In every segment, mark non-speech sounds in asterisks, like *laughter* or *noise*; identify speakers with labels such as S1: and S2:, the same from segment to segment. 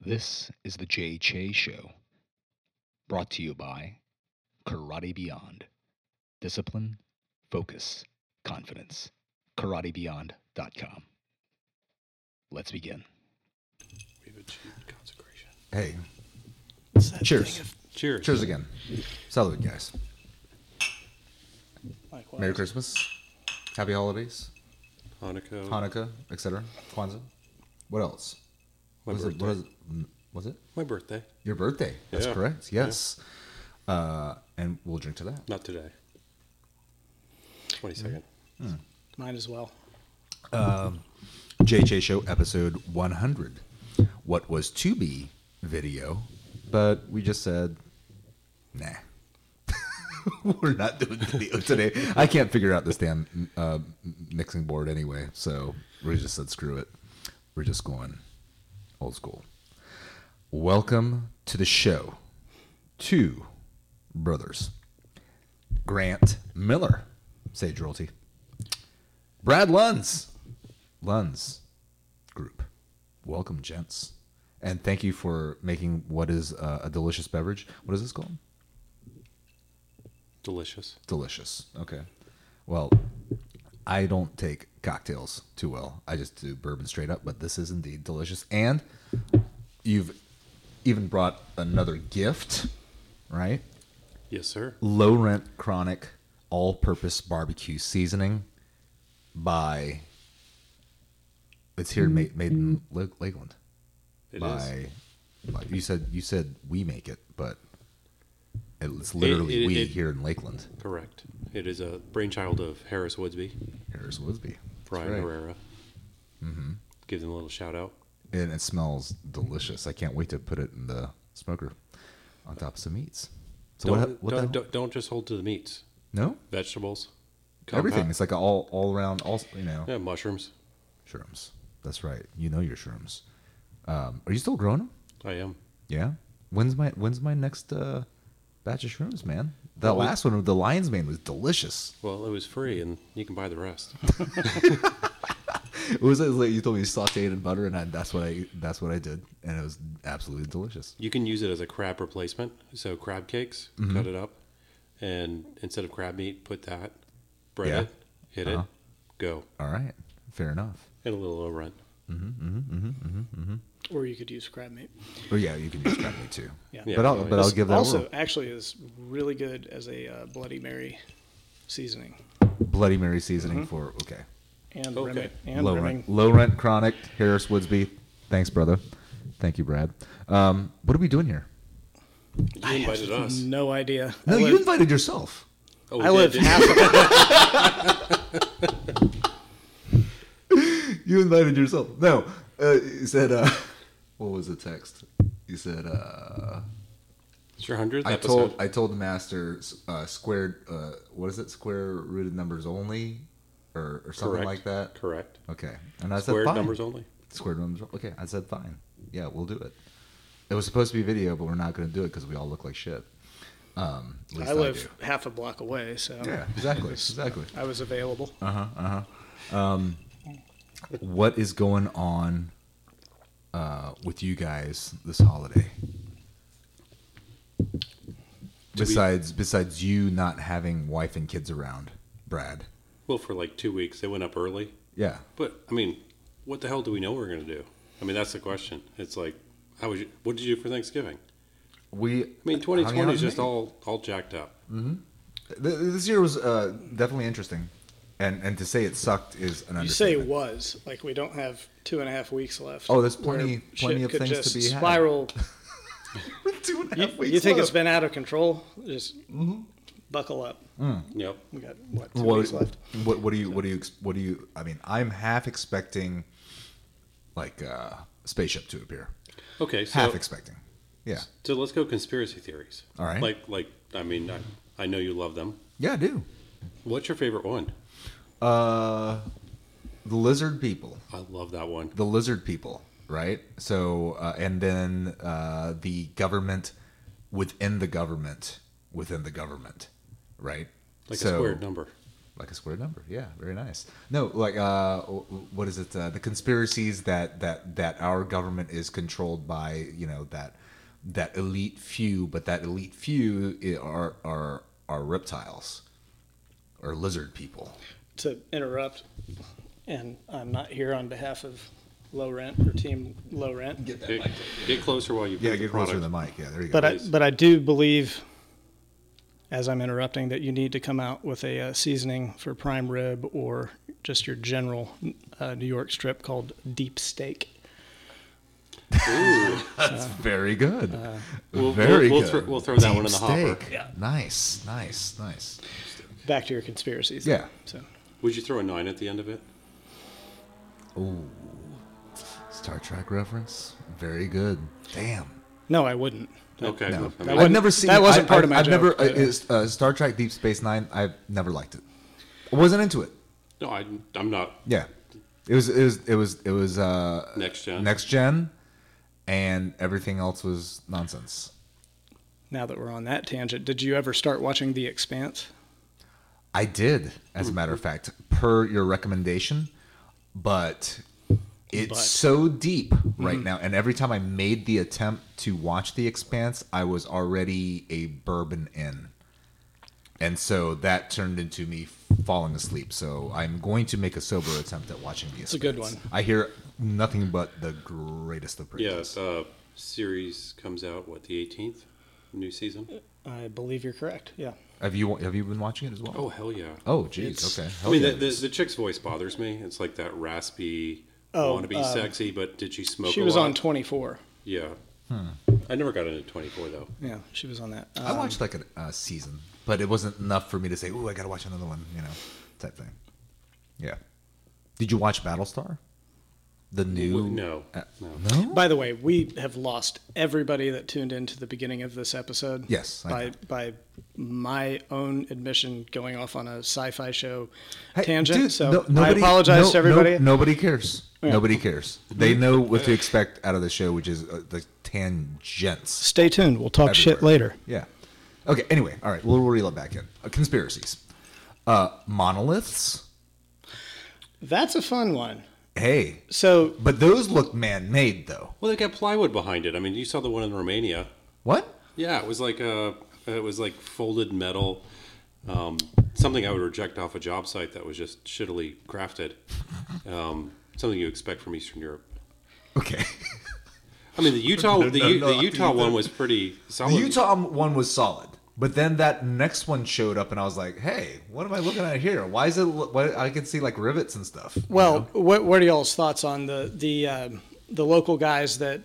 S1: This is the Jay Che Show, brought to you by Karate Beyond. Discipline, focus, confidence. KarateBeyond.com. Let's begin.
S2: We've achieved consecration.
S3: Hey,
S2: Thing
S3: cheers.
S2: of- cheers.
S3: Cheers again. Salute, guys.
S2: Likewise.
S3: Merry Christmas. Happy holidays.
S2: Hanukkah.
S3: Hanukkah, etc. Kwanzaa. What else?
S2: My
S3: was, it,
S2: birthday.
S3: was, it, mm, was it
S2: My birthday.
S3: your birthday? That's
S2: Yeah.
S3: correct. Yes. Uh, and we'll drink to that.
S2: Not today. 22nd.
S3: Mm.
S4: Might as well.
S3: JJ Show episode 100. What was to be video, but we just said, nah. *laughs* We're not doing video today. I can't figure out this damn uh, mixing board anyway, so we just said screw it. We're just going old school. Welcome to the show, two brothers, Grant Miller, Sage Royalty, Brad Lunds, Lunds Group. Welcome, gents, and thank you for making what is uh, a delicious beverage. What is this called?
S2: Delicious.
S3: Delicious. Okay. Well, I don't take cocktails too well. I just do bourbon straight up, but this is indeed delicious. And you've even brought another gift, right?
S2: Yes, sir.
S3: Low Rent Chronic All Purpose Barbecue Seasoning by. It's here made, made in Lake- Lakeland.
S2: It is.
S3: by, by- you said you said we make it, but it's literally
S2: it-
S3: we
S2: it-
S3: here in Lakeland.
S2: Correct. It is a brainchild of Harris Woodsby,
S3: Harris Woodsby.
S2: Brian
S3: That's right.
S2: Herrera. Mm-hmm. Give them a little shout out.
S3: and it smells delicious. I can't wait to put it in the smoker on top of some meats. So
S2: don't,
S3: what? What? the
S2: don't,
S3: hell?
S2: don't, don't just hold to the meats.
S3: no,
S2: Vegetables.
S3: everything.
S2: compound-
S3: It's like all all around. All you know,
S2: Yeah, mushrooms.
S3: shrooms. That's right. You know your shrooms. Um, are you still growing them?
S2: I am.
S3: Yeah. When's my When's my next uh, batch of shrooms, man? That
S2: Well, we-
S3: last one with the lion's mane was delicious.
S2: Well, it was free, and you can buy the rest.
S3: It was like you told me sautéed in butter, and I, that's what I that's what I did, and it was absolutely delicious.
S2: You can use it as a crab replacement. So crab cakes,
S3: Mm-hmm.
S2: cut it up, and instead of crab meat, put that, bread
S3: Yeah.
S2: it, hit
S3: Uh-huh.
S2: it, go,
S3: All right, fair enough.
S2: and a little low rent.
S4: Or you could use crab meat.
S3: Oh yeah, you can use crab meat too.
S4: Yeah.
S2: Yeah.
S3: but I'll but I'll
S2: It's
S3: give that a
S4: also,
S3: whirl.
S4: actually, is really good as a uh, Bloody Mary seasoning
S3: Bloody Mary seasoning for okay.
S4: and
S2: Okay.
S4: rimming. Mm-hmm. And
S3: low
S4: rimming.
S3: rent, low rent, chronic Harris Woodsby. Thanks, brother. Thank you, Brad. Um, what are we doing here?
S2: You invited us.
S4: No idea.
S3: No,
S4: I
S3: you
S4: live,
S3: invited yourself.
S2: Oh, we
S4: I
S2: did,
S4: live
S2: didn't we?
S4: half.
S3: You invited yourself. No, uh, you said. Uh, *laughs* what was the text? You said. Uh,
S2: It's your hundredth
S3: I
S2: episode.
S3: told. I told the master uh, squared. Uh, what is it? Square rooted numbers only, or, or something
S2: Correct.
S3: like that.
S2: Correct.
S3: Okay, and I
S2: Squared
S3: said fine.
S2: numbers only.
S3: Squared numbers. Okay, I said fine. Yeah, we'll do it. It was supposed to be video, but we're not going to do it because we all look like shit. Um, at least
S4: I live
S3: do.
S4: half a block away, so
S3: Yeah, exactly, exactly.
S4: I was available.
S3: Um, What is going on uh, with you guys this holiday? Besides, besides you not having wife and kids around, Brad.
S2: Well, for like two weeks, they went up early.
S3: Yeah,
S2: But I mean, what the hell do we know we're gonna do? I mean, that's the question. It's like, how was you? What did you do for Thanksgiving?
S3: we.
S2: I mean,
S3: hung out
S2: twenty twenty is
S3: and
S2: just
S3: made.
S2: all all jacked up.
S3: Th- This year was uh, definitely interesting, and and to say it sucked is an
S4: You say
S3: understatement.
S4: was like we don't have two and a half weeks left.
S3: Oh, there's
S4: where
S3: plenty-
S4: shit
S3: plenty of
S4: could
S3: things to
S4: just
S3: be had. *laughs*
S4: Spiral.
S3: Two and a
S4: You,
S3: half weeks
S4: you think it's
S3: left. Mm-hmm.
S4: been out of control? Just buckle up.
S2: Yep.
S4: We got what two
S3: what,
S4: weeks left.
S3: What, what do you what do you ex- what do you? I mean, I'm half expecting like uh, spaceship to appear.
S2: Okay. So
S3: half expecting. Yeah,
S2: So let's go conspiracy theories.
S3: All right.
S2: Like, like I mean, I, I know you love them.
S3: yeah, I do.
S2: What's your favorite one?
S3: Uh, the lizard people.
S2: I love that one.
S3: the lizard people, right? So, uh, and then uh, the government within the government within the government, right?
S2: Like
S3: so,
S2: a squared number.
S3: Like a square number, yeah, very nice. No, like uh, wh- what is it? Uh, the conspiracies that that that our government is controlled by, you know, that that elite few, but that elite few i- are are are reptiles or lizard people.
S4: to interrupt, and I'm not here on behalf of Low Rent or Team Low Rent.
S2: Get, get closer while you
S3: Yeah,
S2: put the
S3: get closer to
S2: product.
S3: the mic. Yeah, there you
S4: But
S3: go.
S4: I, but I do believe, as I'm interrupting, that you need to come out with a uh, seasoning for prime rib or just your general uh, New York strip called deep steak.
S2: Ooh.
S3: That's very good.
S2: we'll-
S3: very
S2: we'll- we'll
S3: good.
S2: throw- we'll throw that one in the hopper.
S3: steak.
S4: Uh, Yeah.
S3: Nice, nice, nice.
S4: Back to your conspiracies.
S3: Yeah.
S4: So
S2: Would you throw a nine at the end of it?
S3: Star Trek reference. Very good. Damn.
S4: no, I wouldn't.
S2: Okay.
S3: No,
S2: I
S3: I
S2: mean,
S4: would-
S3: have never seen.
S4: that wasn't
S3: I-
S4: part
S3: I-
S4: of my
S3: I've
S4: joke,
S3: never uh,
S4: but-
S3: is- uh, Star Trek Deep Space Nine. I've never liked it. I wasn't into it.
S2: no, I, I'm not
S3: Yeah, it was it was it was it was uh,
S2: next gen.
S3: next gen, and everything else was nonsense.
S4: Now that we're on that tangent, did you ever start watching The Expanse?
S3: I did, as a matter of fact, per your recommendation, but it's
S4: But. Mm-hmm.
S3: so deep right now. And every time I made the attempt to watch The Expanse, I was already a bourbon in. And so that turned into me falling asleep. So I'm going to make a sober attempt at watching The Expanse.
S4: a good one.
S3: I hear nothing but the greatest of
S2: Yeah,
S3: praises.
S2: uh, series comes out what the 18th, new season.
S4: I believe you're correct. Yeah.
S3: Have you have you been watching it as well?
S2: Oh hell yeah!
S3: Oh, geez.
S4: It's-
S3: Okay.
S2: I mean,
S3: Hell
S2: the, the, the chick's voice bothers me. It's like that raspy,
S4: Oh,
S2: wannabe
S4: um,
S2: sexy, but did she smoke?
S4: She
S2: a
S4: was
S2: lot?
S4: on 24.
S2: yeah.
S3: Hmm.
S2: I never got into 24 though.
S4: Yeah, she was on that.
S3: I
S4: Um,
S3: watched like a uh, season, but it wasn't enough for me to say, "Ooh, I gotta watch another one," you know, type thing. Yeah. Did you watch Battlestar? The new?
S2: W- No,
S3: Uh,
S2: no.
S3: No.
S4: By the way, we have lost everybody that tuned in to the beginning of this episode.
S3: Yes, I
S4: by
S3: know.
S4: by my own admission, going off on a sci-fi show
S3: Hey,
S4: tangent.
S3: dude,
S4: so
S3: no-
S4: I
S3: nobody-
S4: apologize
S3: no-
S4: to everybody.
S3: no- nobody cares.
S4: Yeah.
S3: Nobody cares. They know what to expect out of the show, which is uh, the tangents.
S4: Stay tuned. We'll talk shit
S3: everywhere.
S4: later.
S3: Yeah. Okay. Anyway, all right. We'll reel it back in. Uh, conspiracies. Uh, monoliths.
S4: That's a fun one.
S3: Hey,
S4: So
S3: but those look man-made, though.
S2: Well, they got plywood behind it. I mean, you saw the one in Romania.
S3: What?
S2: Yeah, it was like a, it was like folded metal, um, something I would reject off a job site that was just shittily crafted. Um, something you expect from Eastern Europe.
S3: Okay.
S2: I mean, the Utah, the,
S3: *laughs*
S2: U-
S3: no,
S2: the
S3: no,
S2: Utah
S3: either.
S2: one was pretty solid.
S3: The Utah one was solid, but then that next one showed up, and I was like, "Hey, what am I looking at here? Why is it? look- Why, I can see like rivets and stuff."
S4: Well, what what are y'all's thoughts on the the um, the local guys that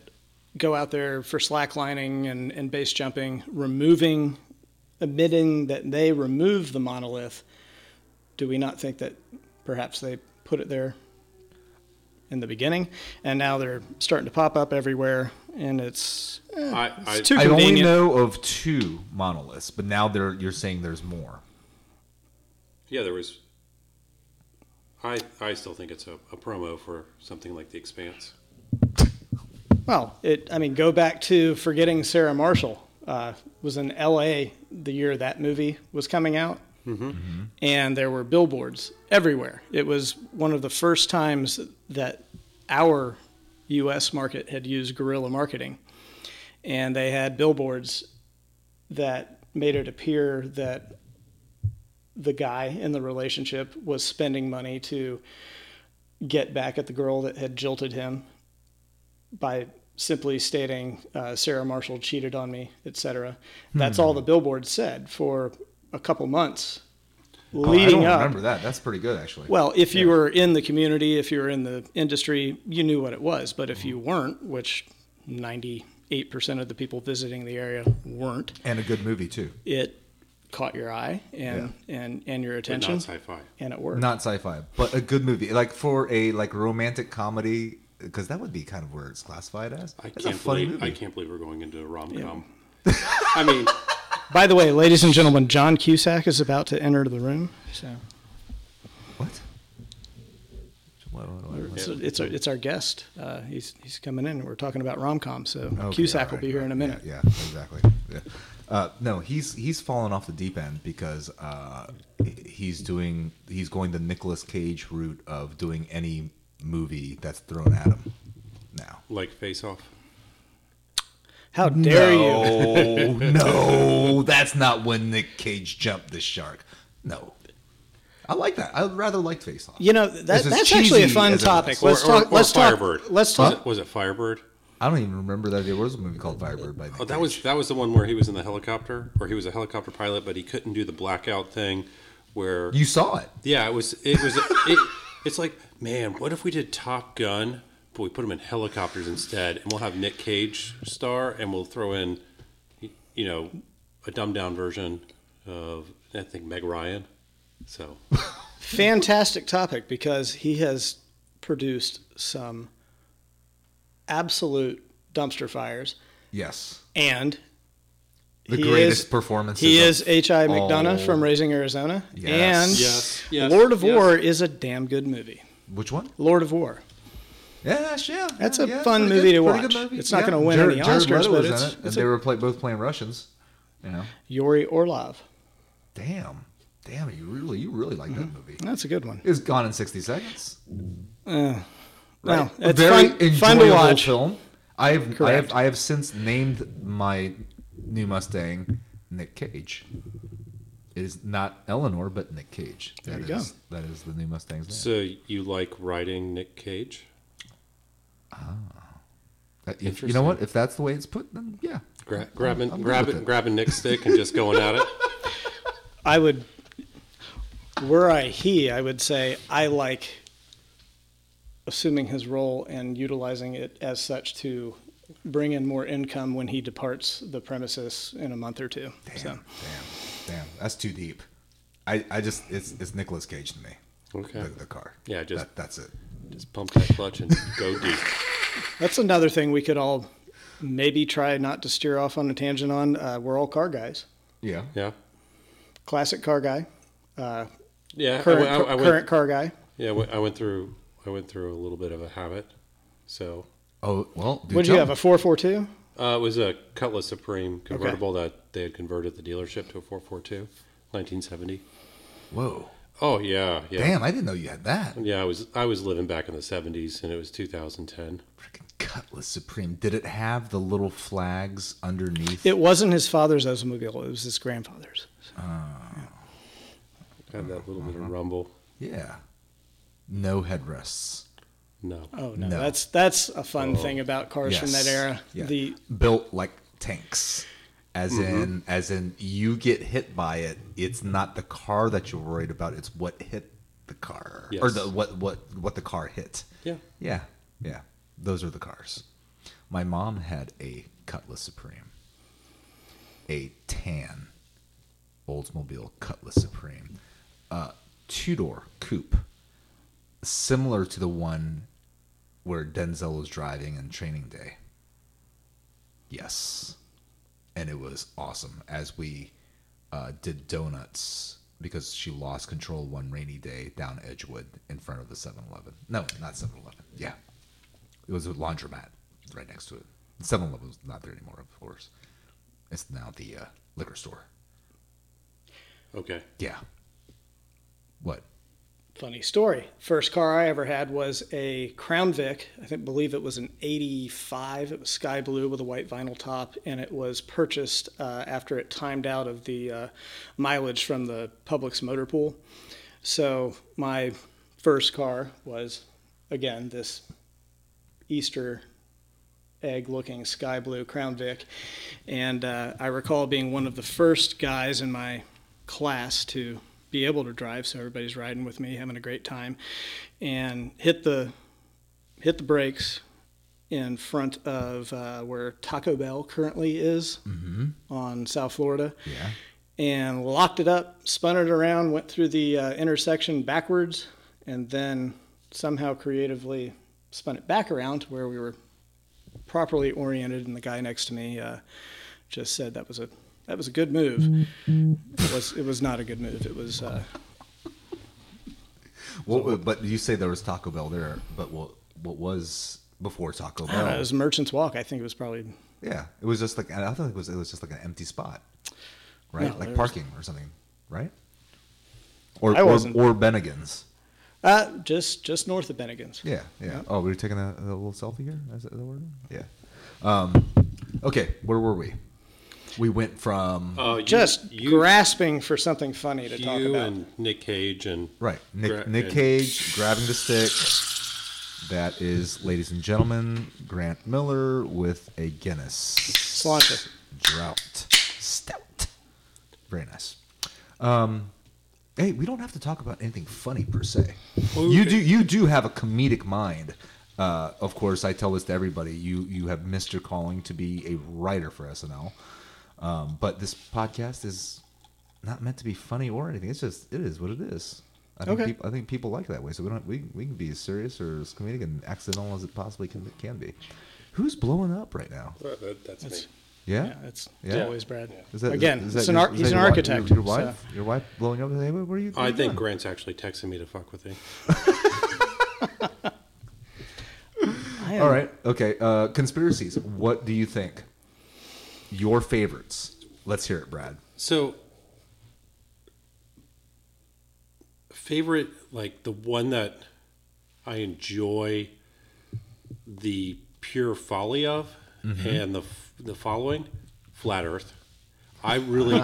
S4: go out there for slacklining and and base jumping, removing, admitting that they remove the monolith? Do we not think that perhaps they put it there in the beginning, and now they're starting to pop up everywhere, and it's eh,
S2: I, I,
S4: it's too
S3: I
S4: convenient.
S3: only know of two monoliths, but now they're you're saying there's more.
S2: yeah, there was. I I still think it's a, a promo for something like The Expanse.
S4: Well, it. I mean, go back to forgetting Sarah Marshall. Uh, was in L.A. the year that movie was coming out, and there were billboards everywhere. It was one of the first times that our U.S. market had used guerrilla marketing, and they had billboards that made it appear that the guy in the relationship was spending money to get back at the girl that had jilted him by simply stating uh, Sarah Marshall cheated on me, etc. That's
S3: Hmm.
S4: all the billboard said for a couple months
S3: Oh, I
S4: leading
S3: don't
S4: up.
S3: remember that. That's pretty good, actually.
S4: Well, if you were in the community, if you were in the industry, you knew what it was. But if you
S3: Mm-hmm.
S4: weren't, which 98% of the people visiting the area weren't,
S3: and a good movie too.
S4: it caught your eye and, and, and your
S2: But
S4: attention
S2: not sci-fi.
S4: and it worked.
S3: Not sci-fi, but a good movie, like for a like romantic comedy, because that would be kind of where it's classified as.
S2: I
S3: That's a
S2: can't
S3: funny
S2: believe I
S3: movie.
S2: can't believe we're going into a rom com. I mean,
S4: By the way, ladies and gentlemen, John Cusack is about to enter the room. So
S3: What? What, what, what, what-
S4: It's, it's, our, it's our guest. Uh, he's, he's coming in. We're talking about rom com, so
S3: Okay,
S4: Cusack
S3: all
S4: will
S3: right,
S4: be here in a
S3: all right,
S4: minute.
S3: Yeah, yeah, exactly. Yeah. Uh, no, he's he's fallen off the deep end because uh, he's doing he's going the Nicolas Cage route of doing any movie that's thrown at him now.
S2: Like Face Off.
S4: How dare
S3: no,
S4: you?
S3: no, that's not when Nick Cage jumped the shark. No, I like that. I rather like Face Off.
S4: You know that,
S3: It's as
S4: that's actually a
S3: cheesy
S4: fun
S3: as it
S4: topic.
S3: is.
S2: Or,
S4: Let's
S2: or-
S4: talk.
S2: or
S4: let's talk.
S2: Firebird. Was
S4: Let's talk.
S2: it, was it Firebird?
S3: I don't even remember that there was a movie called Firebird by Nick
S2: Oh, that
S3: Cage.
S2: was that was the one where he was in the helicopter, or he was a helicopter pilot, but he couldn't do the blackout thing. Where
S3: you saw it.
S2: yeah, it was it was it, it's like man, what if we did Top Gun, but we put him in helicopters instead, and we'll have Nick Cage star, and we'll throw in y- you know a dumbed down version of I think Meg Ryan. So
S4: Fantastic topic because he has produced some absolute dumpster fires,
S3: Yes,
S4: and
S3: the
S4: he
S3: greatest
S4: is
S3: performance.
S4: he is H.I. McDonough
S3: all-
S4: from Raising Arizona,
S3: Yes.
S4: and
S2: Yes, yes,
S4: Lord of
S2: yes.
S4: War is a damn good movie.
S3: Which one?
S4: Lord of War.
S3: Yeah, sh- yeah.
S4: That's
S3: yeah,
S4: a
S3: yeah,
S4: fun
S3: pretty
S4: movie to
S3: pretty
S4: watch. It's not gonna win any Oscars,
S3: Leto
S4: but
S3: was in
S4: it's-
S3: it, and
S4: it's
S3: they
S4: a-
S3: were play, both playing Russians. You know,
S4: Yuri Orlov.
S3: damn, damn, you really, you really like
S4: Mm-hmm.
S3: that movie.
S4: That's a good one.
S3: It's gone in sixty seconds.
S4: Uh,
S3: Right?
S4: Well, it's
S3: Very
S4: fun, fun to
S3: enjoyable
S4: watch.
S3: Film. I have, I have,
S4: Correct.
S3: I have since named my new Mustang Nick Cage. It is not Eleanor, but Nick Cage.
S4: There
S3: That
S4: you
S3: is- That is the new Mustang's name.
S2: so you like riding Nick Cage?
S3: That- Uh, if- you know what? If that's the way it's put, then yeah.
S2: Gra- grabbing,
S3: I'm good with
S2: grabbing,
S3: it.
S2: grabbing Nick's stick and just going
S4: *laughs*
S2: at it.
S4: I would, were I he, I would say I like assuming his role and utilizing it as such to bring in more income when he departs the premises in a month or two. So,
S3: Damn, damn, that's too deep. I, I just it's it's Nicolas Cage to me.
S2: Okay.
S3: The, the car.
S2: Yeah,
S4: Uh,
S2: just-
S3: That- that's it.
S2: Just pump that clutch and
S4: *laughs*
S2: go deep.
S4: that's another thing we could all maybe try not to steer off on a tangent on. Uh, we're all car guys.
S3: Yeah.
S2: Yeah.
S4: Classic car guy, uh,
S2: Yeah. I
S4: current,
S2: went- I- I went-
S4: current car guy.
S2: Yeah, I went- I went through. I went through a little bit of a habit. So
S3: Oh well. Dude,
S4: Would you have a four four two?
S2: uh, it was a Cutlass Supreme convertible that they had converted the dealership to a 442, 1970.
S3: Whoa.
S2: Oh yeah, yeah,
S3: Damn, I didn't know you had that.
S2: yeah. I was I was living back in the 70s, and it was 2010.
S3: Freaking Cutlass Supreme. Did it have the little flags underneath?
S4: It wasn't his father's Oldsmobile. It was his grandfather's.
S3: Uh,
S2: Had that little bit of
S4: Uh-huh.
S2: rumble.
S3: yeah. No headrests.
S2: No.
S4: Oh no,
S3: No.
S4: that's that's a fun thing about cars from
S3: Yes.
S4: that era.
S3: Yeah.
S4: The
S3: built like tanks. As
S2: Mm-hmm.
S3: in as in you get hit by it, it's not the car that you're worried about, it's what hit the car. Or
S2: Yes.
S3: the what what what the car hit.
S2: Yeah.
S3: Yeah. Yeah. Those are the cars. My mom had a Cutlass Supreme. A tan Oldsmobile Cutlass Supreme. Uh two door coupe. Similar to the one where Denzel was driving in training day. Yes. And it was awesome as we uh, did donuts because she lost control one rainy day down Edgewood in front of the 7 Eleven. No, not 7 Eleven. Yeah. It was a laundromat right next to it. 7 Eleven was not there anymore, of course. It's now the uh, liquor store.
S2: Okay.
S3: Yeah. What?
S4: funny story. First car I ever had was a Crown Vic. I think believe it was an '85. It was sky blue with a white vinyl top, and it was purchased uh, after it timed out of the uh, mileage from the Publix motor pool. So my first car was again this Easter egg looking sky blue Crown Vic. And uh, I recall being one of the first guys in my class to be able to drive. So everybody's riding with me, having a great time. And hit the, hit the brakes in front of uh, where Taco Bell currently is
S3: Mm.
S4: on South Florida.
S3: Mm-hmm. Yeah.
S4: And locked it up, spun it around, went through the uh, intersection backwards, and then somehow creatively spun it back around to where we were properly oriented, and the guy next to me uh, just said that was a that was a good move. It was it was not a good move. It was uh,
S3: What, wa- but you say there was Taco Bell there, but what what was before Taco
S4: I don't know, Uh, it
S3: Bell?
S4: was Merchant's Walk. I think it was probably
S3: Yeah, it was just like I don't think it was it was just like an empty spot, right?
S4: No, there
S3: like
S4: was-
S3: parking or something, right? Or
S4: I
S3: or,
S4: wasn't.
S3: or Bennigan's.
S4: uh, just just north of Bennigan's.
S3: Yeah, yeah. Oh, we were taking a, a little selfie here. Is that the word? Yeah. Um, okay, where were we? We went from
S2: Uh, you-
S4: Just
S2: you,
S4: grasping for something funny to
S2: you
S4: talk about.
S2: and Nick Cage and
S3: right Nick,
S2: Gra-
S3: Nick
S2: and-
S3: Cage grabbing the stick. That is, ladies and gentlemen, Grant Miller with a Guinness.
S4: Cilantro.
S3: drought stout. Very nice. Um, hey, we don't have to talk about anything funny per se. You do you do have a comedic mind. Uh, of course, I tell this to everybody. You you have missed your calling to be a writer for SNL, um, but this podcast is not meant to be funny or anything. It's just it is what it is. I think,
S4: Okay.
S3: people, I think people like that way, so we don't. We, we can be as serious or as comedic and accidental as it possibly can can be. Who's blowing up right now?
S2: Uh, that- that's, me.
S4: That's-
S3: Yeah,
S4: Yeah, that's
S3: Yeah.
S4: always Brad.
S3: is that,
S4: Again,
S3: is that
S4: it's an
S3: your-
S4: ar-
S3: is
S4: he's
S3: that
S4: an
S3: your wi-
S4: architect.
S3: Your, your
S4: so-
S3: wife, your wife blowing up. Hey, what are you? what are
S2: I
S3: you
S2: think
S3: doing?
S2: Grant's actually texting me to fuck with me.
S4: I am-
S3: All right. Okay. Uh, conspiracies. What do you think? Your favorites. Let's hear it, Brad.
S2: So, favorite, like the one that I enjoy the pure folly of and the, f- the following Flat Earth. I really,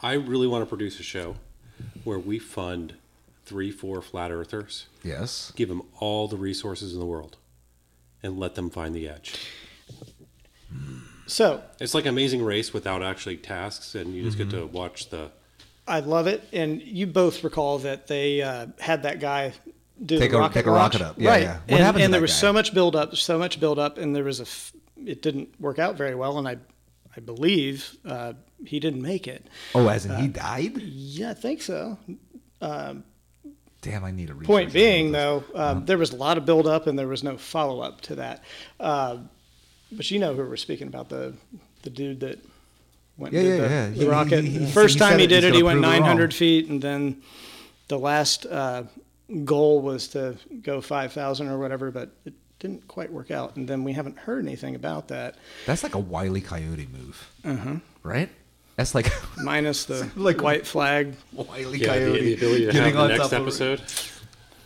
S2: I really want to produce a show where we fund three, four flat earthers,
S3: Yes.
S2: give them all the resources in the world, and let them find the edge.
S4: So
S2: It's like Amazing Race without actually tasks, and you just get to watch the.
S4: I love it, and you both recall that they uh, had that guy do
S3: Take
S4: the
S3: a-
S4: rocket
S3: take a
S4: launch.
S3: rocket up. Yeah,
S4: right?
S3: yeah. What
S4: and,
S3: happened to
S4: and
S3: that
S4: there was
S3: guy?
S4: so much build up, so much build up, and there was a. F- it didn't work out very well, and I, I believe uh, he didn't make it.
S3: Oh, as in
S4: Uh,
S3: he died.
S4: Yeah, I think so.
S3: Damn, I need a research
S4: Point
S3: on
S4: being,
S3: this.
S4: though, uh, there was a lot of build up, and there was no follow up to that. Uh, but you know who we're speaking about the the dude that went and
S3: Yeah,
S4: did
S3: yeah,
S4: the,
S3: yeah.
S4: the
S3: He- he-
S4: rocket.
S3: he- he-
S4: First
S3: he
S4: time
S3: said
S4: he
S3: it,
S4: did
S3: he's
S4: it, he
S3: gonna
S4: went
S3: prove it wrong.
S4: 900 feet, and then the last uh, goal was to go 5,000 or whatever, but it didn't quite work out. And then we haven't heard anything about that,
S3: that's like a wily coyote move,
S4: Uh-huh.
S3: right? That's like *laughs*
S4: minus the
S3: Like-
S4: white flag.
S3: wily
S2: Yeah, the,
S3: coyote
S2: the ability to
S3: getting
S2: have the
S3: on
S2: next
S3: top of-
S2: episode.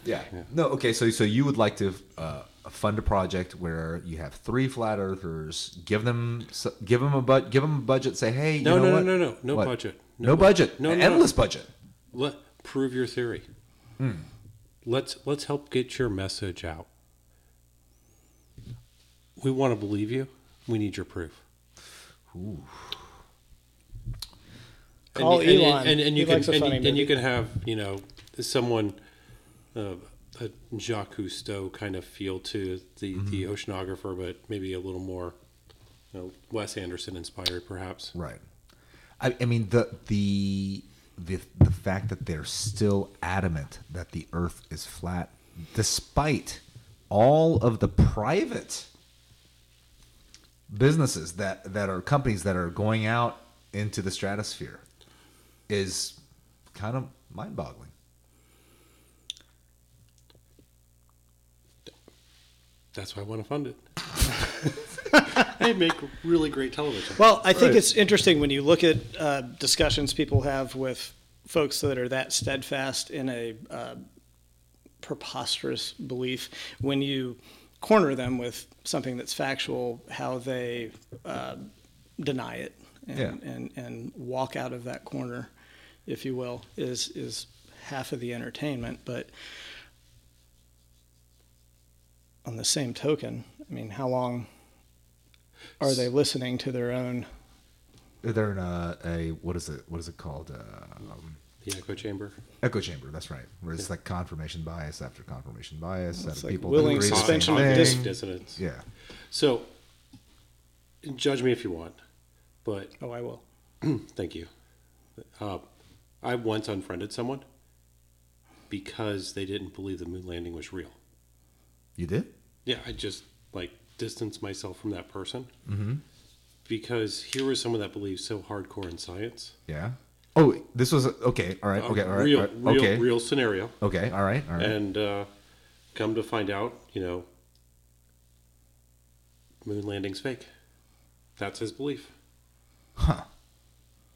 S3: Yeah. No. Okay. So so you would like to uh, fund a project where you have three flat earthers, give them s- give them a bud, give them a budget, say hey, you
S2: No,
S3: know
S2: no,
S3: what?
S2: no, no, no. No
S3: What?
S2: budget.
S3: no,
S2: No
S3: budget,
S2: No,
S3: An
S2: no.
S3: endless budget.
S2: Let prove your theory. Let's let's help get your message out. We want to believe you. We need your proof. And
S4: Call
S2: you- and,
S4: Elon.
S2: And, and, and you
S4: He
S2: can
S4: likes a
S2: and,
S4: funny
S2: you- and you
S4: movie.
S2: can have you know someone uh, a Jacques Cousteau kind of feel to the the oceanographer, but maybe a little more you know, Wes Anderson inspired, perhaps.
S3: Right. I, I mean the the the the fact that they're still adamant that the Earth is flat, despite all of the private businesses that that are companies that are going out into the stratosphere, is kind of mind boggling.
S2: That's why I want to fund it. *laughs* they make really great television.
S4: Well, I think it's interesting when you look at uh, discussions people have with folks that are that steadfast in a uh, preposterous belief. When you corner them with something that's factual, how they uh, deny it and,
S3: Yeah.
S4: and and walk out of that corner, if you will, is is half of the entertainment. But on the same token, I mean, how long are they listening to their own?
S3: They're in a, a what is it? What is it called? Uh, um,
S2: The echo chamber.
S3: echo chamber. That's right. Where it's like confirmation bias after confirmation bias. out
S4: It's
S3: of
S4: like
S3: people that
S4: willing
S3: agree the same
S4: suspension of
S3: thing.
S4: dis-
S2: Cognitive dissonance.
S3: Yeah.
S2: So, judge me if you want, but *clears throat*
S4: Oh, I will.
S2: thank you. Uh, I once unfriended someone because they didn't believe the moon landing was real.
S3: You did?
S2: Yeah, I just like distanced myself from that person mm-hmm. because here was someone that believed so hardcore in science
S3: Yeah. Oh, this was okay. All right.
S2: A
S3: Okay. All right.
S2: Oh, real,
S3: all right,
S2: real,
S3: okay.
S2: real scenario.
S3: Okay. All right. All right.
S2: And uh, come to find out, you know, moon landing's fake. That's his belief.
S3: Huh.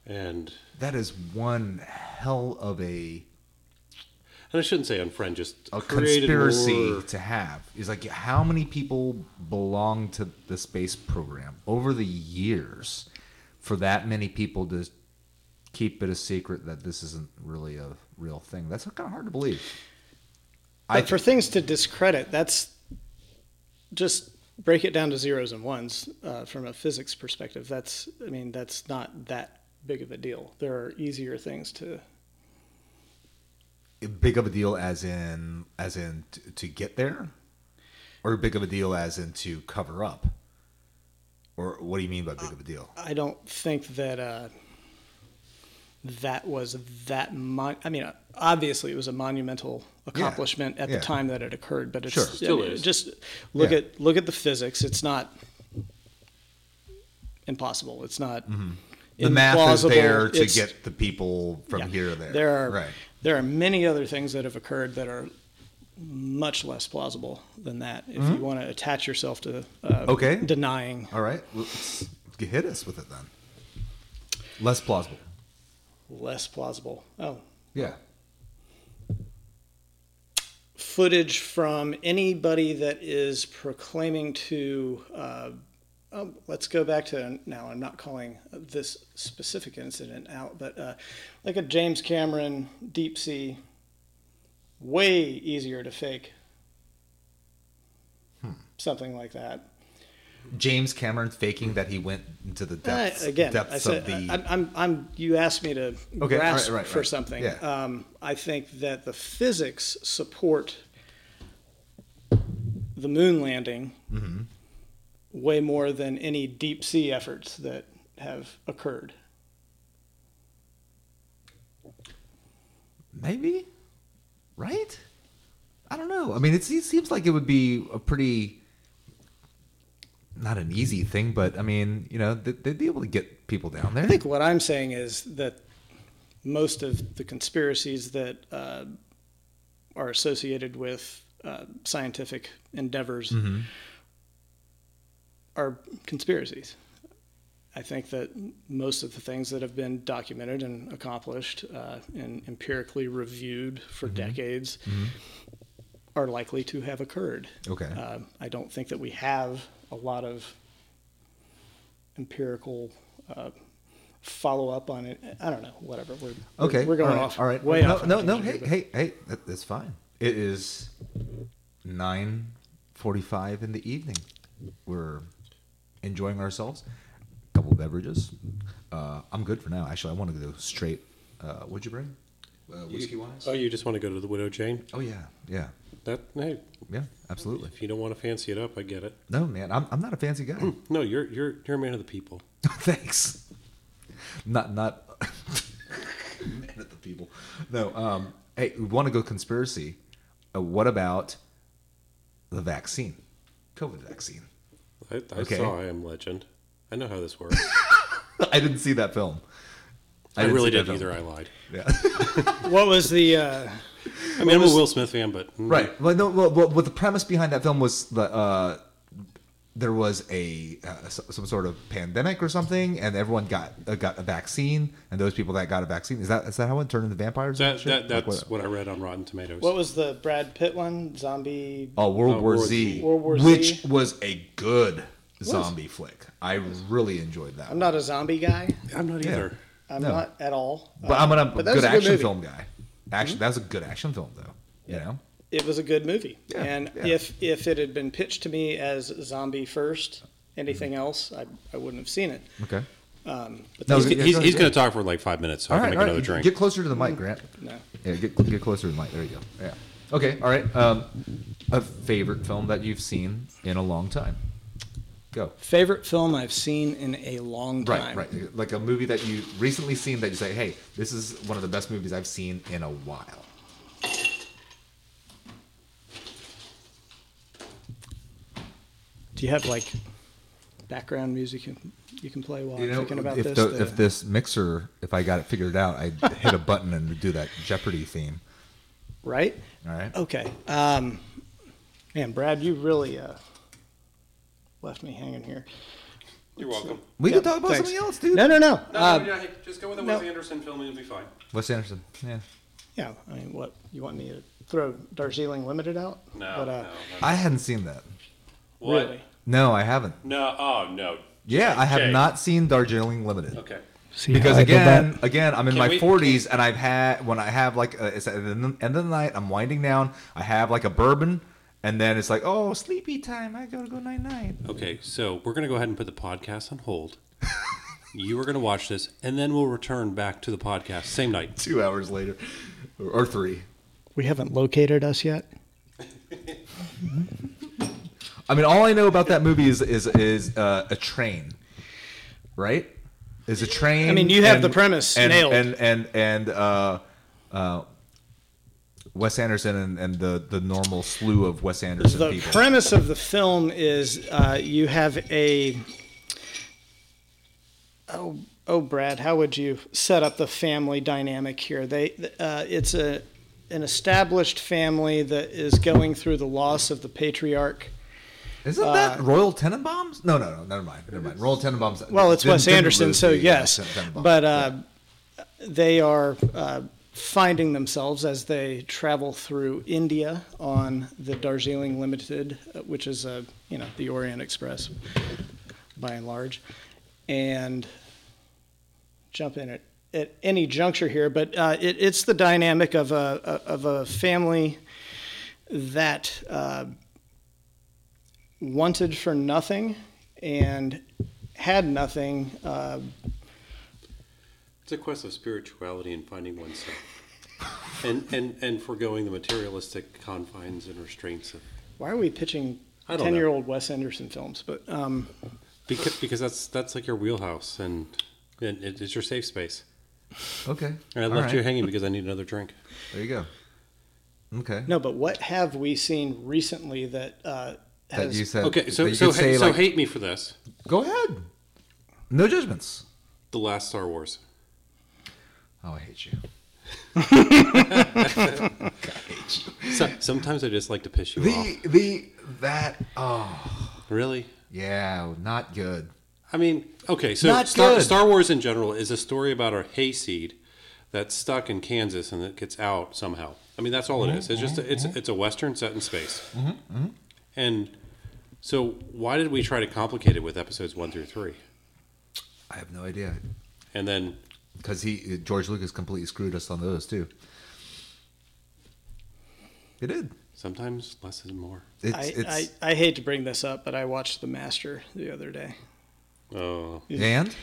S2: And
S3: That is one hell of a
S2: and I shouldn't say unfriend, just
S3: a
S2: created
S3: conspiracy
S2: more-
S3: to have. It's like how many people belong to the space program over the years for that many people to keep it a secret that this isn't really a real thing. That's kind of hard to believe. I
S4: But for things to discredit, that's just break it down to zeros and ones uh, from a physics perspective. That's, I mean, that's not that big of a deal. There are easier things to.
S3: big of a deal as in as in t- to get there or big of a deal as in to cover up or what do you mean by big of a deal
S4: I don't think that uh, that was that. Mon- I mean, obviously, it was a monumental accomplishment at
S3: yeah.
S4: the time that it occurred, but it's
S3: Sure.
S2: Still is.
S4: just look
S3: Yeah.
S4: at look at the physics. It's not impossible. It's not.
S3: Mm-hmm. the math is
S4: implausible.
S3: there to
S4: It's-
S3: get the people from
S4: Yeah.
S3: here to there
S4: There are
S3: right
S4: there are many other things that have occurred that are much less plausible than that. If you want to attach yourself to uh,
S3: Mm-hmm. Okay.
S4: denying,
S3: all right let's hit us with it then less plausible
S4: less plausible. Oh,
S3: yeah
S4: footage from anybody that is proclaiming to. Uh, um, let's go back to now. I'm not calling this specific incident out, but uh, like a James Cameron deep sea, way easier to fake.
S3: Hmm.
S4: Something like that.
S3: james cameron faking that he went into the
S4: Uh,
S3: depths
S4: again,
S3: depths
S4: I said,
S3: of the
S4: I, I'm, I'm, you asked me to
S3: right,
S4: grasp
S3: right,
S4: for
S3: right.
S4: something.
S3: Yeah.
S4: Um, I think that the physics support the moon landing
S3: Mm-hmm.
S4: way more than any deep sea efforts that have occurred.
S3: Maybe, right? I don't know. I mean, it's, it seems like it would be a pretty not an easy thing, but I mean, you know, they, they'd be able to get people down there.
S4: I think what I'm saying is that most of the conspiracies that uh, are associated with uh, scientific
S3: Mm-hmm.
S4: endeavors are conspiracies. I think that most of the things that have been documented and accomplished uh, and empirically reviewed for
S3: Mm-hmm.
S4: decades are likely to have occurred.
S3: okay.
S4: Uh, I don't think that we have a lot of empirical uh, follow up on it. I don't know. Whatever. We're we're-
S3: okay.
S4: We're going
S3: all right,
S4: off.
S3: All right.
S4: Way
S3: no,
S4: off. on
S3: No,
S4: a
S3: no. Hey,
S4: tangent,
S3: hey, hey. That, that's fine. It is nine forty-five in the evening. We're enjoying ourselves. A couple beverages. Uh, I'm good for now. Actually, I want to go straight. Uh, what'd you bring? Uh, whiskey wise.
S2: Oh, you just want to go to the Widow Jane?
S3: Oh yeah, yeah,
S2: That hey,
S3: yeah. Absolutely.
S2: if you don't want to fancy it up, I get it.
S3: No, man, I'm, I'm not a fancy guy.
S2: No, you're you're you're a man of the people.
S3: *laughs* Thanks. Not not *laughs* man at the people. No. Um. Hey, we want to go conspiracy. Uh, what about the vaccine? COVID vaccine. *laughs*
S2: I, I
S3: Okay.
S2: saw I Am Legend. I know how this works.
S3: *laughs* I didn't see that film.
S2: I,
S3: didn't
S2: really
S3: see that
S2: didn't either. I lied.
S3: film. Yeah.
S4: but- What was the? Uh,
S2: I mean, I'm a Will Smith fan, but mm,
S3: Right. Well, no. Well, well, what the premise behind that film was the uh, there was a uh, s- some sort of pandemic or something, and everyone got uh, got a vaccine, and those people that got a vaccine is that is that how it turned into vampires? and
S2: That,
S3: shit?
S2: that,
S3: Like
S2: that's what I read on Rotten Tomatoes.
S4: what was the Brad Pitt one? Zombie.
S3: Oh, World
S2: Oh,
S3: War
S2: World
S3: Z,
S2: Z.
S4: World War
S3: which
S4: Z.
S3: was a good zombie flick. I really enjoyed that.
S4: I'm not a zombie guy.
S2: I'm not either.
S4: I'm
S3: No.
S4: not at all.
S3: but I'm
S4: Uh,
S3: a
S4: but that
S3: good
S4: was a
S3: action
S4: movie. Hmm?
S3: film guy. Actually, that was a good action film, though. You know,
S4: It was a good movie.
S3: Yeah,
S4: and
S3: yeah.
S4: if if it had been pitched to me as zombie first, anything
S3: Mm-hmm.
S4: else, I, I wouldn't have seen it.
S3: okay.
S4: Um, but
S3: No,
S4: these-
S2: He's,
S3: Yeah,
S2: he's,
S3: go
S2: he's
S3: ahead.
S2: going to talk for like five minutes, so I can make another drink.
S3: Get closer to the mic, Grant.
S4: no.
S3: Yeah, get get closer to the mic. There you go. Yeah. Okay. All right. Um, a favorite film that you've seen in a long time. Go.
S4: Favorite film I've seen in a long
S3: Right,
S4: time.
S3: right. Like a movie that you recently seen that you say, "Hey, this is one of the best movies I've seen in a while."
S4: Do you have like background music you, you can play while
S3: You
S4: I'm
S3: know,
S4: thinking about
S3: if,
S4: this.
S3: the,
S4: the-
S3: if this mixer, if I got it figured out, I'd hit a button and it'd do that Jeopardy theme.
S4: right?
S3: All right.
S4: Okay. Um, man, Brad, you really uh, left me hanging here.
S2: You're welcome.
S3: we
S4: Yeah,
S3: can talk about
S4: thanks.
S3: something else, dude.
S4: No, no, no.
S2: No,
S4: Uh,
S2: no, no, hey, just go with the
S4: no.
S2: Wes Anderson film and you'll be fine.
S3: Wes Anderson. Yeah.
S4: Yeah, I mean, what you want me to throw Darjeeling Limited out?
S2: No,
S4: But,
S2: no,
S4: uh, *laughs*
S2: no.
S3: I hadn't seen that.
S2: What?
S4: Really?
S3: No, I haven't.
S2: No, oh no.
S3: Yeah, I have
S2: Jay.
S3: not seen Darjeeling Limited.
S2: Okay.
S5: See
S3: Because
S5: how I did that?
S3: again, again, I'm in
S2: Can
S3: my
S2: we-
S3: 40s, and I've had when I have like uh it's at the end of the night, I'm winding down. I have like a bourbon, and then it's like, oh, sleepy time. I gotta go night night. *laughs*
S2: Okay, so we're gonna go ahead and put the podcast on
S4: *laughs*
S2: hold. you are gonna watch this, and then we'll return back to the podcast same night.
S3: Two hours later, or, or three.
S4: We haven't located us yet.
S3: I mean, all I know about that movie is is is uh, a train, right? Is a train.
S4: I mean, you have the premise
S3: and,
S4: nailed.
S3: and and and uh, uh, Wes Anderson and, and the the normal slew of Wes Anderson
S4: The
S3: people.
S4: premise of the film is uh, you have a. Oh, oh, Brad, how would you set up the family dynamic here? They, uh, it's a, an established family that is going through the loss of the patriarch. Uh,
S3: Isn't that Royal Tenenbaums? No, no, no. Never mind. Never mind. Royal Tenenbaums.
S4: Well, it's
S3: didn't-
S4: Wes
S3: didn't
S4: Anderson,
S3: lose
S4: so
S3: the, uh,
S4: yes.
S3: Tenenbaums.
S4: But uh, they are uh, finding themselves as they travel through India on the Darjeeling Limited, uh, which is a you know the Orient Express by and large, and jump in at, at any juncture here. But uh, it, it's the dynamic of a of a family that. Uh, wanted for nothing and had nothing. Uh,
S2: It's a quest of spirituality and finding oneself, and and and foregoing the materialistic confines and restraints of
S4: why are we pitching
S2: I don't know.
S4: ten-year-old Wes Anderson films? But um,
S2: because because that's that's like your wheelhouse and and it, it's your safe space.
S3: okay.
S2: And I
S3: All
S2: left
S3: right.
S2: you hanging because I need another drink.
S3: There you go. Okay.
S4: no, but what have we seen recently that uh,
S3: That
S4: has
S3: you said.
S2: Okay,
S3: that
S2: so
S3: you
S2: so
S3: could
S2: ha-
S3: say,
S2: so
S3: like,
S2: hate me for this.
S3: Go ahead. No judgments.
S2: The last Star Wars.
S3: Oh, I hate you.
S2: So, sometimes I just like to piss you off.
S3: The the that oh
S2: Really?
S3: yeah, not good.
S2: I mean, okay, so
S3: Not
S2: Star,
S3: good.
S2: Star Wars in general is a story about a hayseed that's stuck in Kansas and it gets out somehow. I mean, that's all it is. It's just a, it's it's a western set in space. mm-hmm. And so, why did we try to complicate it with episodes one through three?
S3: I have no idea
S2: And then
S3: because he uh, George Lucas completely screwed us on those too. He did.
S2: sometimes less is more.
S3: It's,
S4: I,
S3: it's
S4: I, I hate to bring this up, but I watched The Master the other day.
S2: Oh,
S3: and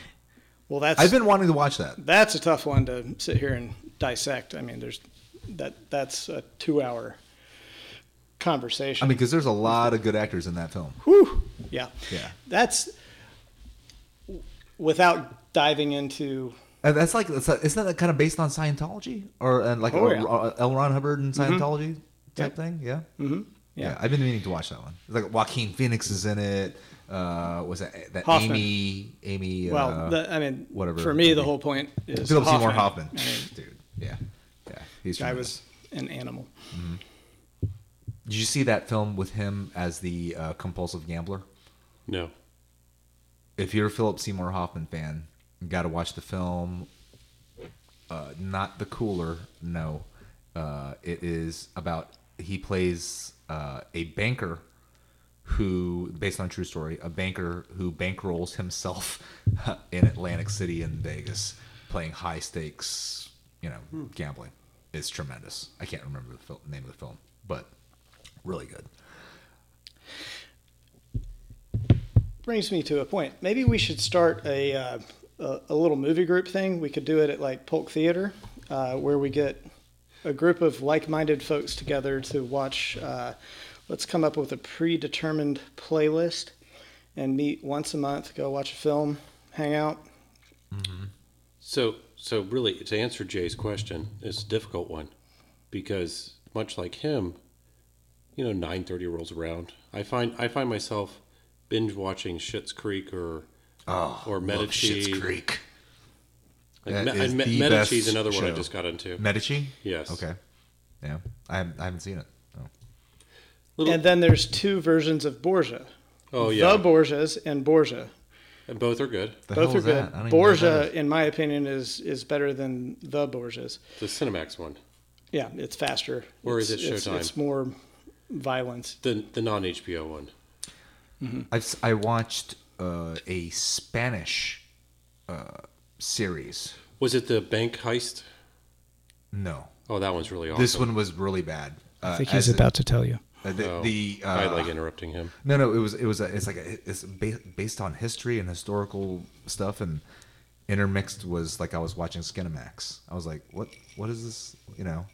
S4: Well, that's
S3: I've been wanting to watch that.
S4: that's a tough one to sit here and dissect. I mean, there's that that's a two-hour
S3: I
S4: conversation.
S3: mean, because there's a lot of good actors in that film.
S4: Whew. Yeah.
S3: Yeah.
S4: That's without diving into
S3: And that's like that's like- isn't that kind of based on Scientology or and like
S4: Oh,
S3: a-
S4: yeah. Mm-hmm.
S3: a- L. Ron Hubbard and Scientology type
S4: Yep.
S3: thing? Yeah.
S4: mm-hmm.
S3: yeah, I've been meaning to watch that one. Like Joaquin Phoenix is in it. Uh, was that that
S4: Hoffman.
S3: Amy? Amy. uh,
S4: Well, the, I mean,
S3: whatever.
S4: For me, the whole point is
S3: Philip
S4: Hoffman.
S3: Seymour Hoffman.
S4: I mean,
S3: Dude, yeah, yeah. He's
S4: guy
S3: tremendous.
S4: was an animal.
S3: Did you see that film with him as the uh, compulsive gambler?
S2: no.
S3: If you're a Philip Seymour Hoffman fan, you got to watch the film. Uh, not the cooler, no. Uh, it is about he plays uh, a banker who, based on a true story, a banker who bankrolls himself *laughs* in Atlantic City and Vegas, playing high stakes, you know,
S2: Hmm.
S3: gambling. It's tremendous. I can't remember the fil- name of the film, but really good.
S4: Brings me to a point. Maybe we should start a uh, a, a little movie group thing. We could do it at like Polk Theater, uh, where we get a group of like-minded folks together to watch. Uh, let's come up with a predetermined playlist and meet once a month. Go watch a film, hang out.
S2: So, so really, to answer Jay's question, it's a difficult one because much like him, you know, nine thirty rolls around. I find I find myself binge watching Shit's Creek or
S3: Oh,
S2: Or
S3: love
S2: Medici.
S3: Schitt's Creek.
S2: like,
S3: That
S2: Me-
S3: is
S2: and Me-
S3: the
S2: Medici's
S3: best
S2: another one I
S3: show.
S2: just got into.
S3: Medici.
S2: Yes.
S3: Okay. Yeah, I haven't, I haven't seen it. No.
S2: Little,
S4: And then there's two versions of Borgia.
S2: oh yeah,
S4: The Borgias and Borgia.
S2: and both are good.
S3: The
S4: Both
S3: hell
S4: are
S3: is
S4: good.
S3: that? I don't even know what that
S4: Borgia,
S3: is.
S4: in my opinion, is is better than the Borgias.
S2: The Cinemax one,
S4: Yeah, it's faster.
S2: Or is
S4: It's-
S2: it
S4: it's-
S2: Showtime?
S4: It's, more violence.
S2: the the non HBO one.
S4: uh,
S3: I've, si watched uh, a Spanish uh, series.
S2: Was it the bank heist?
S3: No,
S2: Oh, that one's really awesome.
S3: this one was really bad. Uh,
S4: I think
S3: as
S4: he's
S3: it-
S4: about to tell you.
S3: uh, the,
S2: Oh,
S3: the,
S2: I
S3: uh,
S2: like interrupting him.
S3: No, no, it was it was a, it's like a, it's ba- based on history and historical stuff, and intermixed was like I was watching Skinamax. I was like, what what is this? You know,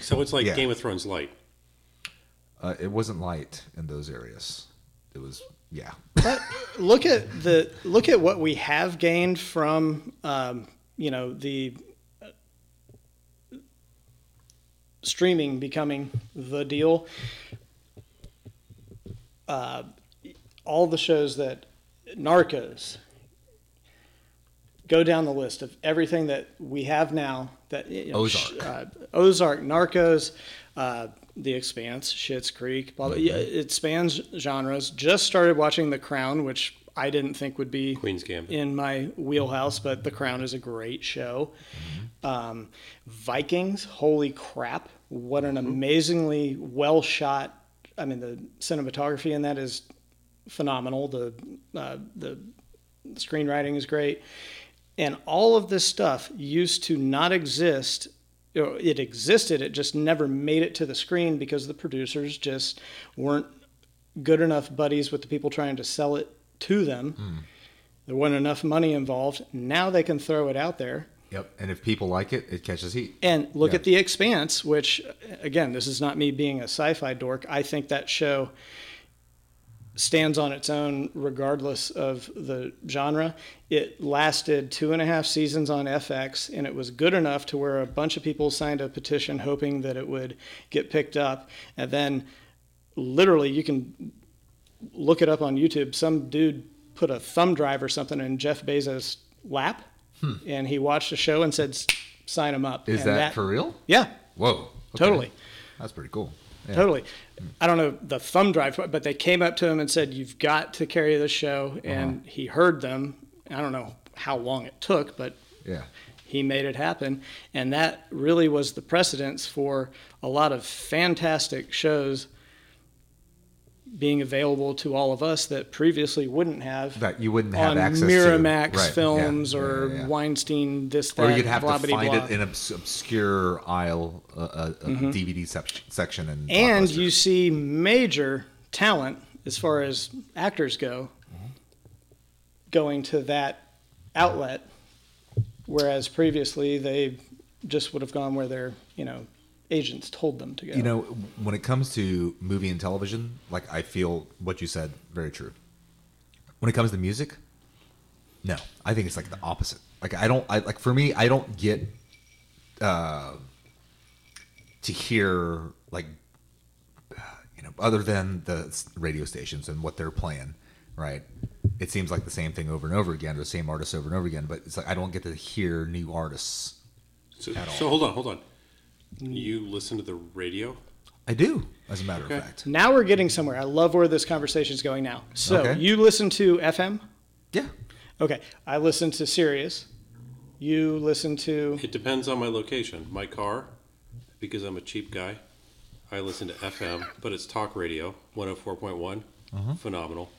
S2: So it's like
S3: Yeah.
S2: Game of Thrones light.
S3: uh, it wasn't light in those areas. It was yeah,
S4: But look at the look at what we have gained from um, you know the uh, streaming becoming the deal. Uh, all the shows that Narcos go down the list of everything that we have now that you know, sh-
S3: Ozark.
S4: uh, Ozark, Narcos, uh, The Expanse, Schitt's Creek, blah blah. Yeah, it spans genres. Just started watching The Crown, which I didn't think would be
S2: Queen's Gambit.
S4: in my wheelhouse, but The Crown is a great show. Um, Vikings, holy crap! What an amazingly well shot. I mean, the cinematography in that is phenomenal. The uh, the screenwriting is great, and all of this stuff used to not exist. You know, It existed, it just never made it to the screen because the producers just weren't good enough buddies with the people trying to sell it to them. There wasn't enough money involved. Now they can throw it out there.
S3: yep. And if people like it, it catches heat.
S4: And look
S3: Yeah.
S4: at The Expanse, which, again, this is not me being a sci fi dork. I think that show stands on its own regardless of the genre. It lasted two and a half seasons on FX, and it was good enough to where a bunch of people signed a petition hoping that it would get picked up. And then, literally, you can look it up on YouTube. Some dude put a thumb drive or something in Jeff Bezos' lap, and he watched a show and said, sign him up.
S3: Hmm. Is
S4: And
S3: that, for real?
S4: Yeah,
S3: Whoa, okay.
S4: Totally.
S3: That's pretty cool. Yeah. Mm.
S4: totally. I don't know the thumb drive, but they came up to him and said, "You've got to carry this
S3: Uh-huh.
S4: show," and he heard them. I don't know how long it took, but
S3: Yeah.
S4: he made it happen, and that really was the precedence for a lot of fantastic shows being available to all of us that previously wouldn't have.
S3: That you wouldn't have
S4: on
S3: access
S4: Miramax
S3: to. Right, yeah,
S4: films
S3: yeah,
S4: or
S3: yeah, yeah.
S4: Weinstein, this, that,
S3: or you'd have
S4: blah,
S3: to
S4: bitty,
S3: find
S4: blah. Mm-hmm.
S3: it in an obs- obscure aisle, uh, uh, uh, DVD sec- section, and
S4: and
S3: Blockbuster.
S4: you see major talent as far as actors go
S3: Mm-hmm.
S4: going to that outlet whereas previously they just would have gone where their you know agents told them to go
S3: You know, when it comes to movie and television, like I feel what you said very true. When it comes to music, no, I think it's like the opposite. Like I don't, I like for me, I don't get uh, to hear like you know, other than the s- radio stations and what they're playing, right? It seems like the same thing over and over again, or the same artists over and over again. But it's like I don't get to hear new artists.
S2: So, so hold on, hold on. You listen to the radio?
S3: I do, as a matter
S2: Okay.
S3: of fact.
S4: now we're getting somewhere i love where this conversation is going now so
S3: Okay.
S4: you listen to fm
S3: Yeah,
S4: okay i listen to sirius you listen to
S2: It depends on my location. My car, because I'm a cheap guy, I listen to FM, but it's talk radio, 104one
S3: Mm-hmm.
S2: Phenomenal.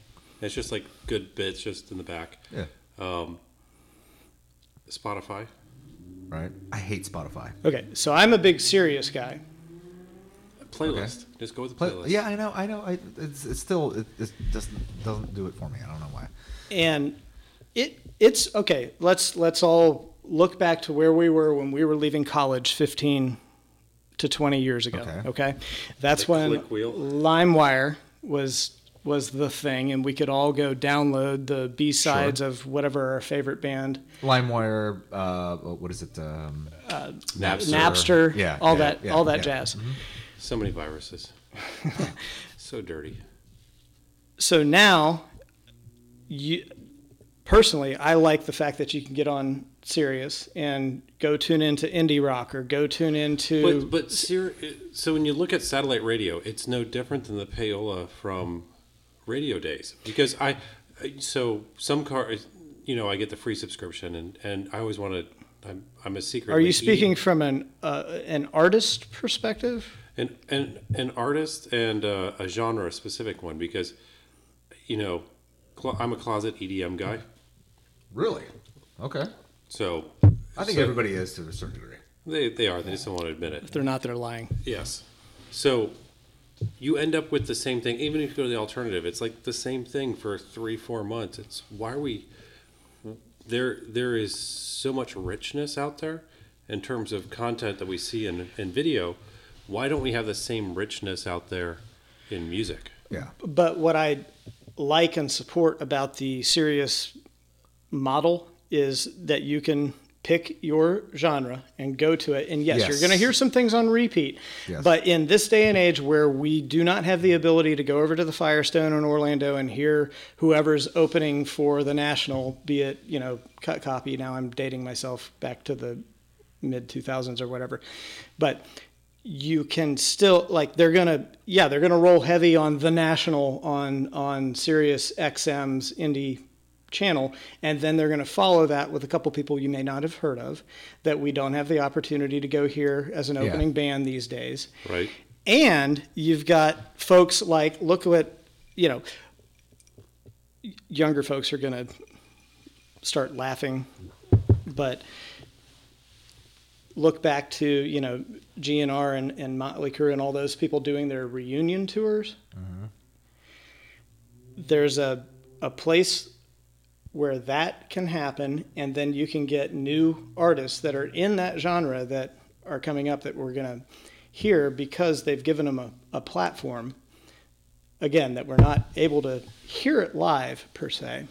S2: It's just like good bits just in the back.
S3: yeah,
S2: Um, Spotify.
S3: right. I hate Spotify.
S4: okay so i'm a big sirius guy
S2: Playlist. Just go with the
S3: Play,
S2: playlist.
S3: yeah, I know, I know. I, it's, it's still it, it doesn't doesn't do it for me. I don't know why.
S4: and it it's okay let's let's all look back to where we were when we were leaving college 15 to 20 years ago
S3: Okay.
S4: okay, that's
S2: The
S4: when
S2: click wheel.
S4: limewire was was the thing and we could all go download the b-sides of whatever our favorite band
S3: LimeWire, uh, what is it? Um,
S2: Napster.
S4: napster
S3: Yeah,
S4: all
S3: yeah,
S4: that
S3: yeah, Mm-hmm.
S4: all that
S3: yeah.
S4: jazz
S2: *laughs* So many viruses. so dirty.
S4: so now, you personally, I like the fact that you can get on Sirius and go tune into indie rock or go tune into.
S2: But but Sir, so when you look at satellite radio, it's no different than the payola from radio days because I so some car uh, you know I get the free subscription and and I always want to I'm I'm a secret.
S4: are you speaking from an uh, an artist perspective?
S2: an an an artist and uh, a genre specific one because you know cl- I'm a closet EDM guy
S3: Really? Okay.
S2: so
S3: I think
S2: so
S3: everybody is to a certain degree.
S2: they they are they just don't want to admit it
S4: If they're not, they're lying.
S2: Yes. So you end up with the same thing, even if you go to the alternative. It's like the same thing for three, four months. It's why are we there? There is so much richness out there in terms of content that we see in, in video. Why don't we have the same richness out there in music?
S3: Yeah.
S4: But what I like and support about the Sirius model is that you can pick your genre and go to it. And yes,
S3: Yes.
S4: you're going to hear some things on repeat.
S3: Yes.
S4: But in this day and age where we do not have the ability to go over to the Firestone in Orlando and hear whoever's opening for the National, be it, you know, cut copy. Now I'm dating myself back to the mid 2000s or whatever. But you can still like they're gonna yeah they're gonna roll heavy on the national on on Sirius XM's indie channel and then they're gonna follow that with a couple people you may not have heard of that we don't have the opportunity to go hear as an opening band these days
S2: Right.
S4: and you've got folks like look what you know younger folks are going to start laughing but look back to you know GNR and, and Motley Crue and all those people doing their reunion tours there's a a place where that can happen and then you can get new artists that are in that genre that are coming up that we're going to hear because they've given them a, a platform again that we're not able to hear it live per se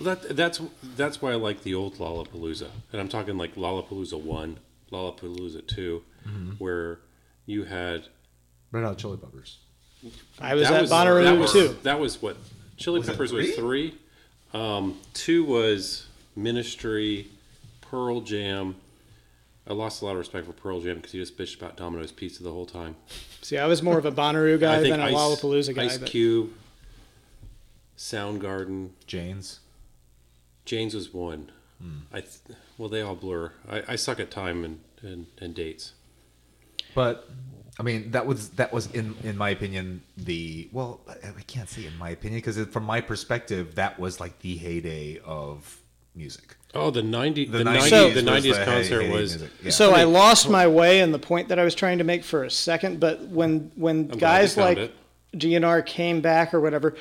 S2: Well, that that's that's why I like the old Lollapalooza, and I'm talking like Lollapalooza one, Lollapalooza 2 where you had
S3: Red Hot Chili Peppers.
S4: i was
S2: That
S4: at
S2: that
S4: bonnaroo
S2: was-
S4: too
S2: That was what Chili
S3: Was it
S2: Peppers was three. Um, two was Ministry, Pearl Jam. I lost a lot of respect for Pearl Jam because he just bitched about Domino's Pizza the whole time.
S4: see i was more of a bonnaroo
S2: I
S4: guy
S2: think
S4: than a
S2: Ice,
S4: lollapalooza guy
S2: Ice
S4: but
S2: Cube, Soundgarden,
S3: Jane's.
S2: Jane's was one.
S3: Hmm.
S2: I th- well, they all blur. I, I suck at time and, and, and dates.
S3: But I mean, that was that was in in my opinion the well, I I can't say in my opinion because from my perspective, that was like the heyday of music.
S2: Oh, the ninety the,
S3: 90s
S2: ninety
S4: So-
S2: the
S3: was
S2: nineties
S3: hey-
S2: concert
S3: heyday
S2: was.
S3: music. Yeah.
S4: So I lost my way in the point that I was trying to make for a second, but when when
S2: glad
S4: guys
S2: you found
S4: like
S2: it.
S4: GNR came back or whatever,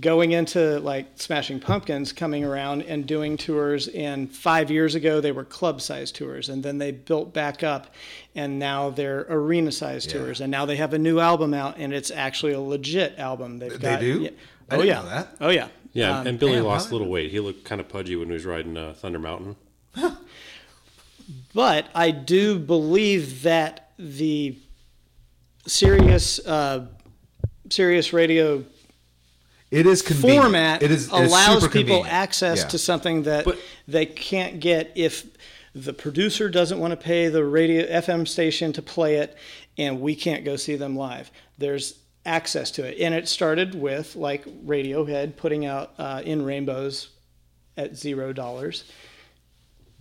S4: going into like Smashing Pumpkins coming around and doing tours, and five years ago they were club sized tours, and then they built back up, and now they're arena sized tours, and now they have a new album out, and it's actually a legit album. They've
S3: They
S4: got,
S3: do?
S4: Yeah.
S3: I
S4: oh
S3: didn't
S4: yeah.
S3: know that.
S4: Oh yeah.
S2: Yeah,
S4: Um,
S2: and Billy
S3: damn,
S2: lost
S3: how
S2: a little weight. He looked kind of pudgy when he was riding uh, Thunder Mountain.
S4: But I do believe that the serious uh, serious radio
S3: It is convenient.
S4: format
S3: It is it is
S4: allows
S3: super
S4: people
S3: convenient.
S4: access
S3: Yeah.
S4: to something that
S2: But-
S4: they can't get if the producer doesn't want to pay the radio FM station to play it, and we can't go see them live. There's access to it, and it started with like Radiohead putting out uh, "In Rainbows" at zero dollars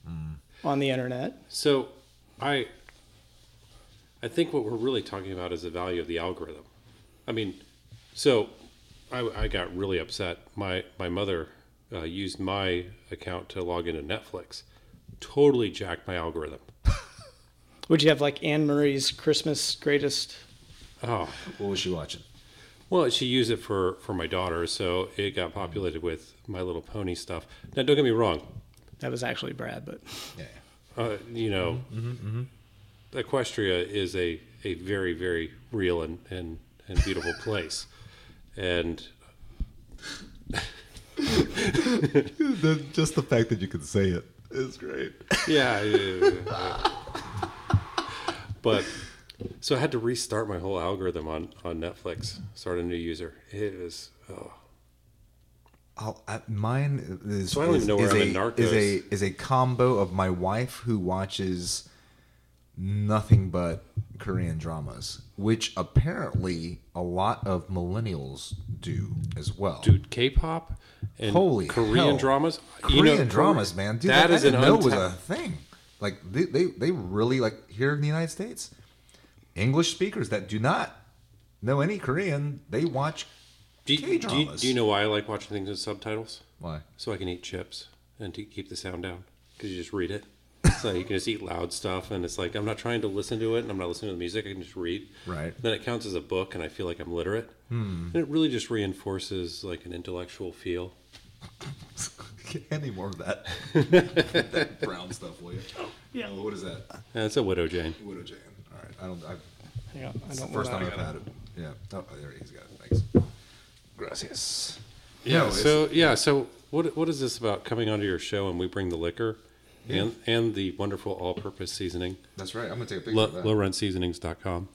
S3: Hmm.
S4: on the internet.
S2: So, I I think what we're really talking about is the value of the algorithm. I mean, so I, I got really upset. My my mother uh, used my account to log into Netflix. Totally jacked my algorithm.
S4: Would you have like Anne Murray's Christmas greatest?
S2: Oh,
S3: What was she watching?
S2: Well, she used it for for my daughter, so it got populated with My Little Pony stuff. Now, don't get me wrong.
S4: That was actually Brad, but
S3: Yeah.
S2: Uh, you know, Equestria is a a very very real and and, and beautiful place, and
S3: just the fact that you can say it is great.
S2: yeah, yeah, yeah, yeah. but So I had to restart my whole algorithm on on Netflix. Start a new user. It was oh,
S3: I'll, I, mine is,
S2: So I don't
S3: is,
S2: even know where
S3: is
S2: I'm
S3: a,
S2: in Narcos.
S3: is a is a combo of my wife who watches nothing but Korean dramas, which apparently a lot of millennials do as well.
S2: dude, K-pop and
S3: Holy
S2: Korean
S3: hell.
S2: dramas.
S3: Korean dramas, man, dude,
S2: that
S3: that,
S2: is
S3: I didn't
S2: an
S3: know was
S2: unta-
S3: a thing. Like they, they they really like here in the United States, English speakers that do not know any Korean, they watch
S2: Do you, do, you,
S3: K-dramas.
S2: do you know why I like watching things with subtitles?
S3: why.
S2: So I can eat chips and to keep the sound down because you just read it. So you can just eat loud stuff, and it's like I'm not trying to listen to it, and I'm not listening to the music. I can just read.
S3: *laughs* Right.
S2: Then it counts as a book, and I feel like I'm literate.
S3: Hmm.
S2: And it really just reinforces like an intellectual feel.
S3: Any more of
S2: *laughs*
S3: that? that brown stuff, will you?
S4: yeah.
S3: Oh, what is that?
S2: And it's a widow Jane.
S3: Widow Jane. All right. I don't. I,
S4: Hang on, I
S3: it's the
S4: don't
S3: first
S4: know.
S3: time I've had it. Yeah. Oh, there he's got it. Thanks. Gracias. No,
S2: Yeah.
S3: it's-
S2: so yeah. So what what is this about coming onto your show and we bring the liquor, and and the wonderful all-purpose seasoning,
S3: That's right. I'm gonna take a picture
S2: Lo-
S3: of that.
S2: lowrunseasonings.com.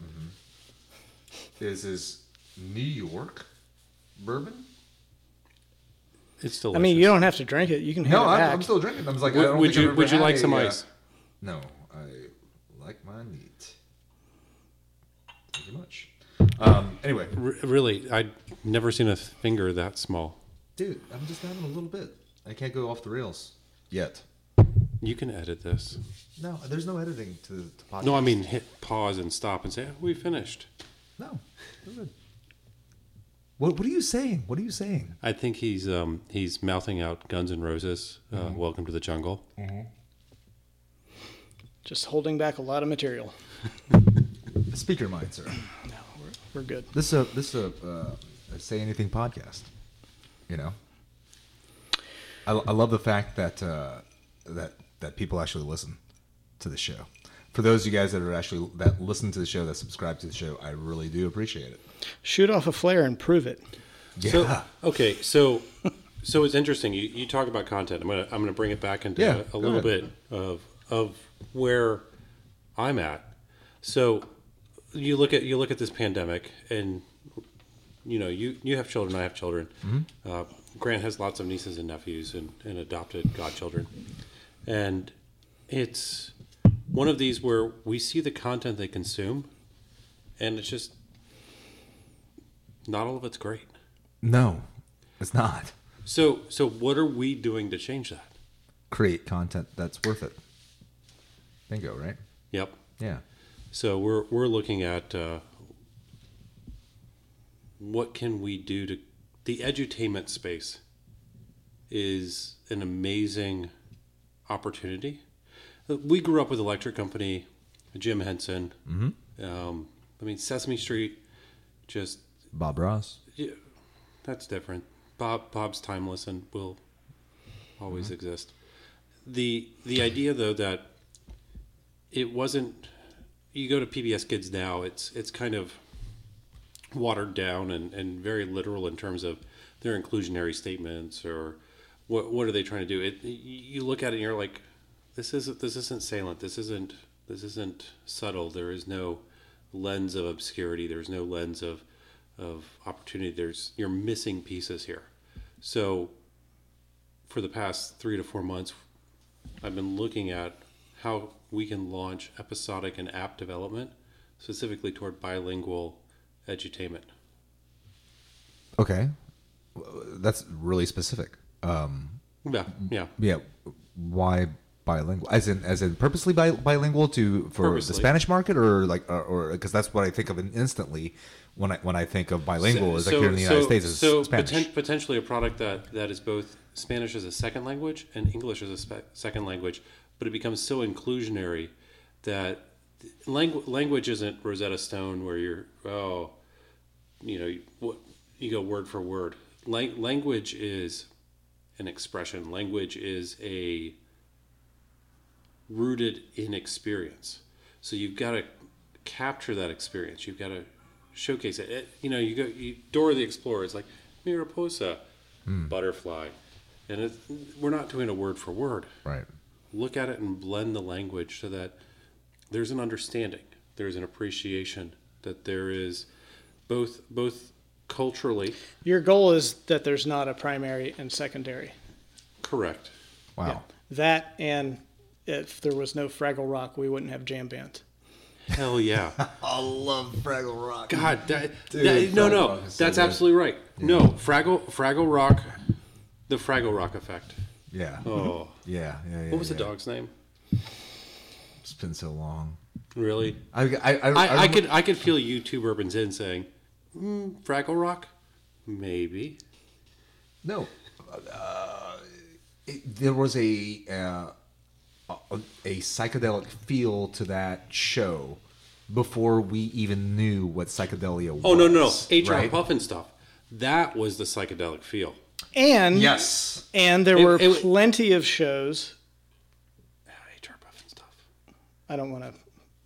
S3: This is New York bourbon.
S2: It's delicious.
S4: I mean, you don't have to drink it. You can hand
S3: No,
S4: it
S3: I'm,
S4: back.
S3: I'm still drinking. I was like, I
S2: Would-
S3: don't
S2: would
S3: think
S2: you-
S3: I've ever
S2: would you
S3: had
S2: like
S3: a,
S2: some
S3: uh,
S2: ice?
S3: No, I like my meat. Thank you much. Um, anyway,
S2: R- really, I'd never seen a finger that small.
S3: dude, I'm just having a little bit. I can't go off the rails yet.
S2: You can edit this.
S3: No, there's no editing to the to podcast.
S2: No, I mean hit pause and stop and say we finished.
S3: no. we're good. What What are you saying? What are you saying?
S2: I think he's um, he's mouthing out Guns N' Roses. Uh, Welcome to the jungle.
S4: Just holding back a lot of material.
S3: Speak your mind, sir.
S4: No, we're, we're good.
S3: This is a this is a, uh, a say anything podcast. You know, I, I love the fact that uh, that that people actually listen to the show. For those of you guys that are actually that listen to the show, that subscribe to the show, I really do appreciate it.
S4: Shoot off a flare and prove it.
S3: Yeah,
S2: So, okay, so so it's interesting. You, you talk about content. I'm gonna I'm gonna bring it back into
S3: Yeah,
S2: a,
S3: go
S2: little
S3: ahead.
S2: bit of of where I'm at. So you look at you look at this pandemic, and you know you you have children. I have children.
S3: Mm-hmm.
S2: Uh, Grant has lots of nieces and nephews and, and adopted godchildren, and it's one of these where we see the content they consume, and it's just not all of it's great.
S3: no, it's not.
S2: So, so what are we doing to change that?
S3: Create content that's worth it. Bingo, right?
S2: Yep.
S3: Yeah.
S2: So we're we're looking at uh, what can we do to the edutainment space is an amazing opportunity. We grew up with Electric Company, Jim Henson. Mm-hmm. Um, I mean Sesame Street, just
S3: Bob Ross.
S2: yeah, that's different. Bob Bob's timeless and will always exist. The the idea though that it wasn't you go to PBS Kids now, it's it's kind of watered down and, and very literal in terms of their inclusionary statements or what what are they trying to do? It you look at it and you're like, this isn't this isn't salient. This isn't this isn't subtle. There is no lens of obscurity. There's no lens of of opportunity. There's you're missing pieces here. So for the past three to four months, I've been looking at how we can launch episodic and app development specifically toward bilingual edutainment.
S3: Okay, W- that's really specific. Um,
S2: Yeah, yeah.
S3: Yeah, why bilingual? As in, as in, purposely bi- bilingual to for
S2: Purposely.
S3: the Spanish market, or like, or because that's what I think of instantly when I when I think of bilingual is like here in the United States is
S2: so
S3: Spanish.
S2: poten- potentially a product that, that is both Spanish as a second language and English as a spe- second language, but it becomes so inclusionary that langu- language isn't Rosetta Stone where you're oh, you know, you- what you go word for word. Lang- language is an expression. Language is a rooted in experience. So you've got to capture that experience. You've got to showcase it. It- You know, you go you, Dora the Explorer is like Mariposa,
S3: Hmm.
S2: butterfly, and it's, we're not doing a word for word
S3: right.
S2: look at it and blend the language so that there's an understanding. there's an appreciation that there is both both culturally
S4: Your goal is that there's not a primary and secondary.
S2: correct.
S3: Wow.
S4: That and if there was no Fraggle Rock, we wouldn't have jam band.
S2: Hell yeah.
S3: I love Fraggle Rock.
S2: *laughs* God, that,
S3: Dude,
S2: that- no,
S3: Fraggle
S2: no,
S3: Rock is so
S2: that's
S3: good.
S2: absolutely right. No, Fraggle, Fraggle Rock, the Fraggle Rock effect.
S3: Yeah.
S2: Oh,
S3: Yeah. Yeah. yeah
S2: what was
S3: Mm-hmm. yeah.
S2: the dog's name?
S3: It's been so long.
S2: Really?
S3: I I I,
S2: I, I,
S3: remember-
S2: could, I could feel you two Urbans in saying, mm, Fraggle Rock, maybe.
S3: no. Uh, it, there was a uh, a- a psychedelic feel to that show before we even knew what psychedelia was.
S2: Oh no, no, no, H.R.
S3: right?
S2: Puffin stuff. That was the psychedelic feel.
S4: And
S3: Yes.
S4: and there
S2: It-
S4: were
S2: it w-
S4: plenty of shows.
S2: H.R. Puffin stuff.
S4: I don't want to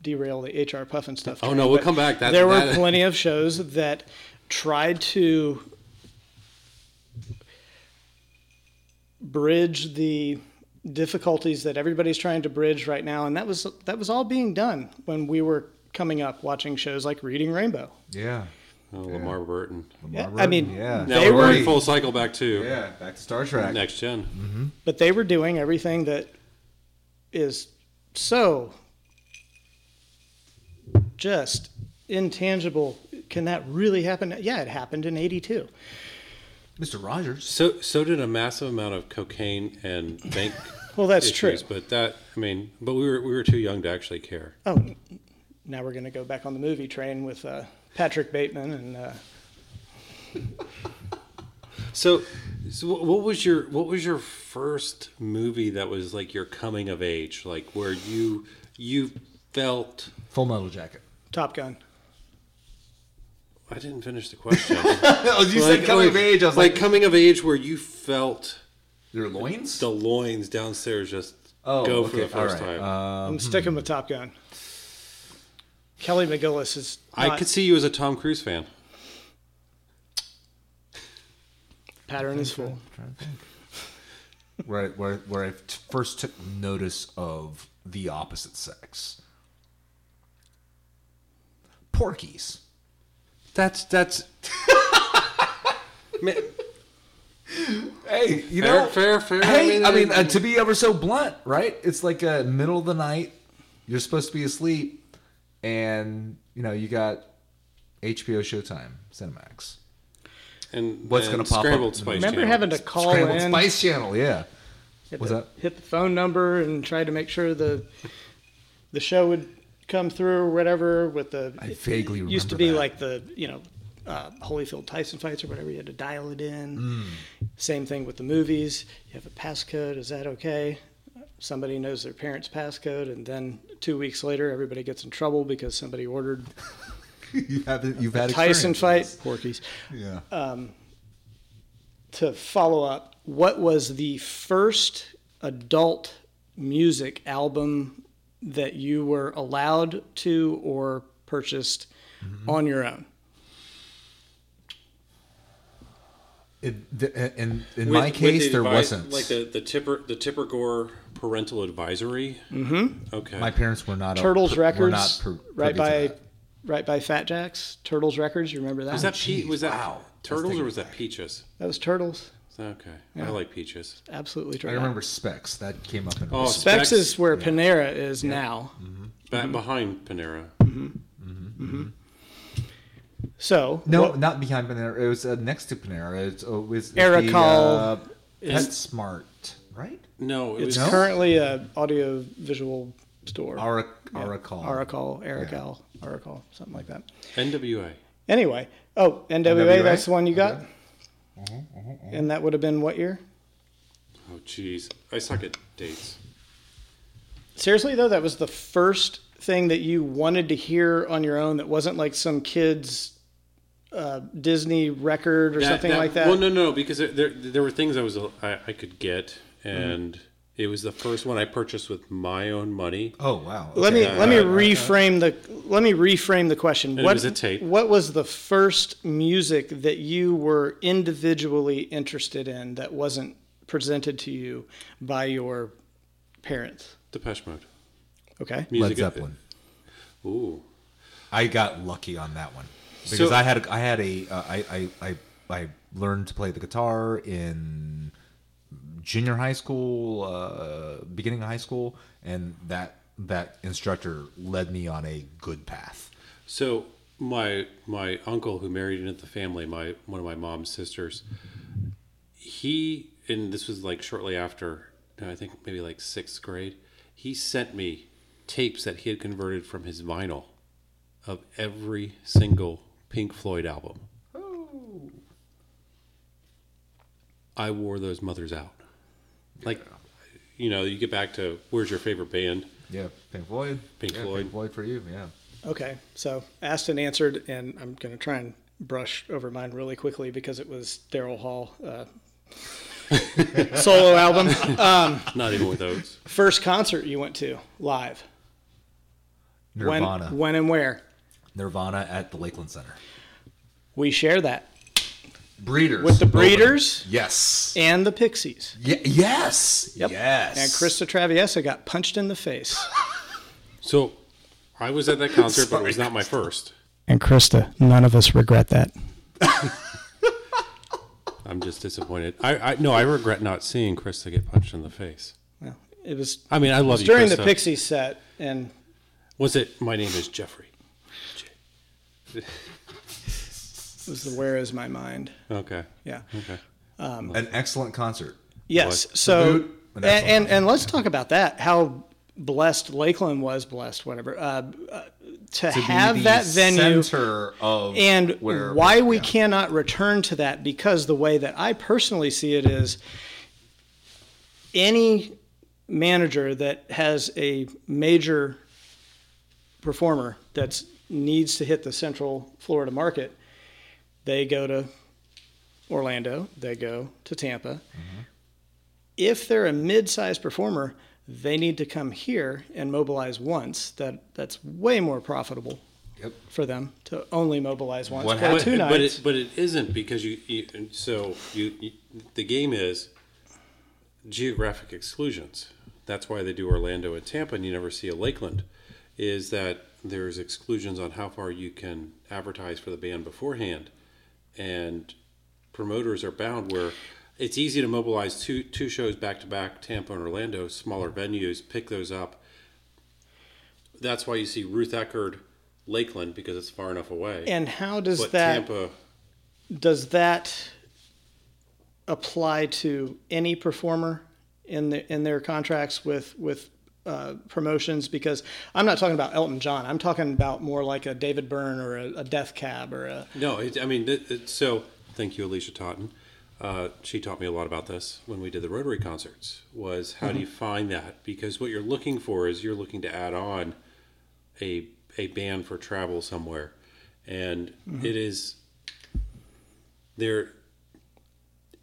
S4: derail the HR Puffin stuff.
S2: Oh
S4: train,
S2: no, we'll
S4: but
S2: come back. That,
S4: there were
S2: that- *laughs*
S4: plenty of shows that tried to bridge the difficulties that everybody's trying to bridge right now and that was that was all being done when we were coming up watching shows like reading rainbow
S3: Yeah.
S2: Oh, Lamar Burton.
S4: Yeah,
S3: Lamar
S4: I
S3: Burton,
S4: mean,
S3: yeah.
S2: Now
S4: They
S2: we're
S4: were-
S2: in full cycle back to
S3: Yeah. Back to Star Trek.
S2: next general
S4: but they were doing everything that is so just intangible can that really happen yeah it happened in 82
S3: Mr. Rogers.
S2: So, so did a massive amount of cocaine and bank.
S4: well that's true
S2: issues, But that, I mean, but we were we were too young to actually care.
S4: Oh, now we're going to go back on the movie train with uh, Patrick Bateman and uh,
S2: So, so wh- what was your what was your first movie that was like your coming of age, like where you you felt?
S3: Full Metal Jacket.
S4: Top Gun.
S2: I didn't finish the question.
S3: Oh, *laughs* you
S2: Like, like- like coming of age where you felt
S3: your loins.
S2: the loins downstairs just
S3: Oh,
S2: go for the first time.
S3: Uh,
S4: I'm
S2: hmm.
S4: sticking with Top Gun. Kelly McGillis is. Not
S2: I could see you as a Tom Cruise fan.
S4: pattern is full.
S3: where, where, where I t- first took notice of the opposite sex. Porkies.
S2: That's that's. Man,
S3: Hey, you
S2: Fair,
S3: know,
S2: fair, fair.
S3: Hey,
S2: I
S3: I
S2: mean,
S3: mean, uh, to be ever so blunt, right? It's like uh, middle of the night. You're supposed to be asleep, and you know you got HBO Showtime, Cinemax.
S2: and
S3: What's
S2: and
S3: gonna pop up
S2: scrambled
S3: in the
S2: Spice
S4: Remember
S2: Channel.
S4: having to call
S3: Scrambled
S4: in,
S3: Spice Channel, yeah. *laughs*
S4: hit,
S3: what's
S4: the,
S3: that?
S4: hit the phone number, and try to make sure the the show would come through or whatever. With the
S3: I vaguely
S4: it used to
S3: remember
S4: be
S3: that.
S4: like the you know uh, Holyfield Tyson fights or whatever. You had to dial it in.
S3: Mm.
S4: Same thing with the movies. You have a passcode. Is that okay? Somebody knows their parents' passcode, and then two weeks later, everybody gets in trouble because somebody ordered
S3: you haven't, you've had
S4: Tyson
S3: experience
S4: fight Porky's.
S3: with this. Yeah.
S4: To follow up, what was the first adult music album that you were allowed to or purchased
S3: Mm-hmm.
S4: on your own?
S3: In, the, in, in
S2: With-
S3: my
S2: with
S3: case,
S2: the
S3: there
S2: advi-
S3: wasn't.
S2: like the, the Tipper the Tipper Gore parental advisory. Mm-hmm. Okay.
S3: my parents were not
S4: Turtles
S3: a, pr- were not
S4: Records,
S3: pr- privy
S4: right
S3: to
S4: by,
S3: that.
S4: right by Fat Jacks. Turtles Records, you remember that?
S2: was that
S3: Gee,
S2: Pe- was that
S3: wow. Let's
S2: Turtles
S3: take
S2: or
S3: it
S2: was that Peaches?
S4: That was Turtles.
S2: Okay, I like Peaches.
S3: I
S4: Absolutely Turtles.
S3: remember Specs that came up in.
S2: Oh,
S4: Specs,
S2: Specs
S4: is where Panera is now.
S3: Mm-hmm.
S2: ba-
S4: Mm-hmm.
S2: behind Panera.
S4: So
S3: no,
S4: what-
S3: not behind Panera. It was uh, next to Panera. It's always
S4: Erical.
S3: uh, PetSmart, right?
S2: No, it
S4: it's
S2: was
S3: No?
S4: currently a audio visual store.
S3: Ara- Aracal.
S4: Aracal, Aracal, Aracal, something like that.
S2: NWA.
S4: Anyway, oh NWA,
S3: NWA?
S4: that's the one you got. And that would have been what year?
S2: Oh, jeez, I suck at dates.
S4: Seriously though, that was the first thing that you wanted to hear on your own. That wasn't like some kids. Uh, Disney record or something like that.
S2: Well, no, no, because there, there, there were things I was I, I could get,
S4: Mm-hmm.
S2: and it was the first one I purchased with my own money.
S3: Oh wow.
S4: Let me
S3: Okay.
S4: let me reframe the let me reframe the question.
S2: it was a tape.
S4: What was the first music that you were individually interested in that wasn't presented to you by your parents?
S2: Depeche Mode.
S4: Okay.
S3: Led Zeppelin.
S2: Ooh,
S3: I got lucky on that one because
S2: So-
S3: I had I had a uh, I, I I I learned to play the guitar in junior high school, uh, beginning of high school, and that that instructor led me on a good path.
S2: So my my uncle who married into the family, my one of my mom's sisters, he and this was like shortly after, I think maybe like sixth grade, he sent me tapes that he had converted from his vinyl of every single Pink Floyd album.
S4: Oh.
S2: I wore those mothers out. Like you know, you get back to where's your favorite band?
S3: Yeah, Pink Floyd.
S2: Pink Yeah, Floyd. Pink
S3: Floyd for you. Yeah.
S4: Okay, so asked and answered, and I'm going to try and brush over mine really quickly because it was Daryl Hall
S2: *laughs*
S4: uh, solo album. Um,
S2: Not even with those.
S4: first concert you went to live?
S3: Nirvana.
S4: When, when and where?
S3: Nirvana at the Lakeland Center.
S4: We share that
S3: Breeders.
S4: with the
S3: Melbourne.
S4: Breeders
S3: Yes.
S4: and the Pixies.
S3: Ye- yes. Yes.
S4: And Krista Traviesa got punched in the face.
S2: So I was at that concert, but it was not my first.
S4: And Krista, none of us regret that.
S2: I'm just disappointed. I, I no, I regret not seeing Krista get punched in the face.
S4: Well, it was
S2: I mean, I love you,
S4: during the
S2: Krista.
S4: Pixies set, and
S2: Was it? My name is Jeffrey.
S4: it was the Where Is My Mind?
S2: Okay.
S4: Yeah.
S2: Okay.
S3: An excellent concert.
S4: Yes.
S2: What?
S4: So,
S3: Boot, and
S4: and,
S3: that's
S4: and,
S3: all.
S4: and let's talk about that. How blessed Lakeland was, blessed, whatever, uh, uh, to,
S3: To be
S4: have
S3: the
S4: that venue
S3: center of
S4: and
S3: where-
S4: why we
S3: yeah.
S4: cannot return to that because the way that I personally see it is any manager that has a major performer that needs to hit the central Florida market, they go to Orlando, they go to Tampa.
S2: Mm-hmm.
S4: If they're a mid-sized performer, they need to come here and mobilize once. That that's way more profitable
S3: Yep.
S4: for them to only mobilize once
S3: What
S4: play
S3: happened-
S2: But,
S4: two
S2: but
S4: nights.
S2: it but it isn't because you, you and so you, you the game is geographic exclusions. That's why they do Orlando and Tampa, and you never see a Lakeland. Is that there's exclusions on how far you can advertise for the band beforehand, and promoters are bound where it's easy to mobilize two two shows back to back, Tampa and Orlando, smaller venues, pick those up. That's why you see Ruth Eckerd, Lakeland, because it's far enough away.
S4: and how does
S2: But
S4: that
S2: Tampa,
S4: does that apply to any performer in the, in their contracts with with uh, promotions? Because I'm not talking about Elton John. I'm talking about more like a David Byrne or a, a Death Cab or a
S2: no, it, I mean, it, it, so thank you, Alicia Totten. Uh, she taught me a lot about this when we did the Rotary concerts. Was how do
S4: Mm-hmm.
S2: you find that? Because what you're looking for is you're looking to add on a a band for travel somewhere, and
S4: Mm-hmm.
S2: it is there.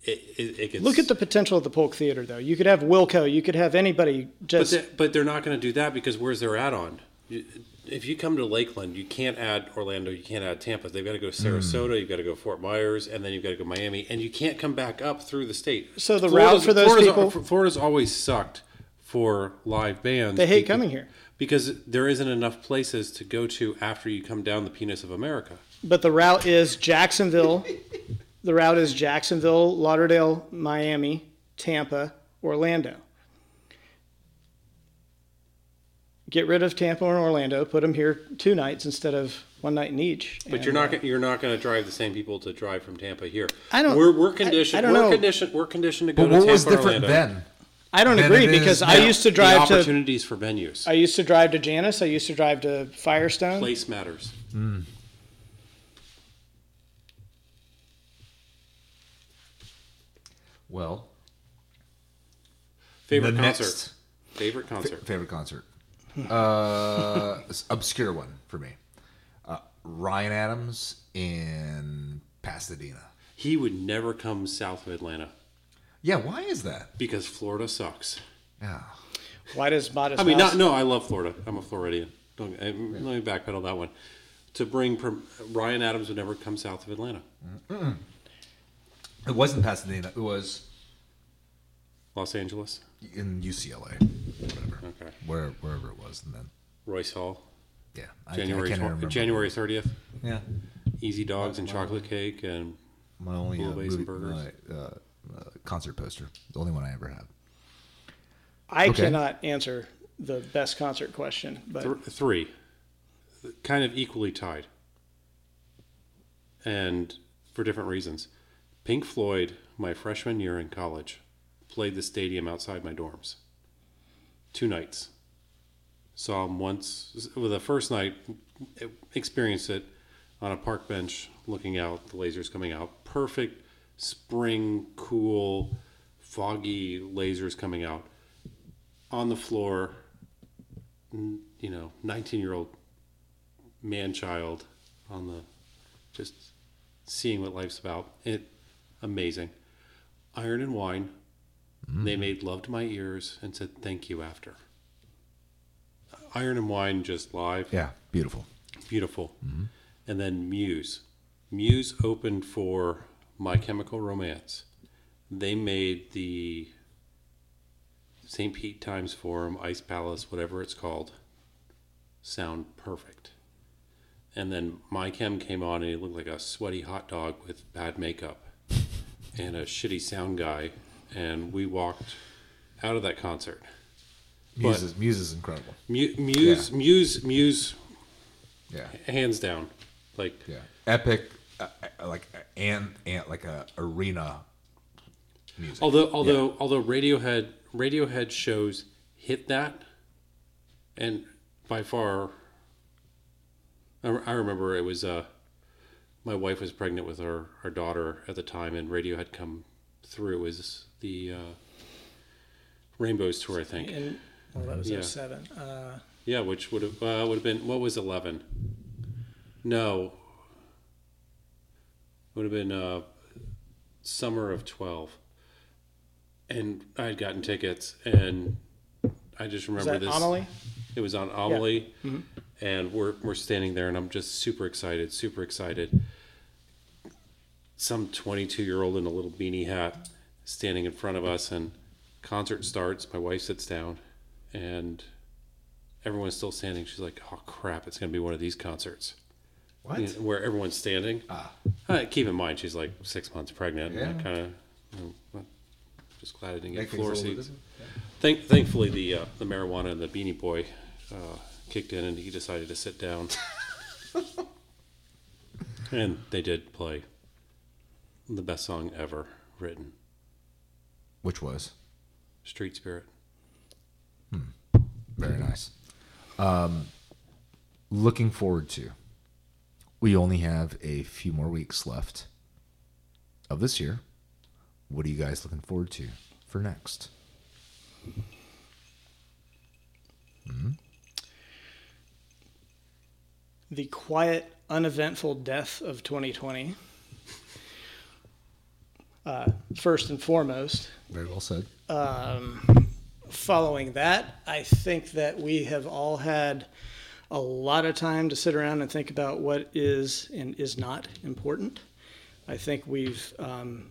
S2: It, it, it gets
S4: Look at the potential of the Polk Theater, though. You could have Wilco. You could have anybody.
S2: But,
S4: Just
S2: they, but they're not going to do that because where's their add-on? You- If you come to Lakeland, you can't add Orlando, you can't add Tampa. They've got to go
S4: Hmm.
S2: Sarasota, you've got to go Fort Myers, and then you've got to go Miami, and you can't come back up through the state.
S4: So the route for those
S2: Florida's,
S4: people-
S2: Florida's always sucked for live bands.
S4: they hate
S2: because-
S4: coming here.
S2: because there isn't enough places to go to after you come down the penis of America.
S4: But the route is Jacksonville. *laughs* the route is Jacksonville, Lauderdale, Miami, Tampa, Orlando. Get rid of Tampa and Orlando. Put them here two nights instead of one night in each.
S2: But you're not gonna- you're not going to drive the same people to drive from Tampa here.
S4: I don't-
S2: We're, we're
S4: I-
S2: conditioned.
S4: I don't
S2: we're
S4: know.
S2: conditioned. We're conditioned to go
S3: But
S2: to
S3: what
S2: Tampa
S3: was different
S2: Orlando.
S3: then?
S4: I don't
S3: Then
S4: agree
S3: it is
S4: because I
S3: now.
S4: used to
S2: The
S4: drive to.
S2: opportunities for venues.
S4: I used to drive to Janice. I used to drive to Firestone.
S2: place matters.
S3: Well,
S2: Favorite
S3: the
S2: concert.
S3: next
S2: Favorite concert.
S3: favorite concert. Uh, s- obscure one for me. Uh, Ryan Adams in Pasadena.
S2: He would never come south of Atlanta
S3: Yeah, why is that?
S2: because Florida sucks.
S3: Yeah.
S4: Why does Modest
S2: I mean,
S4: Mouse-
S2: not, no, I love Florida. I'm a Floridian. Don't, I, Let me backpedal that one. To bring prom- Ryan Adams would never come south of Atlanta.
S3: It wasn't Pasadena. It was
S2: Los Angeles.
S3: in UCLA, whatever,
S2: Okay.
S3: where, wherever it was, and then
S2: Royce Hall.
S3: Yeah. I- I
S2: January
S3: can't
S2: tw-
S3: remember.
S2: January thirtieth.
S3: Yeah.
S2: Easy dogs and chocolate cake and
S3: My only uh,
S2: Bouillabaisse and
S3: movie- my, uh, uh, concert poster. The only one I ever have.
S4: I
S3: Okay.
S4: cannot answer the best concert question, but
S2: th- three, kind of equally tied, and for different reasons. Pink Floyd, my freshman year in college, played the stadium outside my dorms. Two nights. Saw him once. Well, the first night, experienced it on a park bench, looking out, the lasers coming out. Perfect spring, cool, foggy lasers coming out. On the floor, n- you know, 19 year old man child on the just seeing what life's about. It amazing. Iron and Wine. They made love to my ears and said thank you after. Iron and Wine just live
S3: Yeah. Beautiful.
S2: beautiful. And then Muse. Muse opened for My Chemical Romance. They made the St. Pete Times Forum, Ice Palace, whatever it's called, sound perfect. And then My Chem came on and he looked like a sweaty hot dog with bad makeup and a shitty sound guy. And we walked out of that concert.
S3: Muse is, Muse is incredible.
S2: Mu- Muse, Muse, Muse,
S3: Yeah.
S2: hands down. Like,
S3: Yeah. Epic. Uh, uh, like uh, and and like a arena. Music.
S2: Although although although Radiohead Radiohead shows hit that, and by far, I, I remember it was uh, my wife was pregnant with our our daughter at the time, and Radiohead come through as the uh, Rainbows tour, I think.
S4: in, well, that was
S2: Yeah.
S4: 07. Uh,
S2: Yeah, which would have uh, would have been what was eleven? No, would have been uh, summer of twelve, and I had gotten tickets, and I just
S4: was
S2: remember
S4: that Mm-hmm.
S2: this.
S4: Amelie?
S2: It was on Amelie, and we're we're standing there, and I'm just super excited, super excited. Some 22 year old in a little beanie hat standing in front of us, and concert starts. My wife sits down, and everyone's still standing. She's like, "Oh crap, it's gonna be one of these concerts."
S3: What?
S2: You know, where everyone's standing.
S3: Ah.
S2: Uh, keep in mind, she's like six months pregnant. And
S3: Yeah.
S2: that kind of. You know, just glad I didn't get
S3: Make things a
S2: floor
S3: little bit
S2: seats.
S3: different.
S2: Thank, thankfully, the uh, the marijuana and the Beanie Boy uh, kicked in, and he decided to
S3: *laughs*
S2: sit down. and they did play the best song ever written,
S3: Which was
S2: "Street Spirit."
S3: very nice. Um, looking forward to. We only have a few more weeks left of this year. What are you guys looking forward to for next?
S4: The quiet, uneventful death of 2020. Uh, first and foremost.
S3: Very well said.
S4: Um, following that, I think that we have all had a lot of time to sit around and think about what is and is not important. I think we've um,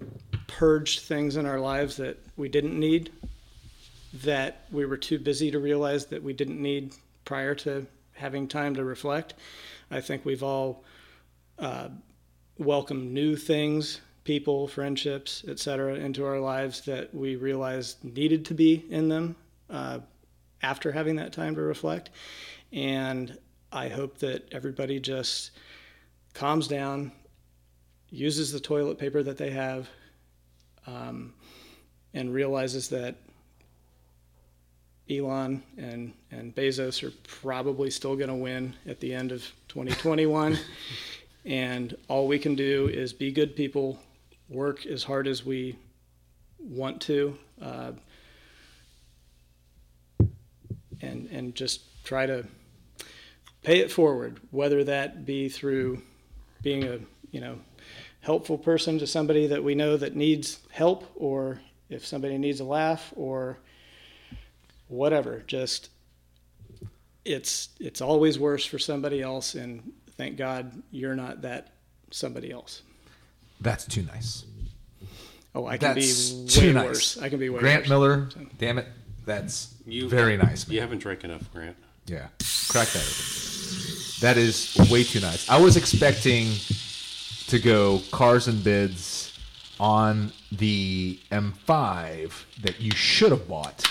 S4: purged things in our lives that we didn't need, that we were too busy to realize that we didn't need prior to having time to reflect. I think we've all uh, welcomed new things, people, friendships, etc., into our lives that we realized needed to be in them uh, after having that time to reflect. And I hope that everybody just calms down, uses the toilet paper that they have, um, and realizes that Elon and, and Bezos are probably still going to win at the end of 2021. and all we can do is be good people, work as hard as we want to, uh, and and just try to pay it forward, whether that be through being a you know helpful person to somebody that we know that needs help, or if somebody needs a laugh, or whatever. Just it's it's always worse for somebody else, and thank God you're not that somebody else.
S3: That's too nice.
S4: Oh, I can
S3: That's
S4: be way
S3: too nice.
S4: worse. I can be way
S3: Grant
S4: worse.
S3: Miller, damn it. That's
S2: You-
S3: very nice, man.
S2: You haven't drank enough, Grant.
S3: Yeah. Crack that open. That is way too nice. I was expecting to go cars and bids on the M5 that you should have bought.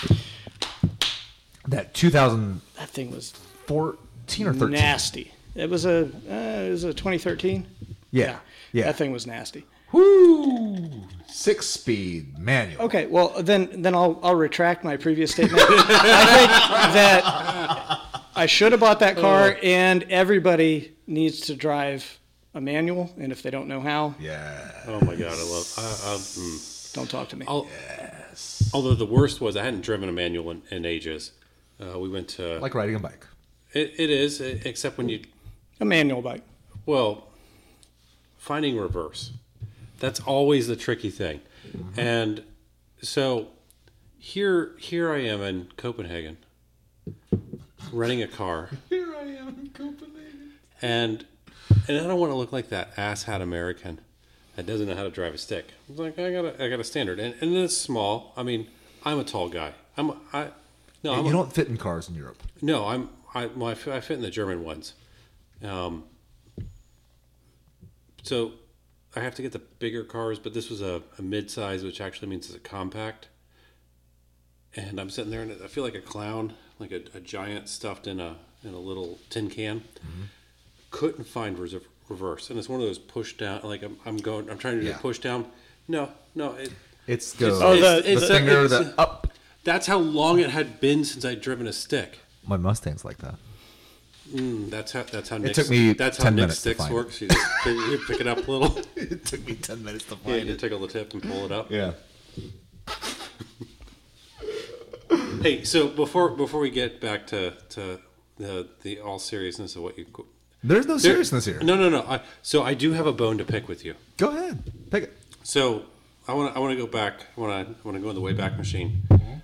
S3: That 2014
S4: That thing was
S3: or 13.
S4: nasty. It was a uh, it was a 2013.
S3: Yeah. Yeah.
S4: That thing was nasty.
S3: Woo! Six speed manual.
S4: Okay, well then then I'll I'll retract my previous statement. *laughs* I think that I should have bought that car,
S3: Oh.
S4: and everybody needs to drive a manual, and if they don't know how,
S3: Yeah.
S2: Oh my god, I love. I, I, mm.
S4: don't talk to me.
S2: I'll- Although the worst was I hadn't driven a manual in, in ages. Uh, we went to.
S3: Like riding a bike.
S2: it, it is e- except when you
S4: a manual bike.
S2: well finding reverse. That's always the tricky thing, and so here here I am in Copenhagen, renting a car.
S3: Here I am in Copenhagen.
S2: and and I don't want to look like that asshat American that doesn't know how to drive a stick. I was like, I got a, I got a standard, and and it's small. I mean, I'm a tall guy. I'm a, I no, I'm
S3: you
S2: a-
S3: don't fit in cars in Europe.
S2: no, I'm I, well, I fit I fit in the German ones. Um, so I have to get the bigger cars, but this was a, a mid-size, which actually means it's a compact. And I'm sitting there, and I feel like a clown, like a, a giant stuffed in a in a little tin can. Couldn't find reserve, reverse, and it's one of those push down. Like I'm, I'm going, I'm trying to do
S3: Yeah.
S2: the push down. No, no, it,
S3: It's the,
S2: It's-
S4: Oh, the-
S3: the
S2: it's-
S3: finger,
S2: it's-
S3: the up.
S2: that's how long it had been since I'd driven a stick.
S3: My Mustang's like that.
S2: Hmm, That's how. That's how. It Nick,
S3: took me
S2: That's
S3: 10
S2: how Nick
S3: minutes to
S2: sticks
S3: find
S2: works. You, just, you pick it up
S3: *laughs*
S2: a little.
S3: *laughs* it took me 10 minutes to
S2: Yeah, you tickle the tip and pull it up.
S3: Yeah.
S2: Hey, so before before we get back to to the the all seriousness of what you
S3: There's no
S2: There-
S3: seriousness here.
S2: No, no, no. I, so I do have a bone to pick with you.
S3: Go ahead. Pick it.
S2: So I want to I want to go back. I want to I want to go in the way back machine.
S3: Mm-hmm.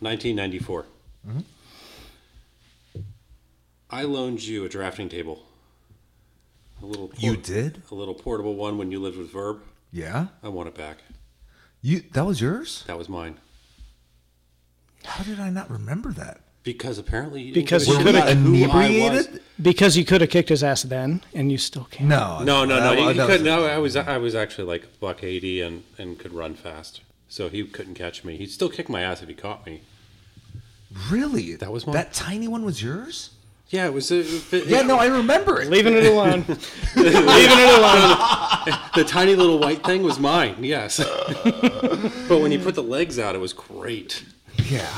S2: 1994.
S3: Mm-hmm.
S2: I loaned you a drafting table. A little.
S3: You
S2: port-
S3: did?
S2: A little portable one when you lived with Verb.
S3: Yeah.
S2: I want it back.
S3: You that was yours?
S2: That was mine.
S3: How did I not remember that?
S2: Because apparently you
S4: Because
S2: didn't
S4: you
S2: give a
S4: could've-
S2: shit about who I was.
S3: inebriated?
S4: Because you could have kicked his ass then, and you still can't.
S3: No.
S2: No, no, no.
S3: that-
S2: You,
S3: that
S2: you
S3: was-
S2: could no. I was I was actually like buck eighty and and could run fast, so he couldn't catch me. He'd still kick my ass if he caught me.
S3: Really?
S2: That was mine.
S3: That tiny one was yours?
S2: Yeah, it was. A, it-
S3: Yeah, no, I remember it.
S4: Leaving
S3: *laughs*
S4: it alone.
S2: leaving it alone. the tiny little white thing was mine. Yes, *laughs* but when you put the legs out, it was great.
S3: Yeah.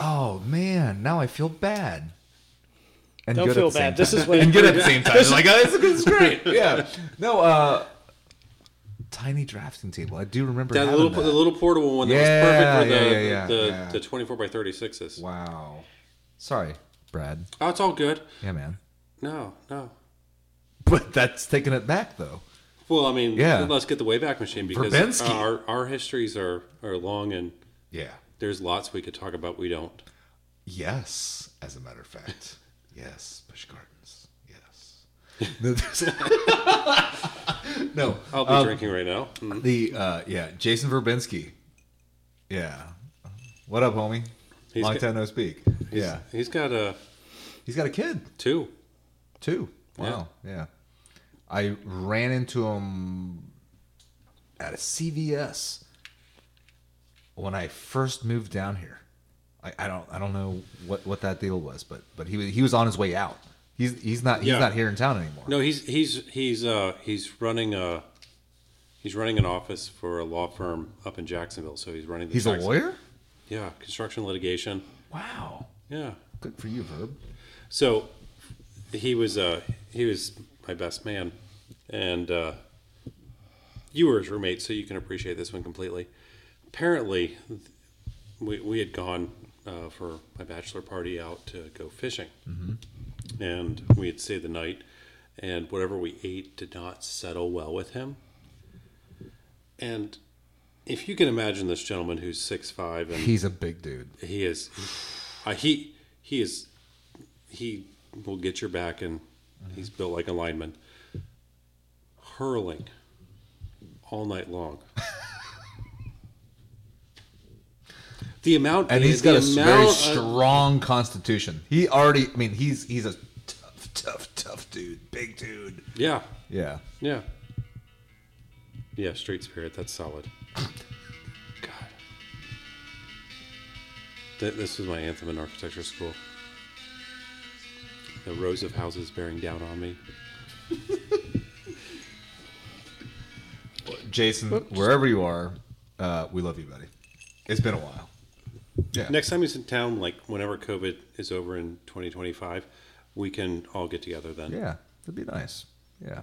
S3: Oh man, now I feel bad. And
S4: Don't
S3: good at
S4: feel
S3: the same
S4: bad.
S3: time.
S4: This is what
S3: and good at the same
S4: *laughs*
S3: time. It's like, oh, it's, it's great. Yeah. No. uh Tiny drafting table. I do remember
S2: That
S3: having
S2: little
S3: that.
S2: the little portable one that
S3: Yeah,
S2: was perfect for the
S3: yeah, yeah, yeah,
S2: the,
S3: yeah.
S2: the twenty four by thirty sixes.
S3: Wow. Sorry, Brad.
S2: Oh, it's all good.
S3: Yeah, man.
S2: No, no.
S3: But that's taking it back though.
S2: Well, I mean,
S3: Yeah.
S2: let's get the Wayback Machine because
S3: Verbinski.
S2: our, our histories are, are long and
S3: Yeah.
S2: there's lots we could talk about we don't.
S3: Yes, as a matter of
S2: *laughs*
S3: fact. Yes, Bush Gardens. Yes. No. there's- *laughs* no.
S2: I'll be drinking right now. Mm.
S3: The uh yeah, Jason Verbinski. Yeah. What up, homie?
S2: He's
S3: Long
S2: got-
S3: time no speak. yeah.
S2: He's got a
S3: He's got a kid
S2: two.
S3: too. Wow. Yeah. I ran into him at a CVS when I first moved down here. I, I don't I don't know what, what that deal was, but but he was he was on his way out. He's he's not he's
S2: Yeah.
S3: not here in town anymore.
S2: No, he's he's he's uh he's running a he's running an office for a law firm up in Jacksonville. So he's running the
S3: he's a
S2: Jackson-
S3: lawyer?
S2: Yeah, construction litigation.
S3: Wow.
S2: Yeah.
S3: Good for you, Verb.
S2: So he was uh he was my best man, and uh, you were his roommate, so you can appreciate this one completely. Apparently, th- we we had gone uh, for my bachelor party out to go fishing, and we had stayed the night, and whatever we ate did not settle well with him, and. If you can imagine this gentleman who's six five and
S3: He's a big dude.
S2: he is. Uh, he he is. He will get your back, and he's built like a lineman. Hurling all night long. the amount
S3: and he's
S2: the
S3: got a s- very
S2: amount of-
S3: strong constitution. He already, I mean, he's he's a tough, tough, tough, dude, big dude.
S2: Yeah.
S3: Yeah.
S2: Yeah. Yeah, Street Spirit. That's solid. God. Th- this was my anthem in architecture school. The rows of houses bearing down on me.
S3: Jason, wherever you are, uh, we love you, buddy. It's been a while. Yeah.
S2: Next time he's in town, like whenever COVID is over in 2025, we can all get together then.
S3: Yeah, that'd be nice. Yeah.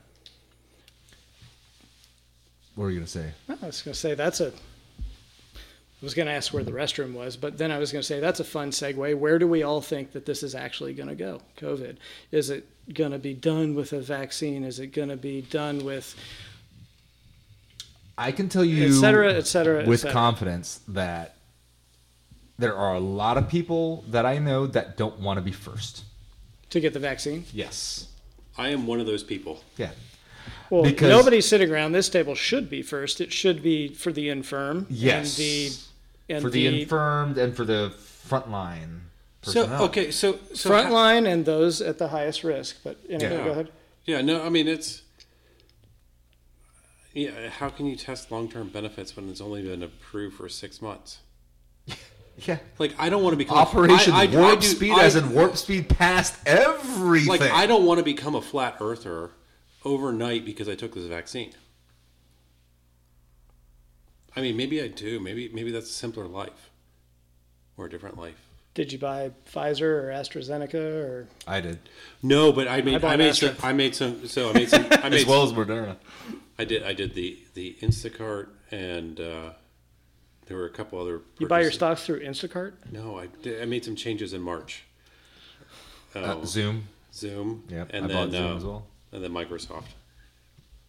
S3: What were you gonna say?
S4: I was going to say that's a. I was going to ask where the restroom was, but then I was going to say that's a fun segue. Where do we all think that this is actually going to go? COVID. Is it going to be done with a vaccine? Is it going to be done with
S3: I can tell you,
S4: et cetera, et cetera, et
S3: with
S4: cetera.
S3: confidence that there are a lot of people that I know that don't want to be first.
S4: to get the vaccine?
S3: Yes.
S2: I am one of those people.
S3: Yeah.
S4: Well,
S3: Because-
S4: nobody sitting around this table should be first. It should be for the infirm.
S3: Yes.
S4: And the, and
S3: for the, infirmed and for the frontline. personnel.
S2: So okay, so so
S4: front
S2: ha-
S4: line and those at the highest risk. But anyway,
S2: Yeah.
S4: go ahead.
S2: Yeah, no, I mean it's. Yeah, how can you test long-term benefits when it's only been approved for six months?
S3: Yeah.
S2: Like, I don't want to become
S3: Operation
S2: I- I- I
S3: Warp
S2: do-
S3: Speed,
S2: I-
S3: as in Warp Speed past everything.
S2: Like, I don't want to become a flat earther overnight because I took this vaccine. I mean, maybe I do. Maybe maybe that's a simpler life, or a different life.
S4: Did you buy Pfizer or AstraZeneca or
S3: I did.
S2: No, but I
S4: I
S2: made
S4: bought
S2: I, made some,
S4: Astra.
S2: I made some so I made some
S3: *laughs*
S2: I made
S3: As well as Moderna.
S2: I did. I did the the Instacart, and uh, there were a couple other.
S4: you buy your
S2: purchases.
S4: stocks through Instacart?
S2: No, I did, I made some changes in March. Oh,
S3: Uh, Zoom.
S2: Zoom.
S3: Yep,
S2: and
S3: I
S2: then
S3: bought Zoom
S2: uh,
S3: as well.
S2: and then Microsoft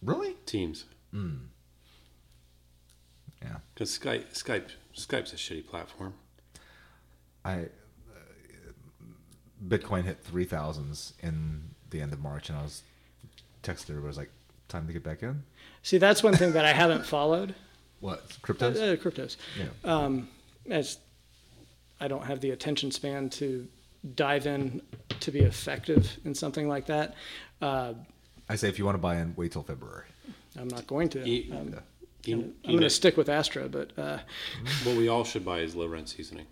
S3: Really?
S2: Teams.
S3: Yeah.
S2: Because Skype, Skype, Skype's a shitty platform.
S3: I uh, Bitcoin hit three thousands in the end of March, and I was texted everybody I was like, "Time to get back in."
S4: See, that's one thing that I haven't followed.
S3: What
S4: Uh,
S3: cryptos?
S4: uh, cryptos.
S3: yeah.
S4: Um, as I don't have the attention span to dive in to be effective in something like that. Uh,
S3: I say if you want to buy in, wait till February.
S4: I'm not going to.
S2: You-
S4: Um,
S2: You-
S4: I'm
S2: you
S4: going
S2: know,
S4: to stick with Astra, but uh,
S2: what we all should buy is low rent seasoning.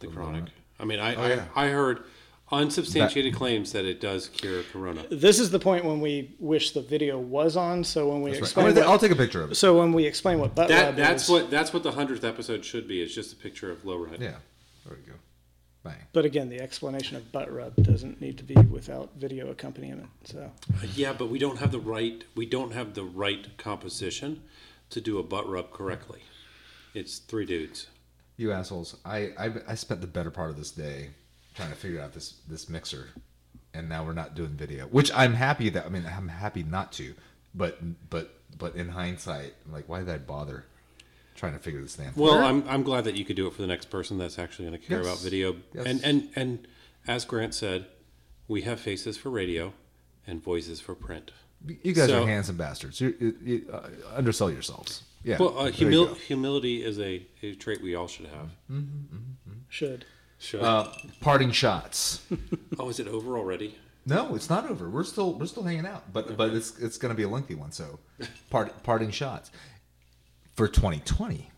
S2: The chronic. I mean, I
S3: Oh, yeah.
S2: I, I heard unsubstantiated claims that it does cure corona.
S4: this is the point when we wish the video was on. So when we
S3: That's
S4: explain,
S3: right. I'll,
S4: what,
S3: I'll take a picture of it.
S4: so when we explain what butt
S2: That
S4: rub
S2: that's
S4: is,
S2: what that's what the hundredth episode should be. It's just a picture of low rent.
S3: Yeah. There we go. Bang.
S4: But again, the explanation of butt rub doesn't need to be without video accompaniment. So
S2: Yeah, but we don't have the right we don't have the right composition to do a butt rub correctly. It's three dudes.
S3: You assholes! I, I I spent the better part of this day trying to figure out this this mixer, and now we're not doing video, which I'm happy that I mean I'm happy not to, but but but in hindsight, I'm like, why did I bother trying to figure this thing out?
S2: Well, I'm I'm glad that you could do it for the next person that's actually going to care
S3: Yes.
S2: about video.
S3: Yes.
S2: And and and as Grant said, we have faces for radio and voices for print.
S3: You guys
S2: So-
S3: are handsome bastards. You, you, you uh, undersell yourselves. Yeah.
S2: Well, uh,
S3: there you
S2: humil-
S3: go.
S2: humility is a, a trait we all should have.
S4: should.
S2: Should.
S3: Uh, parting shots.
S2: oh, is it over already?
S3: No, it's not over. We're still we're still hanging out, but but it's it's going to be a lengthy one. So, part, parting shots for 2020.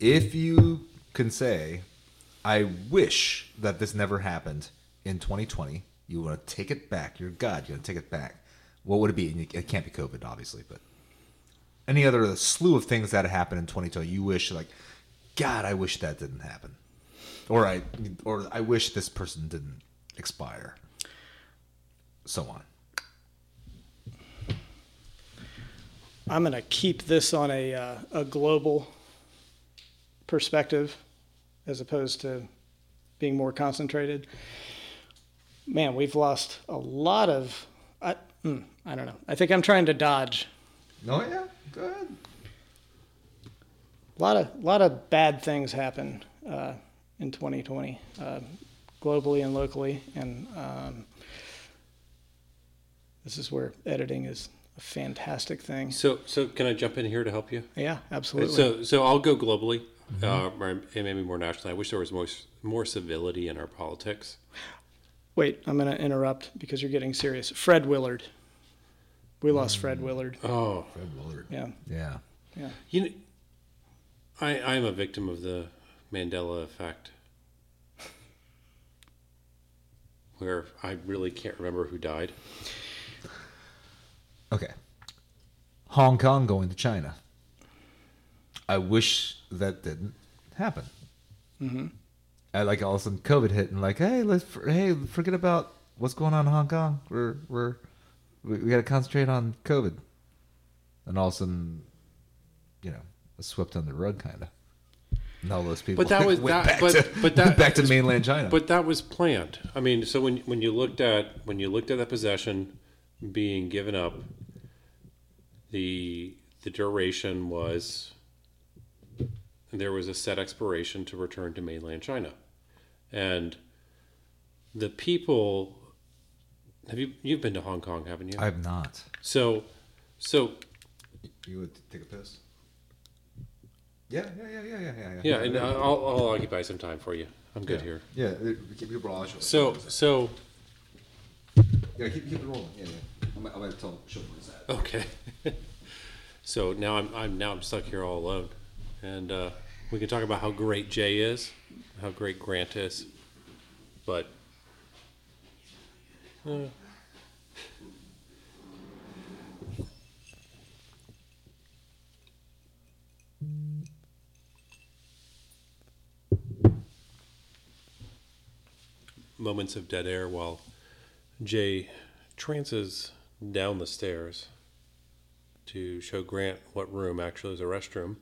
S3: If you can say, "I wish that this never happened in 2020," you want to take it back. You're God. You're going to take it back. What would it be? And It can't be COVID, obviously, but any other slew of things that happened in 2020 you wish like god i wish that didn't happen or i or i wish this person didn't expire so on
S4: I'm going to keep this on a uh, a global perspective, as opposed to being more concentrated. Man, we've lost a lot of. I, mm, I don't know. I think I'm trying to dodge
S3: oh yeah go ahead
S4: a lot of lot of bad things happen uh, in 2020, uh, globally and locally, and um, this is where editing is a fantastic thing.
S2: So so can I jump in here to help you?
S4: Yeah, absolutely.
S2: So, so I'll go globally,
S3: Mm-hmm.
S2: uh, or and maybe more nationally. I wish there was more more civility in our politics.
S4: Wait, I'm going to interrupt because you're getting serious. Fred Willard. We lost Fred Willard.
S2: Oh,
S3: Fred Willard.
S4: Yeah.
S3: Yeah.
S2: you know, I I'm a victim of the Mandela effect, where I really can't remember who died.
S3: Okay. Hong Kong going to China. I wish that didn't happen. Mm-hmm. I like all of a sudden COVID hit and like, hey, let's hey forget about what's going on in Hong Kong. We're we're we, we got to concentrate on COVID. And all of a sudden, you know, was swept under the rug, kind of. And all those people. *laughs*
S2: But that was
S3: went
S2: that.
S3: back
S2: But,
S3: to,
S2: but that
S3: went back to
S2: *laughs*
S3: mainland China.
S2: But that was planned. I mean, so when when you looked at when you looked at that possession being given up, the the duration was there was a set expiration to return to mainland China, and the people. Have you you've been to Hong Kong, haven't you?
S3: I've not.
S2: so, so
S3: You would take a piss. Yeah, yeah, yeah, yeah, yeah, yeah.
S2: yeah, and I'll, I'll occupy some time for you. I'm good here.
S3: Yeah, it- keep your bra short.
S2: So, so
S3: yeah, keep, keep it rolling. Yeah, yeah. I'm, I'm gonna tell show what it's at.
S2: *laughs* Okay. so now I'm, I'm now I'm stuck here all alone, and uh, we can talk about how great Jay is, how great Grant is, but uh, moments of dead air while Jay trances down the stairs to show Grant what room actually is a restroom.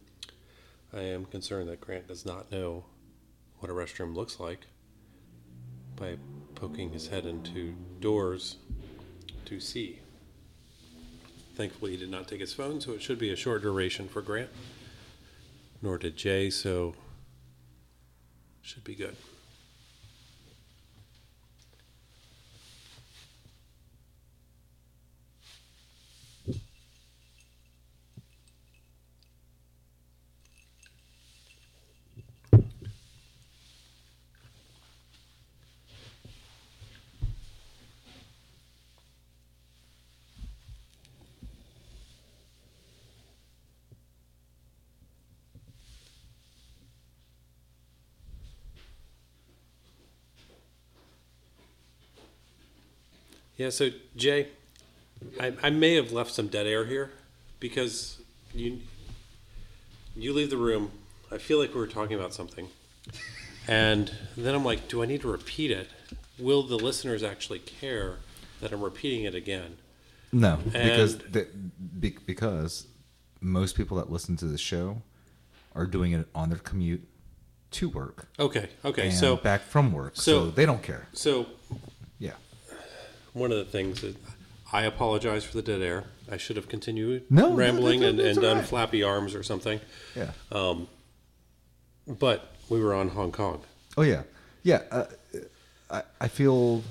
S2: I am concerned that Grant does not know what a restroom looks like by poking his head into doors to see. Thankfully, he did not take his phone, so it should be a short duration for Grant. Nor did Jay, so should be good. Yeah, so Jay, I, I may have left some dead air here because you you leave the room. I feel like we were talking about something, and then I'm like, do I need to repeat it? Will the listeners actually care that I'm repeating it again?
S3: No, because the, be, because most people that listen to the show are doing it on their commute to work
S2: Okay, okay.
S3: and
S2: so
S3: back from work, so,
S2: so-
S3: they don't care.
S2: so
S3: Yeah.
S2: one of the things that I apologize for the dead air. I should have continued
S3: No, no,
S2: rambling
S3: that's-
S2: and,
S3: that's
S2: and
S3: all
S2: done
S3: right.
S2: flappy arms or something.
S3: Yeah.
S2: Oh. But we were on Hong Kong.
S3: oh yeah. Yeah. Uh, I I feel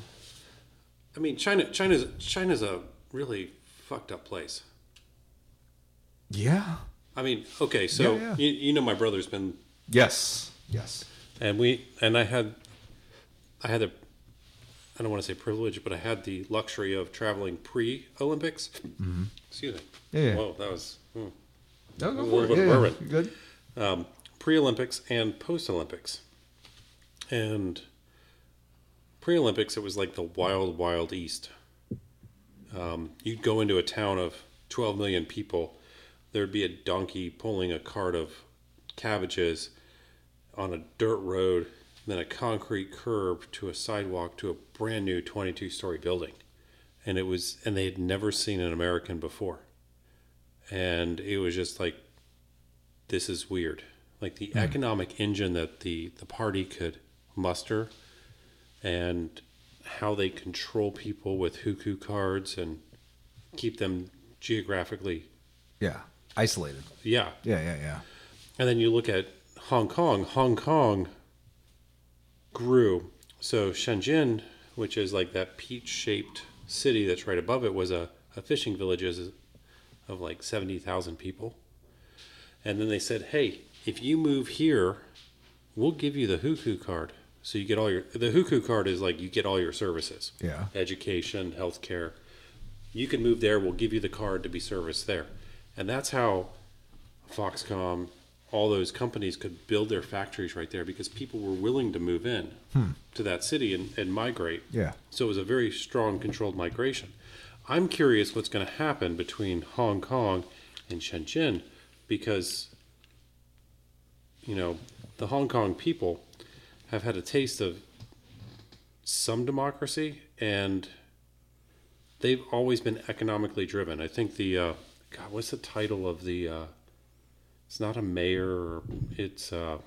S2: I mean, China, China's China's a really fucked up place.
S3: yeah.
S2: I mean, okay, so
S3: Yeah, yeah.
S2: You, you know my brother's been,
S3: Yes. Yes.
S2: and we, and I had, I had the, I don't want to say privilege, but I had the luxury of traveling pre Olympics. Excuse
S3: Mm-hmm.
S2: me.
S3: Yeah, yeah.
S2: Whoa, that was mm.
S3: No, go for
S2: We're
S3: it.
S2: gonna
S3: Yeah,
S2: bourbon.
S3: yeah. You Good.
S2: um, pre Olympics and post Olympics. And pre Olympics, it was like the wild, wild east. Um, you'd go into a town of 12 million people, there'd be a donkey pulling a cart of cabbages on a dirt road, then a concrete curb to a sidewalk to a brand new 22 story building. And it was, and they had never seen an American before. And it was just like, this is weird. Like the economic engine that the, the party could muster and how they control people with huku cards and keep them geographically.
S3: Yeah. Isolated.
S2: Yeah.
S3: Yeah. Yeah. Yeah.
S2: And then you look at Hong Kong. Hong Kong grew. So Shenzhen, which is like that peach shaped city that's right above it, was a, a fishing village is- of like 70,000 people. And then they said, hey, if you move here, we'll give you the huku card. So you get all your the Huku card is like you get all your services.
S3: Yeah.
S2: Education, healthcare. You can move there, we'll give you the card to be serviced there. And that's how Foxcom, all those companies could build their factories right there because people were willing to move in to that city and, and migrate.
S3: Yeah.
S2: So it was a very strong controlled migration. I'm curious what's going to happen between Hong Kong and Shenzhen because, you know, the Hong Kong people have had a taste of some democracy and they've always been economically driven. I think the, uh, God, what's the title of the, uh, it's not a mayor, it's, uh,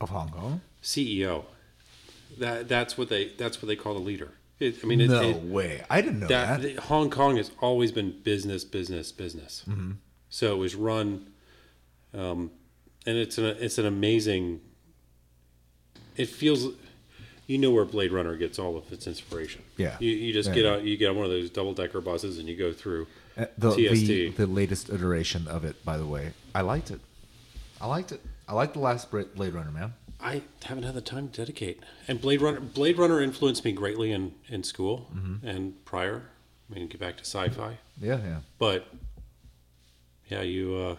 S3: Of Hong Kong?
S2: CEO. That that's what they that's what they call the leader. It, I mean, it,
S3: no
S2: it-
S3: way. I didn't know
S2: that,
S3: that.
S2: Hong Kong has always been business, business, business.
S3: Mm-hmm.
S2: So it was run, um, and it's an it's an amazing. It feels, you know, where Blade Runner gets all of its inspiration.
S3: Yeah.
S2: you, you just
S3: Yeah.
S2: get out, you get on one of those double decker buses, and you go through.
S3: Uh, the, the
S2: TST.
S3: the latest iteration of it, by the way, I liked it. I liked it. I liked the last Bra- Blade Runner, man.
S2: I haven't had the time to dedicate. And Blade Runner, Blade Runner influenced me greatly in in school
S3: Mm-hmm.
S2: and prior. I mean, get back to sci-fi,
S3: Yeah, yeah.
S2: but yeah, you uh,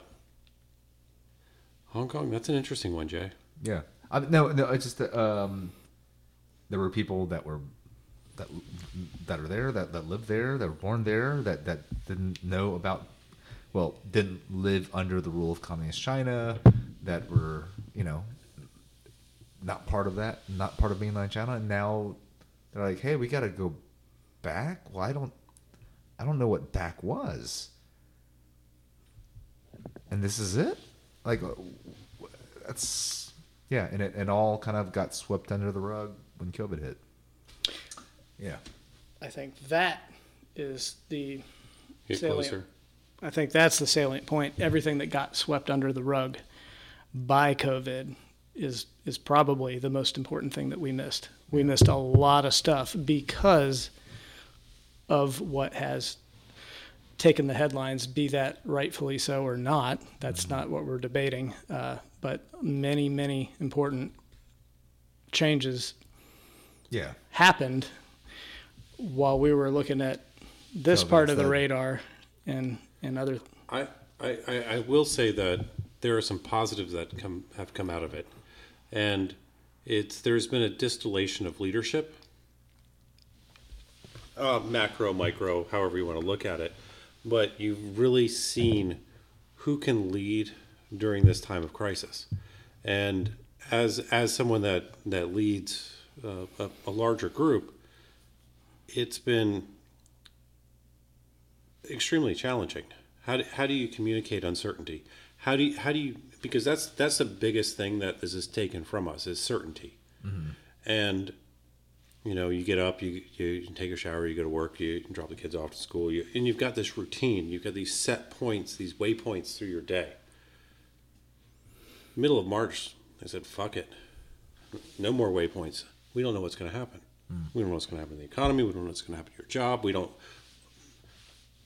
S2: Hong Kong. That's an interesting one, Jay.
S3: Yeah. I, no, no. It's just that um, there were people that were that that are there, that that lived there, that were born there, that that didn't know about, well, didn't live under the rule of communist China, that were you know not part of that, not part of mainland China, and now they're like, hey, we got to go back. Well, I don't, I don't know what back was, and this is it. Like, that's yeah, and it, it all kind of got swept under the rug when COVID hit. Yeah,
S4: I think that is the
S2: Get
S4: Salient.
S2: closer.
S4: I think that's the salient point. Everything that got swept under the rug by COVID is is probably the most important thing that we missed. We missed a lot of stuff because of what has taken the headlines, be that rightfully so or not. That's not what we're debating. Uh, but many, many important changes
S3: yeah,
S4: happened while we were looking at this
S3: Covering
S4: part of the
S3: that.
S4: radar and and other
S2: I, I, I I will say that there are some positives that come have come out of it, and it's there's been a distillation of leadership, uh, macro, micro, however you want to look at it, but you've really seen who can lead during this time of crisis, and as as someone that that leads uh, a, a larger group, it's been extremely challenging. How do, how do you communicate uncertainty? How do you, how do you because that's that's the biggest thing that this is taken from us is certainty. And you know, you get up, you you take a shower, you go to work, you drop the kids off to school, you, and you've got this routine. You've got these set points, these waypoints through your day. Middle of March, I said, "Fuck it, no more waypoints. We don't know what's going to happen. We don't know what's going to happen to the economy. We don't know what's going to happen to your job. We don't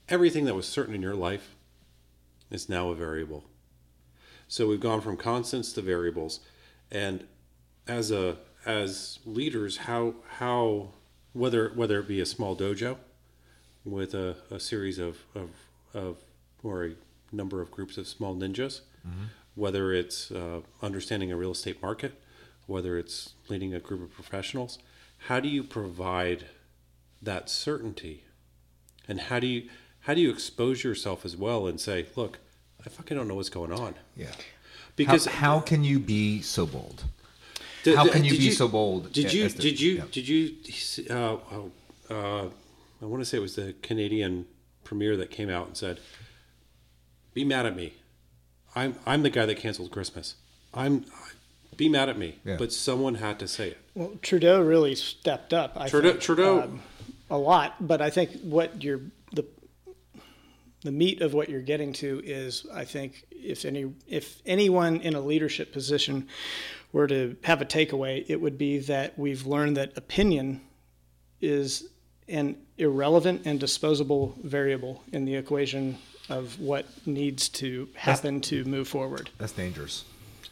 S2: everything that was certain in your life is now a variable. So we've gone from constants to variables, and as a as leaders, how how whether whether it be a small dojo with a, a series of, of of or a number of groups of small ninjas, whether it's uh, understanding a real estate market, whether it's leading a group of professionals, how do you provide that certainty and how do you how do you expose yourself as well and say, look, I fucking don't know what's going on
S3: yeah.
S2: because
S3: how, how can you be so bold?
S2: Did-
S3: how
S2: did-
S3: can you
S2: did
S3: be so bold
S2: Did
S3: a-
S2: you
S3: as the-
S2: did you
S3: yeah.
S2: did you uh, oh, uh, I want to say it was the Canadian premier that came out and said, "Be mad at me. I'm I'm the guy that canceled Christmas. I'm be mad at me."
S3: Yeah.
S2: But someone had to say it.
S4: Well, Trudeau really stepped up. I
S2: Trudeau-
S4: think, um,
S2: Trudeau-
S4: a lot, but I think what you're the the meat of what you're getting to is, I think, if any if anyone in a leadership position were to have a takeaway, it would be that we've learned that opinion is an irrelevant and disposable variable in the equation of what needs to happen to move forward.
S3: That's dangerous.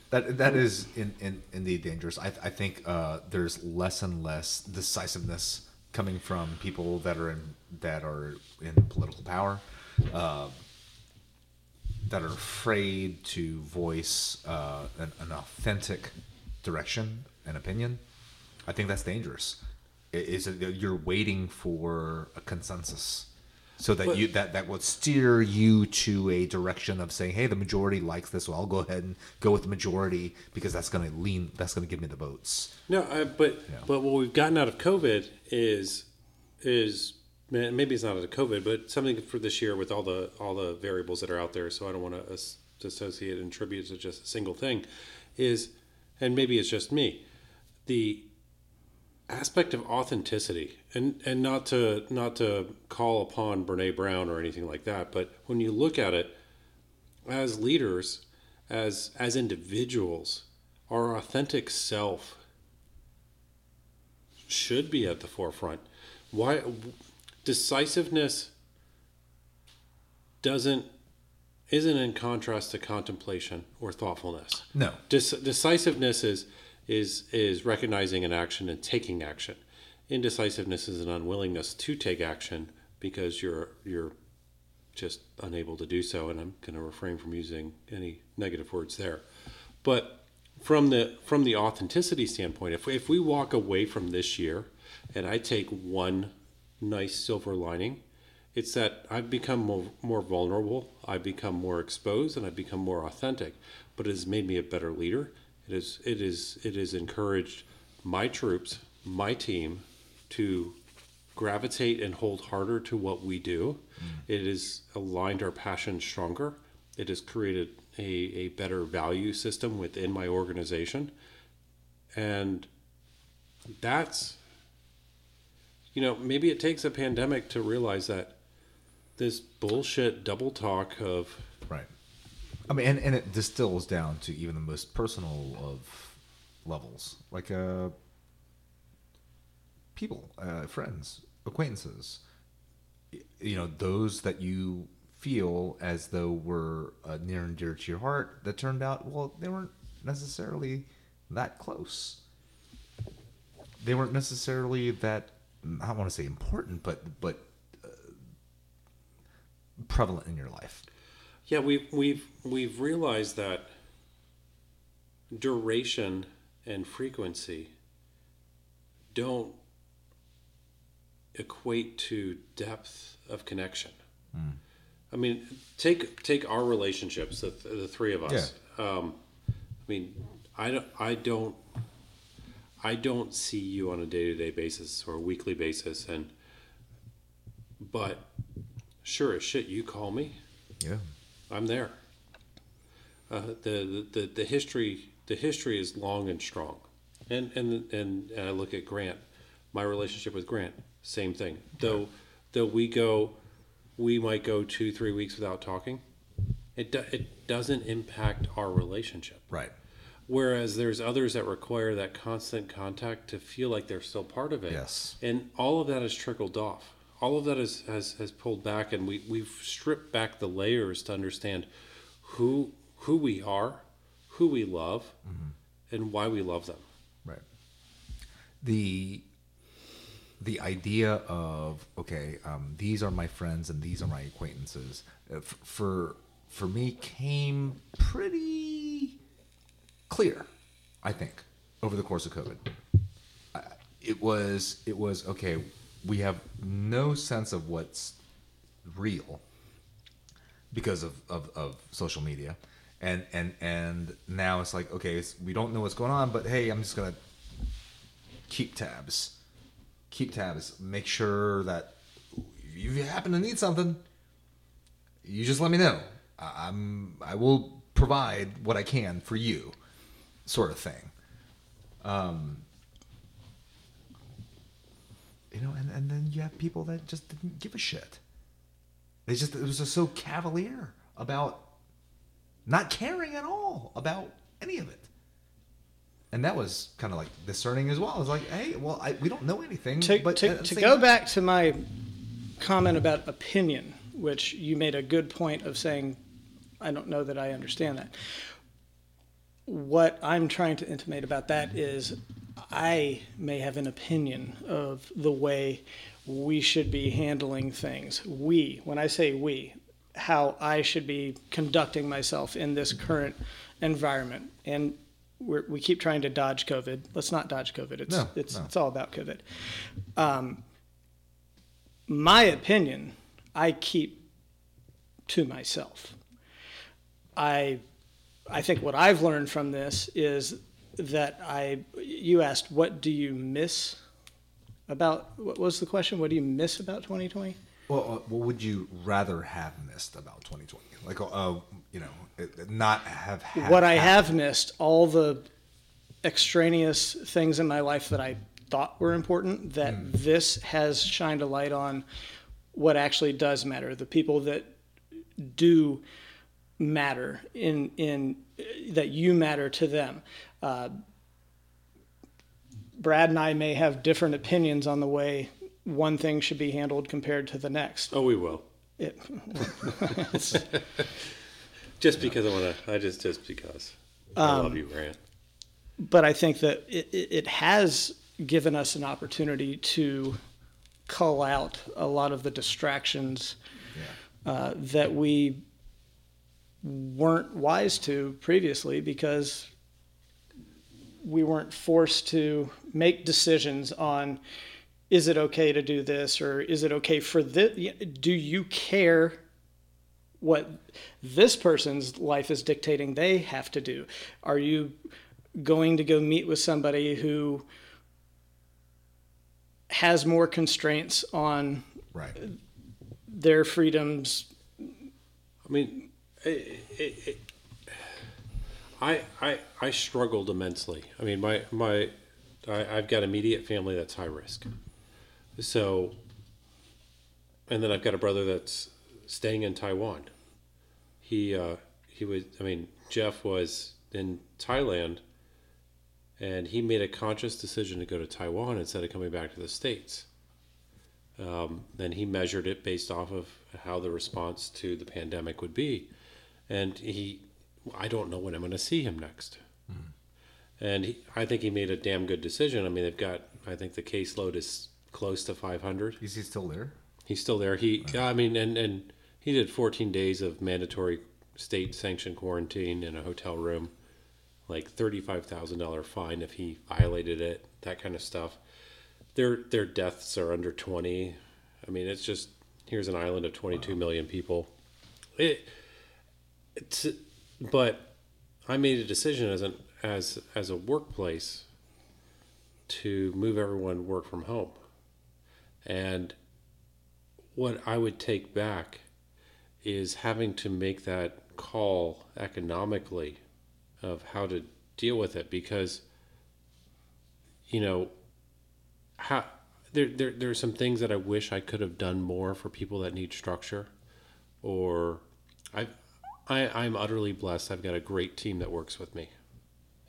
S3: That that is in, in, indeed dangerous. I, I think uh, there's less and less decisiveness coming from people that are in that are in political power, uh, that are afraid to voice uh, an, an authentic direction and opinion. I think that's dangerous. I- Is it, you're waiting for a consensus. So that you that that would steer you to a direction of saying, "Hey, the majority likes this, so I'll go ahead and go with the majority because that's going to lean, that's going to give me the votes."
S2: No, I, but but what we've gotten out of COVID is is man, maybe it's not out of COVID, but something for this year with all the all the variables that are out there. So I don't want to as- associate and attribute to just a single thing. Is and maybe it's just me. The aspect of authenticity and and not to not to call upon Brene Brown or anything like that, but when you look at it as leaders, as as individuals, our authentic self should be at the forefront. Why decisiveness doesn't isn't in contrast to contemplation or thoughtfulness.
S3: No,
S2: Dec- decisiveness is is is recognizing an action and taking action. Indecisiveness is an unwillingness to take action because you're you're just unable to do so. And I'm going to refrain from using any negative words there. But from the from the authenticity standpoint, if we, if we walk away from this year, and I take one nice silver lining, it's that I've become more, more vulnerable, I've become more exposed, and I've become more authentic. But it has made me a better leader. It is it is it has encouraged my troops, my team, to gravitate and hold harder to what we do. It has aligned our passion stronger. It has created a, a better value system within my organization. And that's, you know, maybe it takes a pandemic to realize that this bullshit double talk of,
S3: right. I mean, and, and it distills down to even the most personal of levels, like uh, people, uh, friends, acquaintances. Y- You know, those that you feel as though were uh, near and dear to your heart that turned out, well, they weren't necessarily that close. They weren't necessarily that, I don't want to say important, but, but uh, prevalent in your life.
S2: yeah, we've, we've, we've realized that duration and frequency don't equate to depth of connection. I mean, take take our relationships, the, the three of us. Um, I mean, I don't, I don't, I don't see you on a day to day basis or a weekly basis, and but sure as shit, you call me.
S3: Yeah.
S2: I'm there. Uh, the, the the history the history is long and strong, and and and, and I look at Grant, my relationship with Grant, same thing. Though though we go, we might go two three weeks without talking. It do, it doesn't impact our relationship.
S3: Right.
S2: Whereas there's others that require that constant contact to feel like they're still part of it.
S3: Yes.
S2: And all of that has trickled off. All of that is, has, has pulled back, and we, we've stripped back the layers to understand who, who we are, who we love, and why we love them.
S3: Right. The the idea of okay, um, these are my friends and these are my acquaintances uh, f- for for me came pretty clear, I think, over the course of COVID. I- It was it was okay. We have no sense of what's real because of, of, of social media and and and now it's like okay it's, we don't know what's going on but hey i'm just gonna keep tabs keep tabs make sure that if you happen to need something you just let me know I, i'm i will provide what i can for you sort of thing um you know and, and then you have people that just didn't give a shit they just it was just so cavalier about not caring at all about any of it. And that was kind of like discerning as well. It's like, hey, well, I, we don't know anything.
S4: To,
S3: Mm, but uh,
S4: to,
S3: at the
S4: to
S3: same
S4: go
S3: time-
S4: back to my comment about opinion, which you made a good point of saying, I don't know that I understand that. what I'm trying to intimate about that is I may have an opinion of the way we should be handling things. We, when I say we, how I should be conducting myself in this current environment. And we're, we keep trying to dodge COVID. Let's not dodge COVID. It's
S3: No,
S4: it's
S3: no.
S4: it's all about COVID. Um, my opinion, I keep to myself. I I think what I've learned from this is that I you asked what do you miss about what was the question? What do you miss about 2020?
S3: Well, uh, what would you rather have missed about 2020? Like, uh, you know, it- not have had
S4: what I
S3: happened.
S4: have missed, all the extraneous things in my life that I thought were important, that this has shined a light on what actually does matter, the people that do matter in in that you matter to them. Uh, Brad and I may have different opinions on the way one thing should be handled compared to the next.
S2: Oh, we will.
S4: It,
S2: Just because I want to. I just just because. I love you, Rand.
S4: but I think that it, it it has given us an opportunity to cull out a lot of the distractions uh, that we weren't wise to previously because we weren't forced to make decisions on is it okay to do this or is it okay for this do you care what this person's life is dictating they have to do are you going to go meet with somebody who has more constraints on
S3: Right.
S4: Uh, their freedoms
S2: I mean, it, it, it, I I I struggled immensely. I mean, my my I, I've got immediate family that's high risk, so, and then I've got a brother that's staying in Taiwan. He uh, he was. I mean, Jeff was in Thailand, and he made a conscious decision to go to Taiwan instead of coming back to the states um, then he measured it based off of how the response to the pandemic would be and he i don't know when i'm going to see him next and he, i think he made a damn good decision i mean they've got i think the caseload is close to 500
S3: Is he still there?
S2: he's still there he i mean and and he did 14 days of mandatory state sanctioned quarantine in a hotel room like $35,000 fine if he violated it that kind of stuff their their deaths are under 20 i mean it's just here's an island of 22 million people it it's but i made a decision as an as as a workplace to move everyone to work from home and what I would take back is having to make that call economically of how to deal with it because you know how there, there there are some things that I wish I could have done more for people that need structure or I I I'm utterly blessed I've got a great team that works with me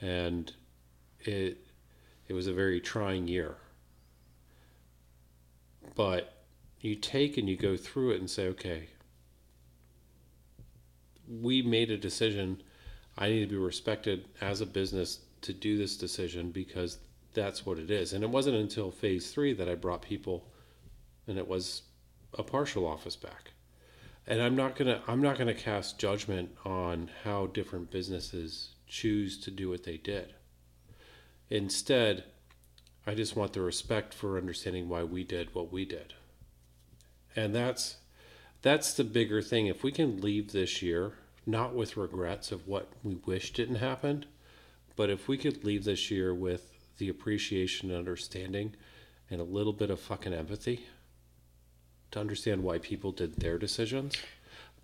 S2: and it it was a very trying year but you take and you go through it and say, okay, we made a decision. I need to be respected as a business to do this decision because that's what it is. And it wasn't until phase three that I brought people, and it was a partial office back. And I'm not gonna I'm not gonna cast judgment on how different businesses choose to do what they did. Instead, I just want the respect for understanding why we did what we did and that's that's the bigger thing if we can leave this year not with regrets of what we wish didn't happen but if we could leave this year with the appreciation and understanding and a little bit of fucking empathy to understand why people did their decisions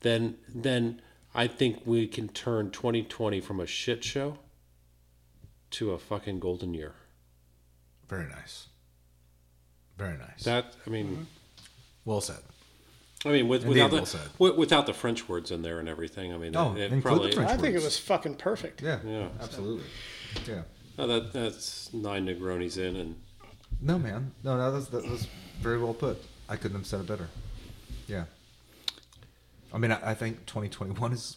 S2: then then i think we can turn 2020 from a shit show to a fucking golden year
S3: Very nice. Very nice.
S2: that i mean
S3: well said.
S2: I mean, with,
S3: Indeed,
S2: without
S3: well
S2: the
S3: said.
S2: wi- without the French words in there and everything, I mean,
S3: Oh,
S2: it,
S3: include the
S2: probably
S3: French.
S4: i think it
S3: words.
S4: was fucking perfect
S3: Yeah.
S2: Yeah.
S3: Absolutely. Yeah.
S2: oh, that that's nine Negronis in, and
S3: No, man. No, no, that's that was very well put. I couldn't have said it better. Yeah. I mean, I, I think 2021 is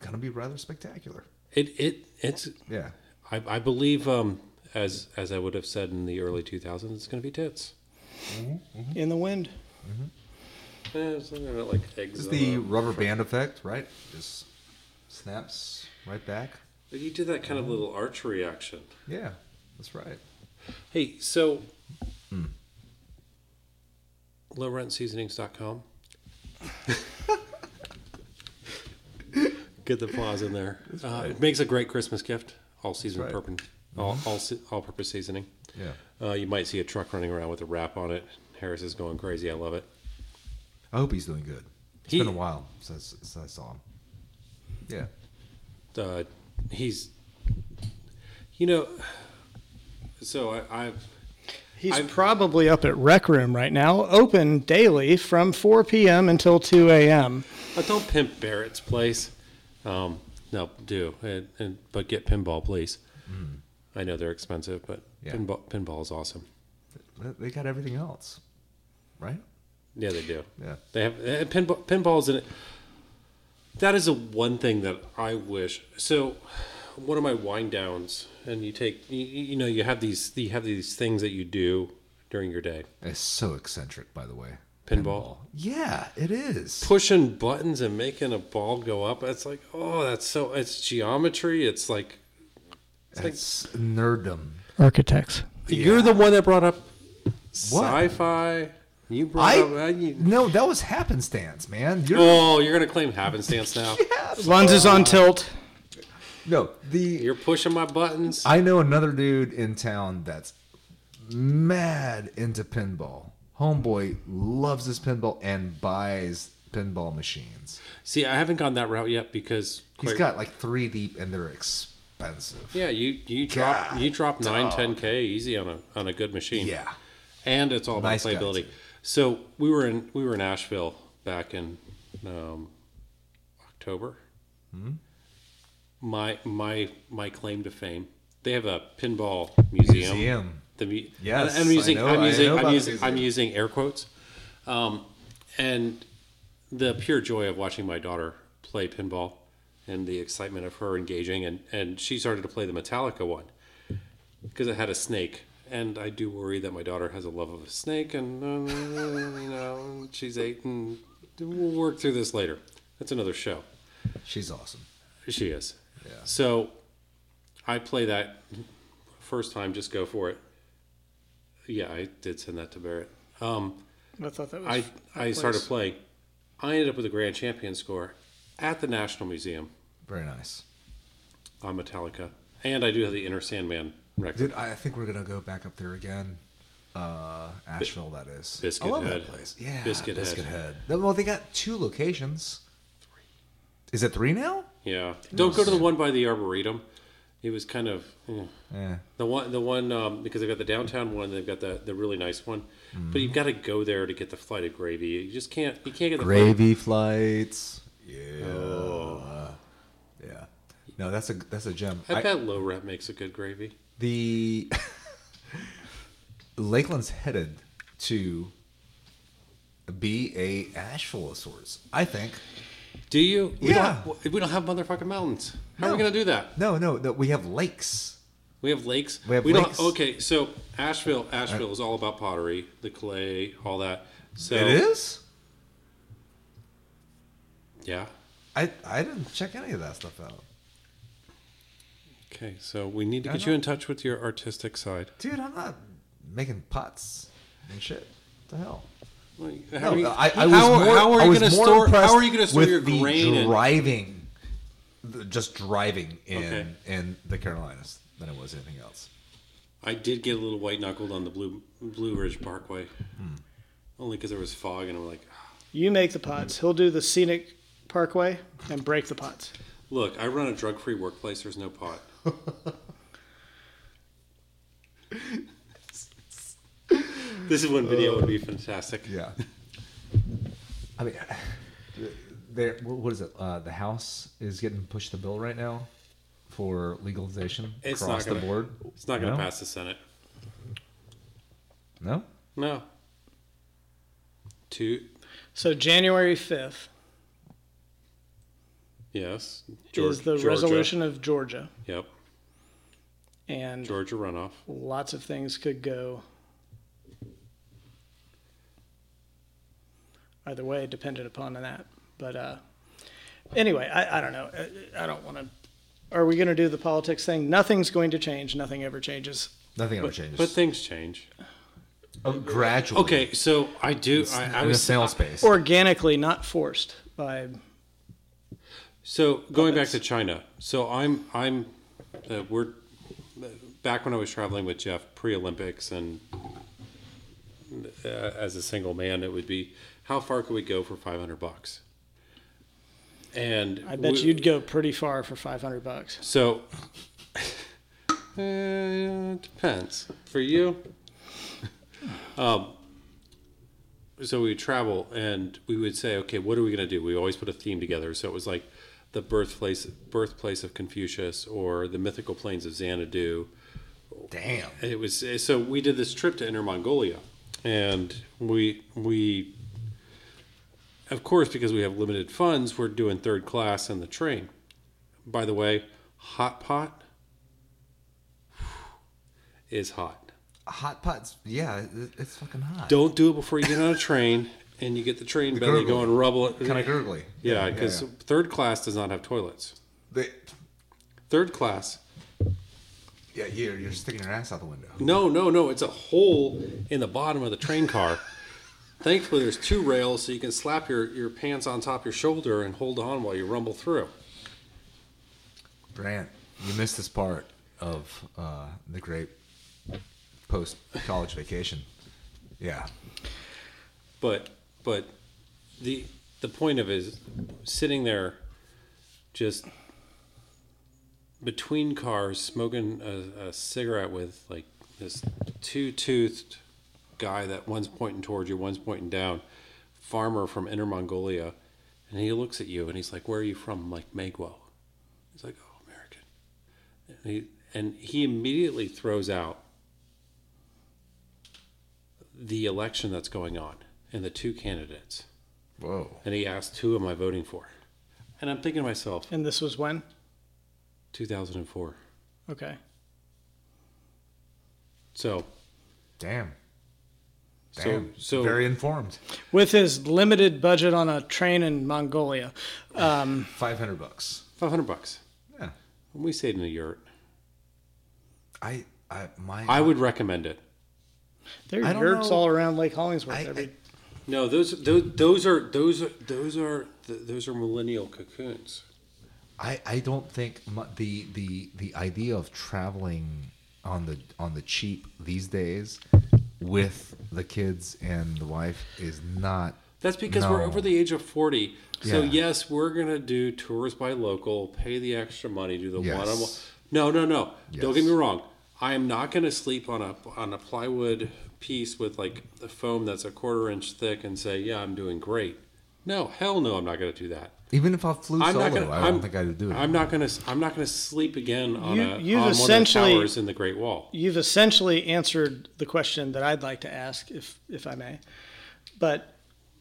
S3: gonna be rather spectacular.
S2: It it it's
S3: Yeah.
S2: I, I believe um as as I would have said in the early 2000s it's going to be tits.
S4: Mm-hmm. in the wind.
S2: Eh, something about like
S3: This
S2: eggs.
S3: is the rubber band effect, right? Just snaps right back.
S2: You did that kind of little archery action.
S3: Yeah, that's right.
S2: Hey, so lowrentseasonings.com. Get the pause in there. Uh, it makes a great Christmas gift. All season
S3: right.
S2: purpose, all, all se- all purpose seasoning.
S3: Yeah.
S2: Uh, you might see a truck running around with a wrap on it. Harris is going crazy. I love it.
S3: I hope he's doing good. It's
S2: He-
S3: been a while since, since I saw him. Yeah.
S2: uh, he's you know so I, I've
S4: He's
S2: I've-
S4: probably up at Rec Room right now, open daily from 4 p.m. until 2 a.m.
S2: but Uh, don't pimp Barrett's place. Um, no, do and, and but get pinball, please. I know they're expensive, but
S3: Yeah.
S2: pinball pinball is awesome.
S3: They- They got everything else, right?
S2: Yeah, they do.
S3: Yeah.
S2: They have and pinball pinballs in it. That is the one thing that I wish. So, one of my wind downs, and you take you, you know you have these you have these things that you do during your day.
S3: It's so eccentric, by the way.
S2: Pinball.
S3: Yeah, it is.
S2: pushing buttons and making a ball go up. It's like, oh, that's so. It's geometry. It's like
S3: It's nerddom.
S4: Architects.
S2: you're the one that brought up
S3: What?
S2: sci-fi. You brought
S3: I
S2: up. uh, you-
S3: no, that was happenstance, man. You're
S2: oh, you're gonna claim happenstance now.
S4: Lunz is on tilt.
S3: Oh. no the.
S2: You're pushing my buttons.
S3: I know another dude in town that's mad into pinball. Homeboy loves his pinball and buys pinball machines.
S2: See, I haven't gone that route yet because
S3: He's
S2: quite-
S3: got like three deep, and they're expensive.
S2: Yeah, you you drop
S3: God,
S2: you drop nine ten k easy on a on a good machine.
S3: Yeah.
S2: and it's all about
S3: Nice guy,
S2: playability.
S3: too.
S2: So we were in we were in Asheville back in um, October. Hmm? My my my claim to fame. They have a pinball museum.
S3: Museum.
S2: The mu-
S3: Yes,
S2: and I'm
S3: I
S2: using
S3: know-
S2: I'm
S3: I
S2: using
S3: know about
S2: I'm
S3: the
S2: using, I'm
S3: museum.
S2: using air quotes, um, and the pure joy of watching my daughter play pinball and the excitement of her engaging and and she started to play the Metallica one because it had a snake and I do worry that my daughter has a love of a snake and uh, you know she's eight and we'll work through this later. That's another show.
S3: She's awesome.
S2: She is.
S3: Yeah.
S2: So I play that first time. Just go for it. Yeah, I did send that to Barrett. Um,
S4: I thought that was.
S2: I, I
S4: place.
S2: started playing. I ended up with a grand champion score at the National Museum
S3: Very nice.
S2: on Metallica, and I do have the Inner Sandman record.
S3: Dude, I I think we're gonna go back up there again. Uh, Asheville, that is.
S2: Biscuit
S3: I love
S2: Head.
S3: that place. Yeah,
S2: Biscuit Head.
S3: Head. Th- Well, they got two locations. Is it three now?
S2: Yeah, don't go to the one by the Arboretum. It was kind of eh.
S3: Yeah.
S2: the one, the one um, because they've got the downtown one, they've got the, the really nice one, but you've got to go there to get the flight of gravy. You just can't, you can't get the flight of
S3: Gravy flights. Yeah. Oh. Yeah. No, that's a that's a gem.
S2: I,
S3: I-
S2: bet low rep makes a good gravy.
S3: the Lakeland's headed to be a Asheville of sorts. I think.
S2: Do you? We
S3: Yeah.
S2: Don't, we don't have motherfucking mountains. How are we
S3: No.
S2: gonna do that?
S3: No, no, no. We have lakes.
S2: We have lakes.
S3: We have
S2: don't-
S3: lakes.
S2: okay, so Asheville, Asheville is all about pottery, the clay, all that. So
S3: It is.
S2: Yeah.
S3: I I didn't check any of that stuff out.
S2: Okay, so we need to
S3: I
S2: get you in touch with your artistic side.
S3: Dude, I'm not making pots and shit. What the hell?
S2: Like,
S3: No,
S2: How are you-
S3: I, I
S2: how
S3: was
S2: are-
S3: more,
S2: how are
S3: I
S2: you
S3: was
S2: gonna
S3: more
S2: store? How are you
S3: impressed
S2: gonna store
S3: with
S2: your
S3: the
S2: grain? and-
S3: driving, the- just driving in
S2: Okay.
S3: in the Carolinas than it was anything else.
S2: I did get a little white knuckled on the Blue Blue Ridge Parkway,
S3: Hmm.
S2: only because there was fog, and I'm like,
S4: You make the pots. He'll do the scenic parkway and break the pots.
S2: look, I run a drug-free workplace. There's no *laughs* pot. this is one video would be fantastic.
S3: Yeah. I mean, there. wh- What is it? Uh, the House is getting pushed the bill right now for legalization
S2: It's not
S3: across
S2: gonna-
S3: the board.
S2: It's not going to
S3: No?
S2: pass the Senate.
S3: No.
S2: No. Two.
S4: So January 5th,
S2: Yes.
S4: is the resolution of Georgia,
S2: Yep.
S4: and
S2: Georgia runoff.
S4: lots of things could go either way, dependent upon that. But uh, anyway, I, I don't know. Uh, I, I don't want to. Are we going to do the politics thing? Nothing's going to change. Nothing ever changes.
S3: Nothing ever changes.
S2: But things change.
S3: Oh, gradually.
S2: Okay, so I do. I, I
S3: in the
S2: was
S3: sales space.
S4: Organically, not forced by.
S2: So going back to China, so I'm I'm uh, we're back when I was traveling with Jeff pre Olympics and uh, as a single man, it would be how far could we go for five hundred bucks? And
S4: I bet
S2: we-
S4: you'd go pretty far for 500 bucks.
S2: So *laughs* uh, it depends for you. um, so we would travel and we would say, okay, what are we going to do? We always put a theme together. So it was like the birthplace birthplace of Confucius or the mythical plains of Xanadu.
S3: Damn.
S2: It was so we did this trip to Inner Mongolia, and we we of course because we have limited funds, we're doing third class in the train. By the way, hot pot is hot.
S3: Hot pots. Yeah, it- it's fucking hot.
S2: Don't do it before you get on a train and you get the train belly
S3: gurgle.
S2: going rubble. it-
S3: Kind of gurgly.
S2: yeah, because
S3: yeah.
S2: third class does not have toilets.
S3: They,
S2: Third class
S3: yeah, you're, you're sticking your ass out the window.
S2: No, no, no. It's a hole in the bottom of the train car. Thankfully, there's two rails so you can slap your, your pants on top of your shoulder and hold on while you rumble through.
S3: Brant, you missed this part of uh, the great post college vacation. Yeah.
S2: But but the the point of it is sitting there just between cars smoking a, a cigarette with like this two toothed guy that one's pointing towards you, one's pointing down, farmer from Inner Mongolia, and he looks at you and he's like, "Where are you from?" I'm like Megwo. He's like, "Oh, American." And he and he immediately throws out the election that's going on and the two candidates,
S3: Whoa.
S2: and he asks, "Who am I voting for?" And I'm thinking to myself,
S4: And this was when?
S2: 2004.
S4: Okay.
S2: So
S3: Damn.
S2: So-
S3: Damn.
S2: so-
S3: very informed.
S4: With his limited budget on a train in Mongolia. Um,
S3: Five hundred bucks.
S2: 500 bucks.
S3: Yeah.
S2: We stayed in a yurt.
S3: I I my
S2: I would recommend it.
S4: there
S3: I
S4: are
S3: don't
S4: yurts
S3: know.
S4: all around Lake Hollingsworth.
S3: I-
S4: every,
S2: No, those those those are those are those are th- those are millennial cocoons.
S3: I, I don't think mu the the the idea of traveling on the on the cheap these days with the kids and the wife is not
S2: That's because we're
S3: No.
S2: over the age of forty. So
S3: Yeah.
S2: yes, we're gonna do tours by local, pay the extra money, do the
S3: Yes.
S2: one on one. No, no, no. Don't
S3: Yes.
S2: get me wrong. I am not gonna sleep on a on a plywood piece with like the foam that's a quarter inch thick and say, yeah, I'm doing great. No, hell no, I'm not gonna do that.
S3: even if I flew
S2: I'm
S3: solo
S2: not gonna.
S3: I
S2: I'm,
S3: don't think I'd do it.
S2: I'm not gonna. I'm not gonna sleep again on
S4: You-
S2: a
S4: you've
S2: on
S4: essentially-
S2: one of the towers in the Great Wall.
S4: You've essentially answered the question that I'd like to ask, if if I may. But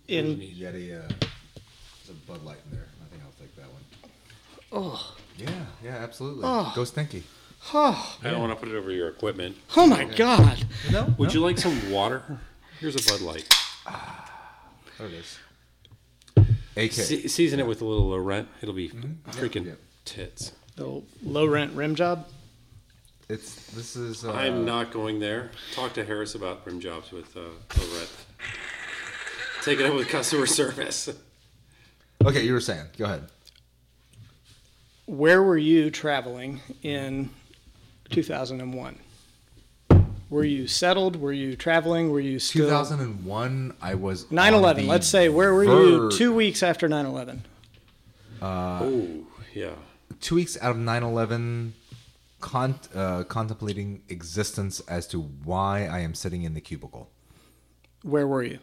S4: in
S3: Yeti uh, there's a Bud Light in there. I think I'll take that one. Yeah, yeah, absolutely. Go stinky.
S4: oh,
S2: I don't want to put it over your equipment.
S4: oh my God,
S3: No,
S2: Would you like some water? Here's a Bud Light.
S3: there it is. AK.
S2: Se- season it with a little low rent. It'll be
S4: Mm-hmm.
S2: freaking
S3: yeah.
S2: tits.
S4: the low rent rim job.
S3: It's this is uh,
S2: I'm not going there. Talk to Harris about rim jobs with uh, low rent. Take it up with customer service.
S3: Okay, you were saying. Go ahead.
S4: Where were you traveling in 2001? Were you settled? Were you traveling? Were you still
S3: 2001 I was
S4: 9/11?
S3: on the
S4: Let's say where were
S3: verge-
S4: you two weeks after 9/11?
S2: oh yeah.
S3: two weeks out of 9-11 con- uh, contemplating existence as to why i am sitting in the cubicle
S4: Where were you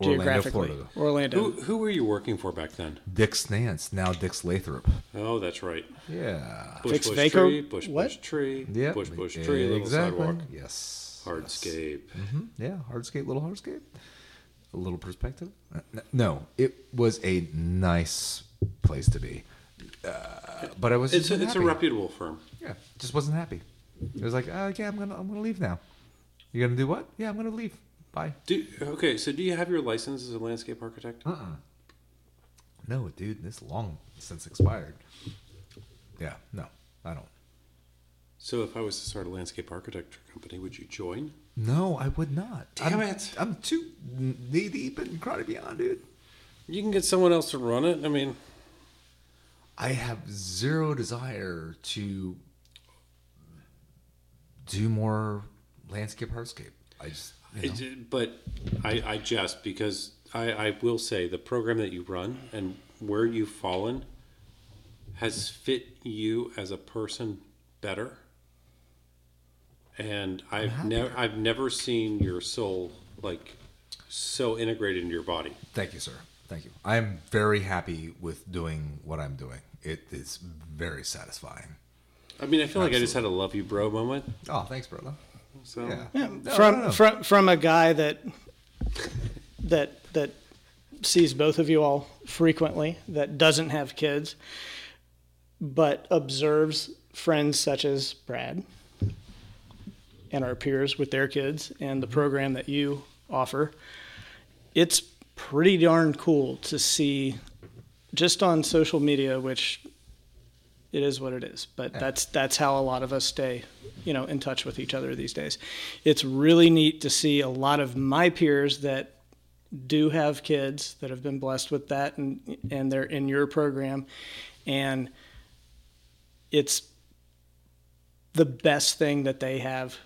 S3: Orlando,
S4: geographically?
S3: Florida.
S4: Orlando.
S2: Who who were you working for back then?
S3: dick snance now dick's lathrop
S2: Oh, that's right.
S3: yeah
S2: Bush
S4: Fix
S2: bush
S4: Vaco-
S2: tree. Bush
S4: what?
S2: bush tree.
S3: yeah
S2: Bush bush tree. Little sidewalk.
S3: yes yes.
S2: Hardscape.
S3: Mhm. yeah hardscape little hardscape a little perspective Uh, n- no it was a nice place to be But I was
S2: It's
S3: just
S2: a, it's a
S3: unhappy.
S2: reputable firm.
S3: Yeah, just wasn't happy. It was like, uh, yeah, I'm gonna I'm gonna leave now. You're gonna do what? Yeah, I'm gonna leave. Bye.
S2: Do, okay, so do you have your license as a landscape architect?
S3: Uh-uh. No, dude, this long since expired. Yeah, no, I don't.
S2: So if I was to start a landscape architecture company, would you join?
S3: No, I would not.
S2: Damn
S3: I'm,
S2: it.
S3: I'm too knee deep in Karate Beyond, dude.
S2: You can get someone else to run it. I mean,
S3: I have zero desire to do more landscape hardscape. I just you know.
S2: it- but I, I jest because I, I will say the program that you run and where you've fallen has fit you as a person better. And I've never I've never seen your soul like so integrated into your body.
S3: Thank you, sir. Thank you. I'm very happy with doing what I'm doing. It is very satisfying.
S2: I mean, I feel like I just had a love you, bro moment.
S3: Oh, thanks, brother.
S2: So
S3: Yeah. No,
S4: from
S3: no, no.
S4: from from a guy that that that sees both of you all frequently that doesn't have kids but observes friends such as Brad and our peers with their kids and the program that you offer it's pretty darn cool to see just on social media which it is what it is but that's that's how a lot of us stay you know in touch with each other these days it's really neat to see a lot of my peers that do have kids that have been blessed with that and and they're in your program and it's the best thing that they have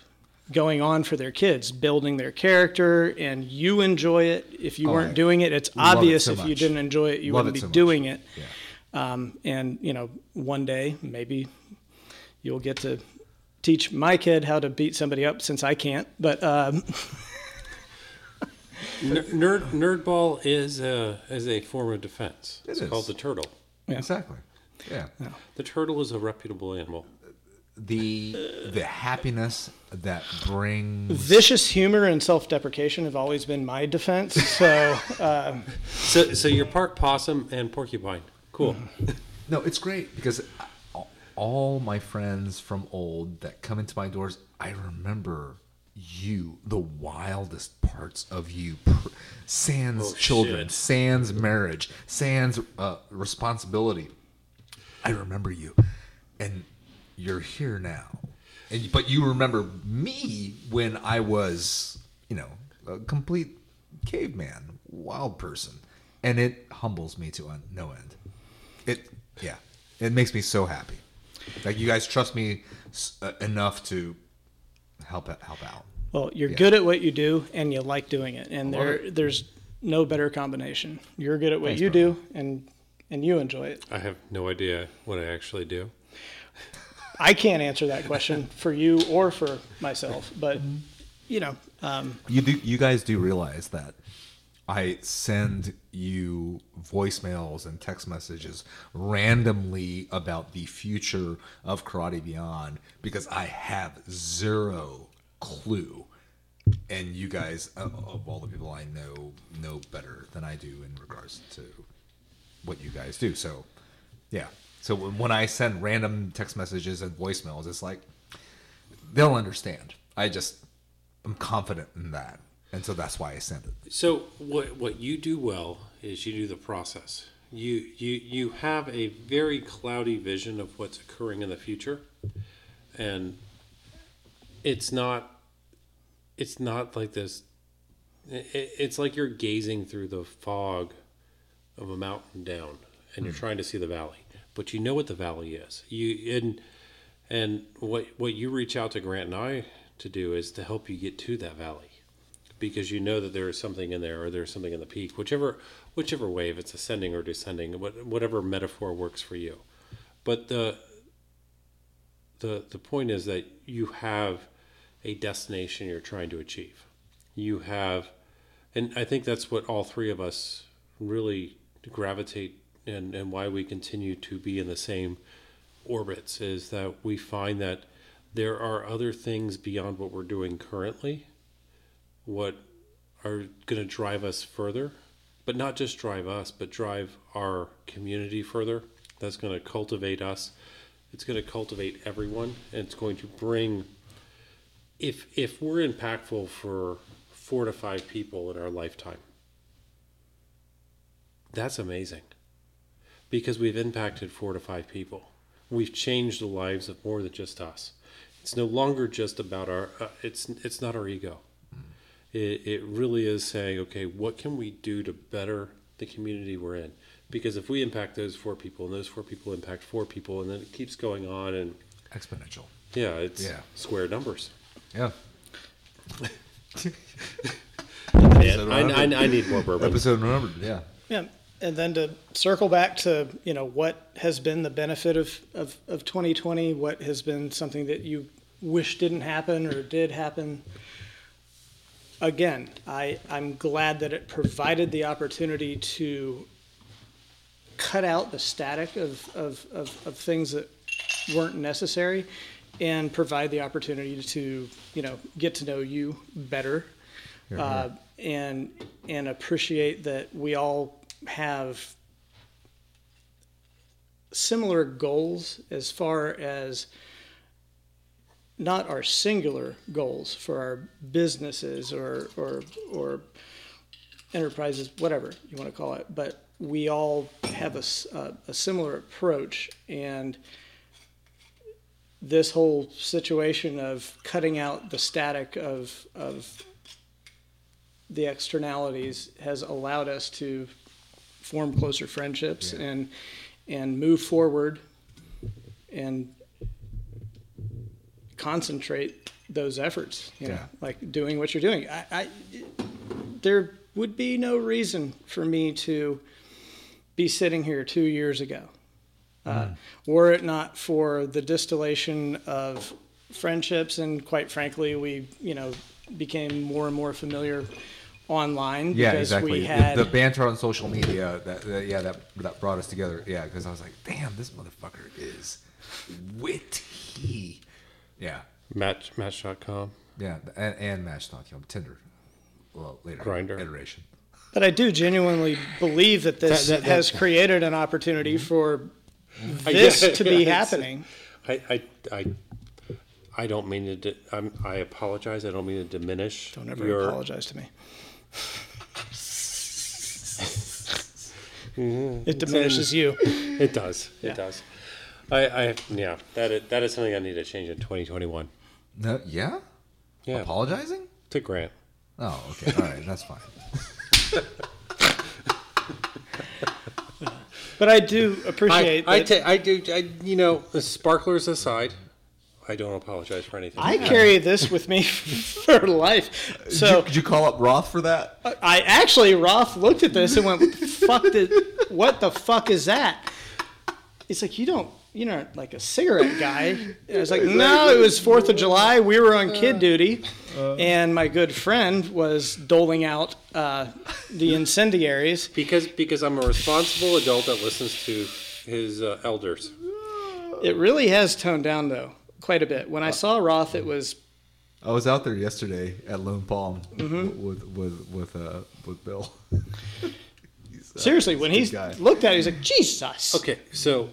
S4: going on for their kids building their character and you enjoy it if you
S3: Oh,
S4: weren't
S3: I
S4: doing it it's
S3: love it
S4: obvious
S3: so
S4: if you
S3: much.
S4: didn't enjoy it you
S3: Love it
S4: wouldn't be
S3: so much.
S4: doing it
S3: Yeah.
S4: um, and you know one day maybe you'll get to teach my kid how to beat somebody up since i can't but um, *laughs*
S2: Ner- nerd nerd ball is a is a form of defense.
S3: It
S2: it's
S3: is.
S2: called the turtle.
S4: Yeah.
S3: Exactly. Yeah.
S2: The turtle is a reputable animal.
S3: The the happiness that brings
S4: vicious humor and self-deprecation have always been my defense so *laughs* um,
S2: So so you're part possum and porcupine. Cool.
S3: No, it's great because I- all my friends from old that come into my doors, I remember you, the wildest parts of you. Pr- Sans children,
S2: shit.
S3: sans marriage, sans uh, responsibility. I remember you, and you're here now. And but you remember me when I was, you know, a complete caveman, wild person, and it humbles me to un- no end. It yeah, it makes me so happy. Like you guys trust me s- uh, enough to help help out.
S4: well you're good at what you do and you like doing it and
S3: love
S4: there there's no better combination you're good at what you do and and you enjoy it
S2: I have no idea what I actually do.
S4: i can't answer that question for you or for myself but
S3: Mm-hmm.
S4: you know um,
S3: You do. You guys do realize that I send you voicemails and text messages randomly about the future of Karate Beyond because I have zero clue, and you guys, of, of all the people I know, know better than I do in regards to what you guys do. So, yeah. So when when I send random text messages and voicemails, it's like they'll understand. I just I'm confident in that, and so that's why I sent it.
S2: So what what you do well is you do the process. You you you have a very cloudy vision of what's occurring in the future, and it's not it's not like this. i- i- It's like you're gazing through the fog of a mountain down, and you're trying to see the valley, but you know what the valley is. You and and what what you reach out to Grant and I to do is to help you get to that valley because you know that there is something in there or there's something in the peak whichever whichever way if it's ascending or descending what, whatever metaphor works for you but the the the point is that you have a destination you're trying to achieve you have and i think that's what all three of us really gravitate and and why we continue to be in the same orbits is that we find that there are other things beyond what we're doing currently what are going to drive us further, but not just drive us, but drive our community further, that's going to cultivate us. It's going to cultivate everyone, and it's going to bring. If if we're impactful for four to five people in our lifetime, that's amazing. Because we've impacted four to five people, we've changed the lives of more than just us. It's no longer just about our. Uh, it's it's not our ego. It, it really is saying, okay, what can we do to better the community we're in? Because if we impact those four people, and those four people impact four people, and then it keeps going on, and
S3: Exponential.
S2: yeah, it's
S3: Yeah.
S2: square numbers.
S3: Yeah.
S2: Man, I, I,
S3: 100.
S2: I need more bourbon.
S3: Episode 100. Yeah.
S4: Yeah. And then to circle back to, you know, what has been the benefit of, of, of 2020? What has been something that you wish didn't happen or did happen? Again, I, I'm glad that it provided the opportunity to cut out the static of, of, of, of things that weren't necessary and provide the opportunity to, you know, get to know you better uh, and and appreciate that we all have similar goals as far as not our singular goals for our businesses or or or enterprises, whatever you want to call it, but we all have a, s- a- a similar approach and this whole situation of cutting out the static of, of the externalities has allowed us to form closer friendships and and move forward and concentrate those efforts you know
S3: Yeah.
S4: like doing what you're doing I, I there would be no reason for me to be sitting here two years ago uh, were it not for the distillation of friendships and quite frankly we you know became more and more familiar online
S3: Yeah,
S4: because
S3: exactly.
S4: we
S3: The-
S4: had
S3: the banter on social media, that, that yeah, that that brought us together. Yeah, because I was like, damn, this motherfucker is witty. Yeah,
S2: Match Match.com.
S3: yeah, and, and Match Talk, you know, Tinder, well, later
S2: Grindr.
S3: iteration.
S4: but i do genuinely believe that this
S2: That- that- that-
S4: has created an opportunity for this to be happening
S2: I, I, I, I don't mean to. Di- I'm, I apologize. I don't mean to diminish.
S4: don't ever
S2: your-
S4: apologize to me it diminishes you
S2: *laughs* It does.
S4: Yeah.
S2: It does. I, I, yeah. That is, that is something I need to change in 2021.
S3: No, yeah,
S2: Yeah.
S3: apologizing.
S2: to Grant.
S3: Oh, okay, all right, that's fine.
S4: but i do appreciate
S2: I, I,
S4: that-
S2: ta- I do. I, you know, the sparklers aside, I don't apologize for anything.
S4: I carry this with me *laughs* for life. So
S3: Could you call up Roth for that?
S4: I actually, Roth looked at this and went, "What the fuck did, What the fuck is that?" It's like you don't, you know, like a cigarette guy. And I was like, no, it was Fourth of July. We were on
S3: Uh,
S4: kid duty, and my good friend was doling out uh, the incendiaries.
S2: because because I'm a responsible adult that listens to his uh, elders.
S4: It really has toned down though quite a bit.
S3: Uh,
S4: When I saw Roth, it was
S3: I was out there yesterday at Lone Palm
S2: Mm-hmm.
S3: with with with uh, with Bill. *laughs* He's, uh,
S4: seriously when he
S3: he's a good guy.
S4: looked at it, he was like, Jesus.
S2: Okay, so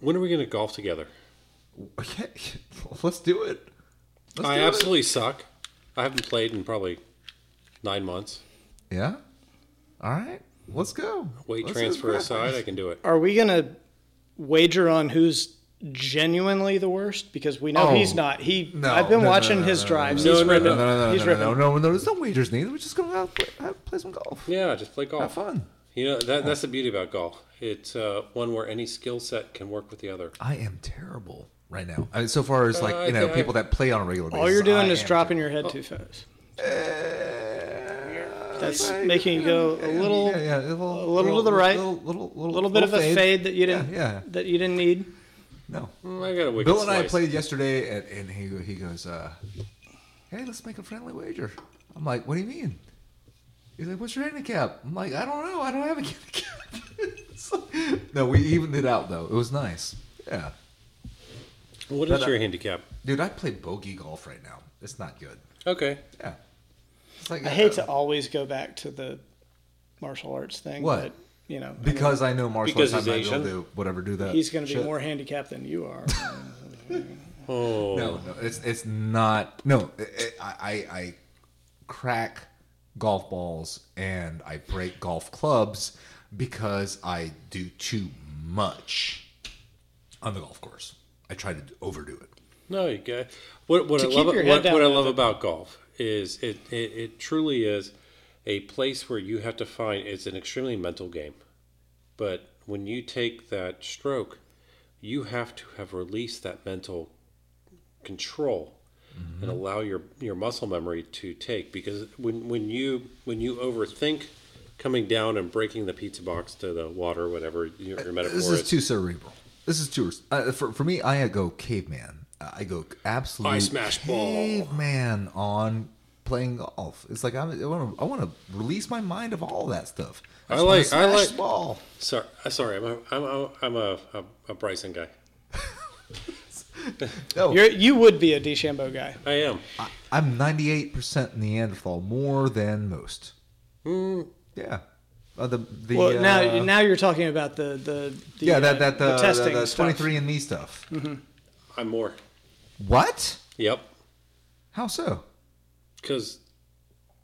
S2: when are we going to golf together?
S3: Okay, *laughs* let's do it. Let's
S2: I
S3: do it.
S2: absolutely suck. I haven't played in probably nine months.
S3: Yeah. All right. Let's go.
S2: Weight
S3: Let's
S2: transfer
S3: just-
S2: aside, I can do it.
S4: Are we gonna wager on who's genuinely the worst? Because we know
S3: Oh,
S4: he's not. He.
S3: no,
S4: I've been
S3: no, no,
S4: watching
S3: no,
S4: his
S3: no,
S4: drives.
S2: no,
S4: he's
S2: no, no,
S4: ripping.
S3: No, no, no, no,
S4: he's
S3: no, no,
S4: ripping.
S3: no, no, no. There's no wagers needed. We're just gonna go out play, have, play some golf.
S2: Yeah, just play golf.
S3: Have fun.
S2: You know that that's the beauty about golf. It's uh, one where any skill set can work with the other.
S3: I am terrible right now. I mean, so far as like
S2: Uh,
S3: you know,
S2: okay.
S3: people that play on a regular basis.
S4: All you're doing
S3: I
S4: is
S3: am
S4: dropping your
S3: Oh.
S4: head too fast.
S3: terrible.
S4: That's
S3: Uh,
S4: making you go a little,
S3: yeah, yeah, a little,
S4: a little to the right,
S3: little, little, little,
S4: little bit of a fade that you didn't,
S3: Yeah, yeah.
S4: that you didn't need.
S3: No.
S2: Mm, I got a wicked
S3: Bill and I
S2: slice.
S3: played yesterday, and, and he he goes, uh, "Hey, let's make a friendly wager." I'm like, "What do you mean?" He's like, "What's your handicap?" I'm like, "I don't know. I don't have a *laughs* handicap." It's like- no, we evened it out though. It was nice. Yeah,
S2: What is
S3: But, uh,
S2: your handicap?
S3: dude, I play bogey golf right now. It's not good.
S2: Okay,
S3: Yeah, it's like uh,
S4: I hate to always go back to the martial arts thing.
S3: What?
S4: but You know, I mean,
S3: Because I know martial arts,
S2: Because
S3: I
S2: he's
S3: might be able
S2: Asian.
S3: to do whatever do that.
S4: he's going to be
S3: shit.
S4: more handicapped than you
S3: *laughs*
S4: are.
S2: Oh,
S3: No, no, it's it's not. No, i I, I I crack golf balls and I break golf clubs because I do too much on the golf course. I try to overdo it.
S2: no, you go. What what I
S4: To keep
S2: love
S4: your
S2: what,
S4: head
S2: what
S4: down
S2: I
S4: and
S2: love about golf is it, it it truly is a place where you have to find it's an extremely mental game, but when you take that stroke, you have to have released that mental control
S4: Mm-hmm.
S2: and allow your your muscle memory to take because when when you when you overthink coming down and breaking the pizza box to the water whatever
S4: Uh,
S2: your, your metaphor
S3: This
S2: is
S3: is too cerebral. This is too. Uh, for for me, I go caveman. Uh, I go absolute
S2: I smash ball.
S3: caveman on playing golf. It's like I'm, I want to. I want to release my mind of all that stuff.
S2: I
S3: just wanna
S2: like- I
S3: smash
S2: like-
S3: ball.
S2: Sorry, uh, sorry, I'm a, I'm a, I'm a, a, a Bryson guy.
S3: No,
S4: You're, you would be a DeChambeau guy.
S2: I am.
S3: I- I'm 98% Neanderthal, more than most. Yeah. Uh, the, the,
S4: Well,
S3: uh,
S4: now now you're talking about the the, the
S3: yeah,
S4: uh,
S3: that, that,
S4: the
S3: uh,
S4: testing
S3: that,
S4: stuff. Mm-hmm.
S3: 23 and me stuff.
S2: I'm more.
S3: What?
S2: Yep,
S3: How so?
S2: because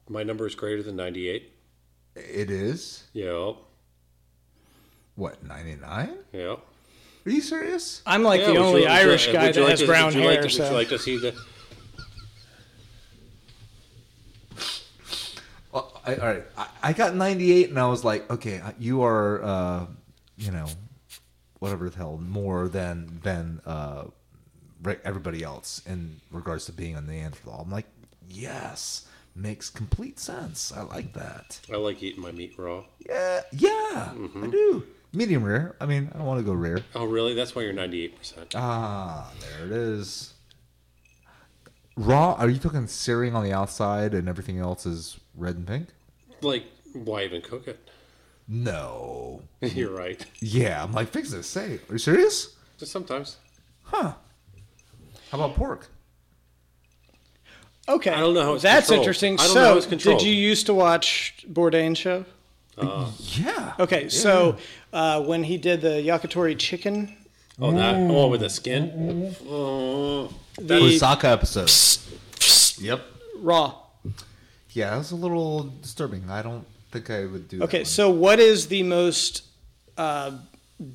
S2: my number is greater than 98.
S3: It is,
S2: Yep,
S3: what, 99?
S2: yep.
S3: Are you serious?
S4: I'm like
S2: Yeah, would
S4: the
S2: you-
S4: only
S2: would you-
S4: Irish
S2: uh,
S4: guy
S2: would you
S4: that
S2: like
S4: has
S2: to-
S4: brown
S2: would you like
S4: hair.
S2: to- Would
S4: so
S2: you like to see the?
S3: Well, I, all right. I, I got 98 and I was like, okay, you are, uh, you know, whatever the hell, more than, than uh, re- everybody else in regards to being a Neanderthal. I'm like, yes, makes complete sense. I like that.
S2: I like eating my meat raw.
S3: Yeah, yeah, I do. Medium rare. I mean, I don't want to go rare.
S2: Oh, really? That's why you're 98. percent
S3: Ah, there it is. Raw? Are you talking searing on the outside and everything else is red and pink?
S2: Like, why even cook it? *laughs*
S3: No.
S2: you're right.
S3: Yeah, I'm like, fix this. Say, it. are you serious?
S2: Just sometimes.
S3: Huh? How about pork?
S4: okay,
S2: I don't know how it's
S4: That's
S2: controlled.
S4: interesting.
S2: I don't
S4: so,
S2: know how it's
S4: did
S2: controlled.
S4: you used to watch Bourdain show?
S3: Yeah.
S4: Okay, so uh, when he did the yakitori chicken,
S2: Oh, that. Oh, with the skin. Oh,
S4: the
S3: Osaka episode. yep.
S4: raw.
S3: Yeah, that was a little disturbing. I don't think I would do. that
S4: Okay,
S3: one.
S4: so what is the most uh,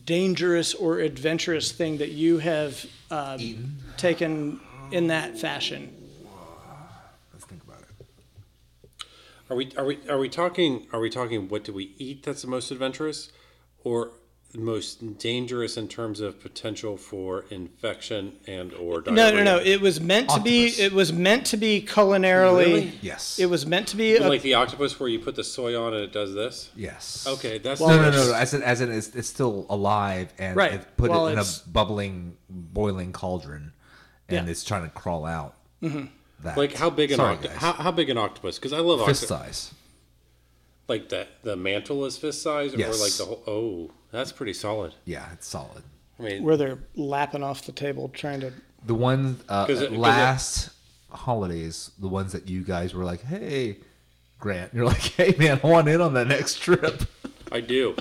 S4: dangerous or adventurous thing that you have uh, taken in that fashion?
S3: let's think about it.
S2: Are we are we are we talking are we talking what do we eat that's the most adventurous or the most dangerous in terms of potential for infection and or
S4: No,
S2: diarrhea?
S4: no, no. It was meant to be.
S3: Octopus.
S4: It was meant to be culinarily.
S2: Really?
S3: Yes.
S4: It was meant to be. A,
S2: Like the octopus where you put the soy on and it does this?
S3: Yes.
S2: Okay, that's
S3: No, no, no, no. As in, as in, it's, it's still alive and
S4: Right.
S3: it put
S4: Well,
S3: it in a
S4: it's-
S3: bubbling, boiling cauldron, and
S4: Yeah. Mm-hmm.
S3: it's trying to crawl out. That.
S2: Like how big an
S3: Sorry,
S2: octopus?
S3: guys.
S2: How, how big an octopus? Because I love
S3: fist
S2: octopus.
S3: size?
S2: Like the the mantle is fist size, or
S3: Yes.
S2: like the whole. Oh, that's pretty solid.
S3: Yeah, it's solid.
S2: I mean,
S4: where they're lapping off the table, trying to.
S3: The one uh,
S2: 'Cause it-
S3: at
S2: 'cause it-
S3: last holidays, the ones that you guys were like, "Hey, Grant," you're *laughs* like, "Hey, man, I want in on that next
S2: *laughs*
S3: trip."
S2: I do.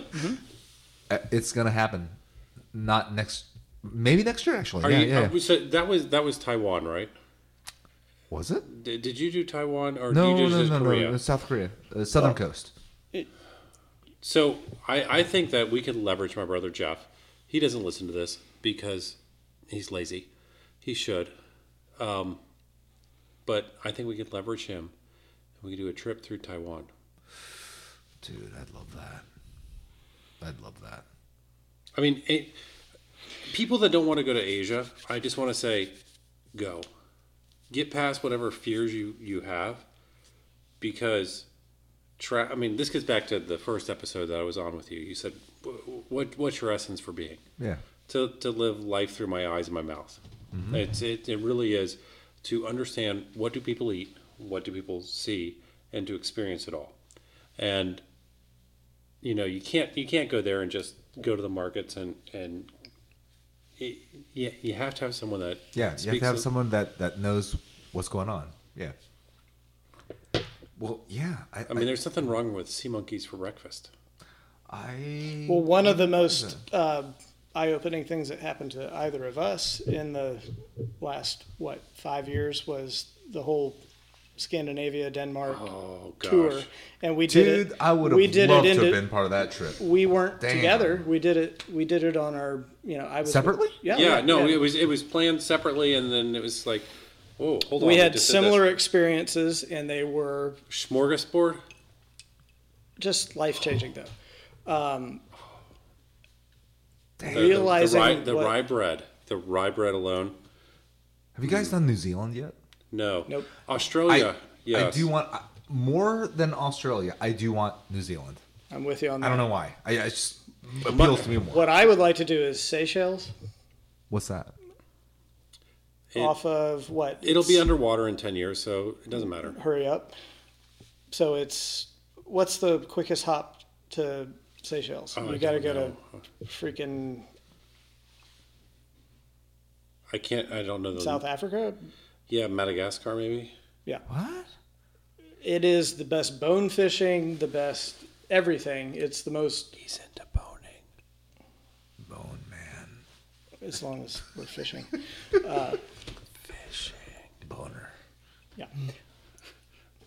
S3: Uh, it's gonna happen. Not next. Maybe next year, actually.
S2: Are
S3: yeah,
S2: you?
S3: yeah.
S2: Are, so that was that was Taiwan, right?
S3: was it?
S2: Did, did you do Taiwan or
S3: No,
S2: did you
S3: no,
S2: just
S3: no, no,
S2: Korea? Oh.
S3: no. South Korea, uh, southern coast.
S2: So I, I think that we could leverage my brother Jeff. He doesn't listen to this because he's lazy. He should. Um, but I think we could leverage him. We could do a trip through Taiwan.
S3: Dude, I'd love that. I'd love that.
S2: I mean, it, people that don't want to go to Asia, I just want to say, go. Get past whatever fears you, you have because tra- I mean, this gets back to the first episode that I was on with you. You said, "Wh- what, what's your essence for being?
S3: Yeah.
S2: to, to live life through my eyes and my mouth.
S3: Mm-hmm.
S2: It's it, it really is to understand what do people eat, what do people see, and to experience it all. And you know you can't you can't go there and just go to the markets and and it, yeah you have to have someone that
S3: Yeah. You have
S2: speaks
S3: to have
S2: the-
S3: someone that, that knows what's going on. Yeah. Well, yeah. I,
S2: I mean, there's nothing wrong with sea monkeys for breakfast.
S3: I
S4: Well, one of the most uh, eye-opening things that happened to either of us in the last what five years was the whole Scandinavia, Denmark
S2: Oh gosh.
S4: tour, and we did
S3: dude,
S4: it.
S3: I would
S4: we
S3: have
S4: did
S3: loved to
S4: it into,
S3: have been part of that trip.
S4: We weren't
S3: Damn.
S4: together. We did it. We did it on our. You know, I was
S3: Separately?
S4: Yeah.
S2: yeah, no, it was it was planned separately, and then it was like, oh, hold on.
S4: we had
S2: just did this.
S4: similar experiences, and they were
S2: smorgasbord.
S4: just life changing though. Um,
S2: The- the-
S4: Realizing
S2: the, rye, the
S4: what-
S2: rye bread, the rye bread alone.
S3: Have you guys done New Zealand yet?
S2: No,
S4: Nope.
S2: Australia.
S3: I,
S2: yes.
S3: I do want I- more than Australia. I do want New Zealand.
S4: I'm with you on that.
S3: I don't know why. I, I just it appeals to me more.
S4: What I would like to do is Seychelles
S3: What's that?
S2: It-
S4: off of what?
S2: It'll be underwater in ten years, so it doesn't matter.
S4: hurry up. So it's what's the quickest hop to Seychelles?
S2: Oh, I
S4: you got to
S2: don't
S4: go
S2: know.
S4: to freaking
S2: I can't. I don't know the.
S4: South Africa.
S2: Yeah, Madagascar maybe.
S3: What?
S4: It is the best bone fishing, the best everything. It's the most
S2: He's into boning.
S3: Bone man,
S4: as long as we're fishing.
S3: boner.
S4: Yeah.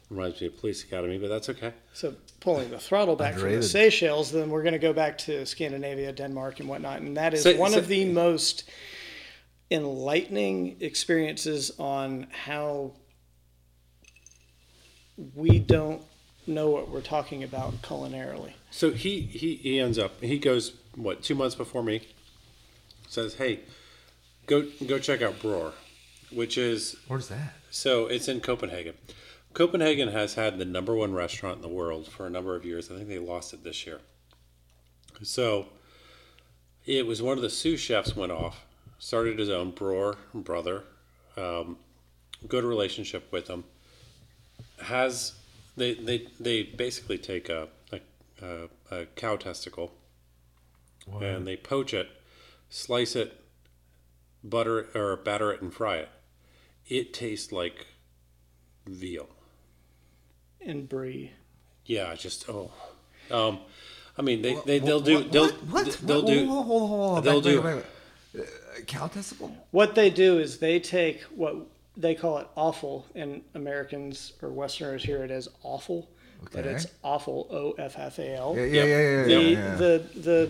S2: Reminds me of Police Academy, but that's okay.
S4: So pulling the throttle back from the
S3: Underrated.
S4: Seychelles, then we're going to go back to Scandinavia, Denmark, and whatnot. And that is
S2: So-
S4: one
S2: so-
S4: of the most enlightening experiences on how we don't know what we're talking about culinarily.
S2: So he, he he ends up he goes what two months before me, says hey, go go check out Broer, which is
S3: Where's that?
S2: so it's in Copenhagen. Copenhagen has had the number one restaurant in the world for a number of years. I think they lost it this year. So it was one of the sous chefs went off, started his own Broer brother, um, good relationship with him. Has they they they basically take a a, a, a cow testicle and they poach it, slice it, butter it, or batter it and fry it. It tastes like veal.
S4: And brie.
S2: Yeah, just oh, um, I mean they, they they'll do
S3: What?
S2: they'll
S3: what?
S2: they'll
S3: Whoa,
S2: do
S3: whoa, whoa, hold on, hold on.
S2: they'll
S3: Back,
S2: do
S3: back, back, back. Uh, cow testicle.
S4: What they do is they take what they call it awful, and Americans or Westerners hear it as awful, but
S3: Okay.
S4: it's awful, O F F A L.
S3: Yeah, yeah, yeah, yeah,
S4: the,
S3: yeah. yeah.
S4: the the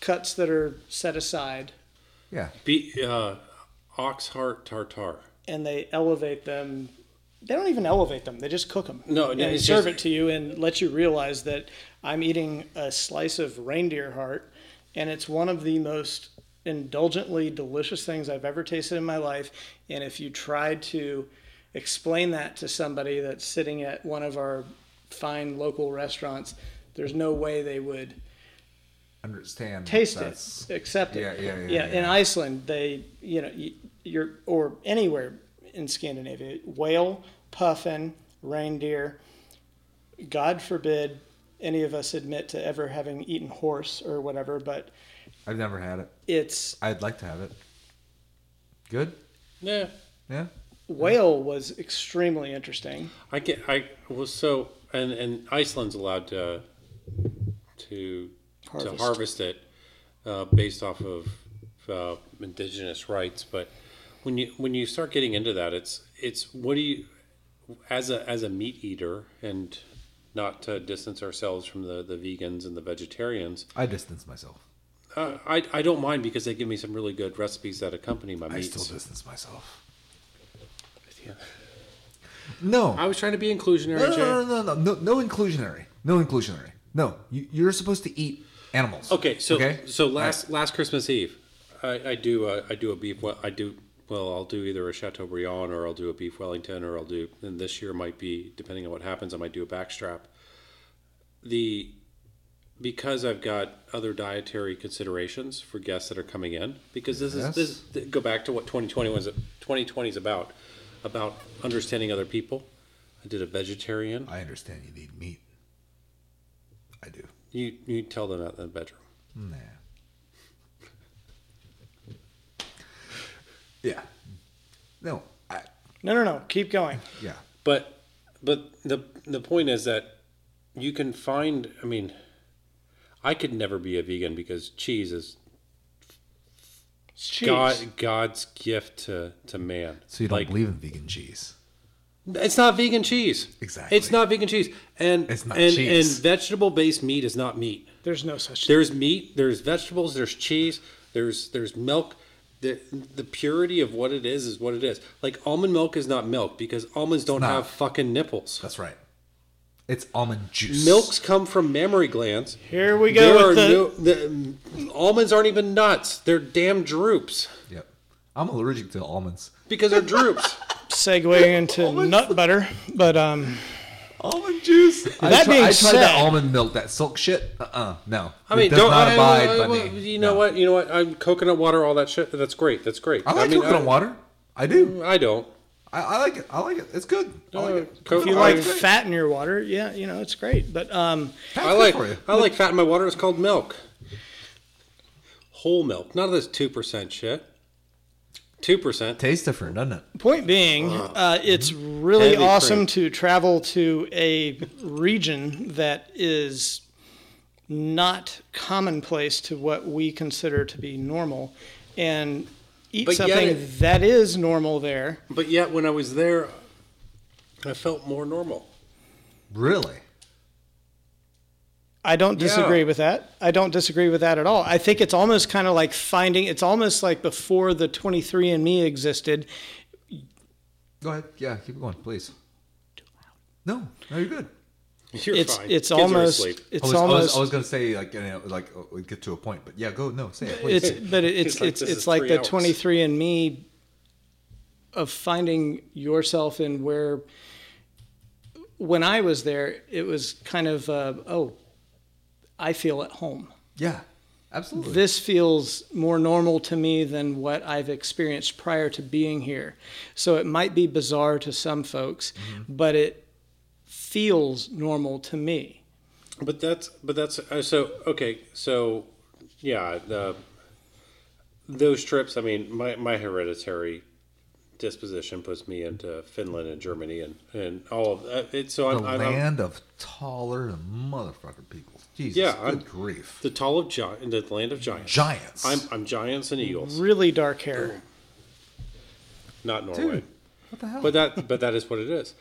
S4: cuts that are set aside
S3: yeah.
S2: be, uh, ox heart tartar.
S4: and they elevate them. They don't even elevate them; they just cook them.
S2: No,
S4: and
S2: no, it's
S4: serve
S2: just-
S4: it to you and let you realize that I'm eating a slice of reindeer heart, and it's one of the most indulgently delicious things I've ever tasted in my life. And if you tried to explain that to somebody that's sitting at one of our fine local restaurants, there's no way they would
S3: Understand.
S4: taste
S3: that's-
S4: it, accept it.
S3: Yeah, yeah, yeah, yeah.
S4: In Iceland, they, you know, you- you're or anywhere in Scandinavia, whale, puffin, reindeer. God forbid any of us admit to ever having eaten horse or whatever, but
S3: I've never had it.
S4: it's
S3: I'd like to have it. Good.
S2: Yeah,
S3: Yeah.
S4: whale was extremely interesting.
S2: I get I was so and and Iceland's allowed to to
S4: Harvest.
S2: to harvest it uh, based off of uh, indigenous rights, but when you when you start getting into that, it's it's what do you as a as a meat eater and not to distance ourselves from the, the vegans and the vegetarians.
S3: I distance myself.
S2: Uh, I I don't mind because they give me some really good recipes that accompany my
S3: I
S2: meats.
S3: still distance myself.
S2: Yeah.
S3: No.
S2: I was trying to be inclusionary.
S3: No,
S2: Jay.
S3: no, no, no, no, no, no inclusionary. No inclusionary. No, you, you're supposed to eat animals.
S2: Okay, so
S3: Okay?
S2: so last last Christmas Eve, I, I do a, I do a beef. Well, I do well. I'll do either a Chateaubriand or I'll do a beef Wellington or I'll do. And this year might be depending on what happens. I might do a backstrap. The because I've got other dietary considerations for guests that are coming in because this
S3: Yes.
S2: is this go back to what 2020 was 2020 is about about understanding other people. I did a vegetarian.
S3: I understand you need meat. I do.
S2: You you tell them that in the bedroom.
S3: Nah. *laughs* Yeah. No. I,
S4: No, no, no. Keep going.
S3: yeah.
S2: But but the the point is that you can find. I mean, I could never be a vegan because cheese is
S4: It's cheese.
S2: God, God's gift to, to man.
S3: So you don't
S2: Like,
S3: believe in vegan cheese?
S2: It's not vegan cheese.
S3: Exactly.
S2: It's not vegan cheese. And
S3: It's not
S2: and,
S3: cheese.
S2: and vegetable based meat is not meat.
S4: There's no such thing.
S2: There's meat, there's vegetables, there's cheese, there's there's milk. The the purity of what it is is what it is. Like almond milk is not milk because almonds don't
S3: not.
S2: have fucking nipples.
S3: That's right. It's almond juice.
S2: Milks come from mammary glands.
S4: Here we
S2: There
S4: go
S2: are
S4: with the
S2: no, the almonds aren't even nuts. They're damn droops
S3: Yep. I'm allergic to almonds.
S2: because they're droops.
S4: segue into nut butter, but um,
S3: Almond juice. I,
S4: That
S3: try,
S4: being
S3: I tried that
S4: said-
S3: almond milk, that silk shit. Uh uh No.
S2: I mean,
S3: it does
S2: don't
S3: not
S2: I-
S3: abide
S2: I-
S3: by
S2: well,
S3: me.
S2: You know
S3: No.
S2: what? You know what? I'm coconut water, all that shit. That's great. That's great.
S3: I like
S2: mean,
S3: coconut water. I do.
S2: I don't.
S3: I, I like it. I like it. It's good. I like it.
S2: co-
S3: Coconut
S2: you
S4: you
S3: water
S4: like
S2: like
S3: is great.
S4: fat in your water, yeah, you know it's great. But um,
S3: Fat's
S2: I
S3: good
S2: like
S3: for you.
S2: I like fat in my water. It's called milk. Whole milk. None of this two percent shit. Two percent.
S3: Tastes different, doesn't it?
S4: point being, uh, it's really
S2: Uh-huh. Mm-hmm. Heavy
S4: awesome
S2: cream.
S4: to travel to a region that is not commonplace to what we consider to be normal, and eat
S2: But yet
S4: something
S2: it-
S4: that is normal there.
S2: But yet, when I was there, I felt more normal.
S3: Really?
S4: I don't
S2: Yeah.
S4: disagree with that. I don't disagree with that at all. I think it's almost kind of like finding, it's almost like before the 23andMe existed,
S3: Go ahead. Yeah, keep going, please. No, no, you're good.
S2: You're
S4: it's
S2: fine.
S4: it's
S2: Kids are
S4: almost
S2: asleep.
S3: I
S4: it's
S3: was, I was,
S4: almost
S3: I was gonna say like you know, like uh, we get to a point, but yeah, go no, say it. Please.
S4: it's but it- it's
S2: It's like,
S4: it's
S2: this
S4: it's
S2: is
S4: like
S2: three
S4: the
S2: hours.
S4: 23andMe of finding yourself and where when I was there, it was kind of uh, oh, I feel at home.
S3: yeah, absolutely.
S4: this feels more normal to me than what I've experienced prior to being here. So it might be bizarre to some folks,
S3: Mm-hmm.
S4: but it feels normal to me.
S2: But that's but that's uh, so okay. So yeah, the those trips. I mean, my my hereditary disposition puts me into Finland and Germany and and all of uh, it. So
S3: the
S2: I'm, I'm, I'm
S3: land of taller than motherfucking people. Jesus,
S2: Yeah,
S3: good
S2: I'm-
S3: grief.
S2: the tall of giant, the land of giants.
S3: Giants.
S2: I'm I'm giants and eagles,
S4: Really dark hair.
S2: not Norway.
S3: Mm-hmm. Dude, what the hell?
S2: But that but that is what it is.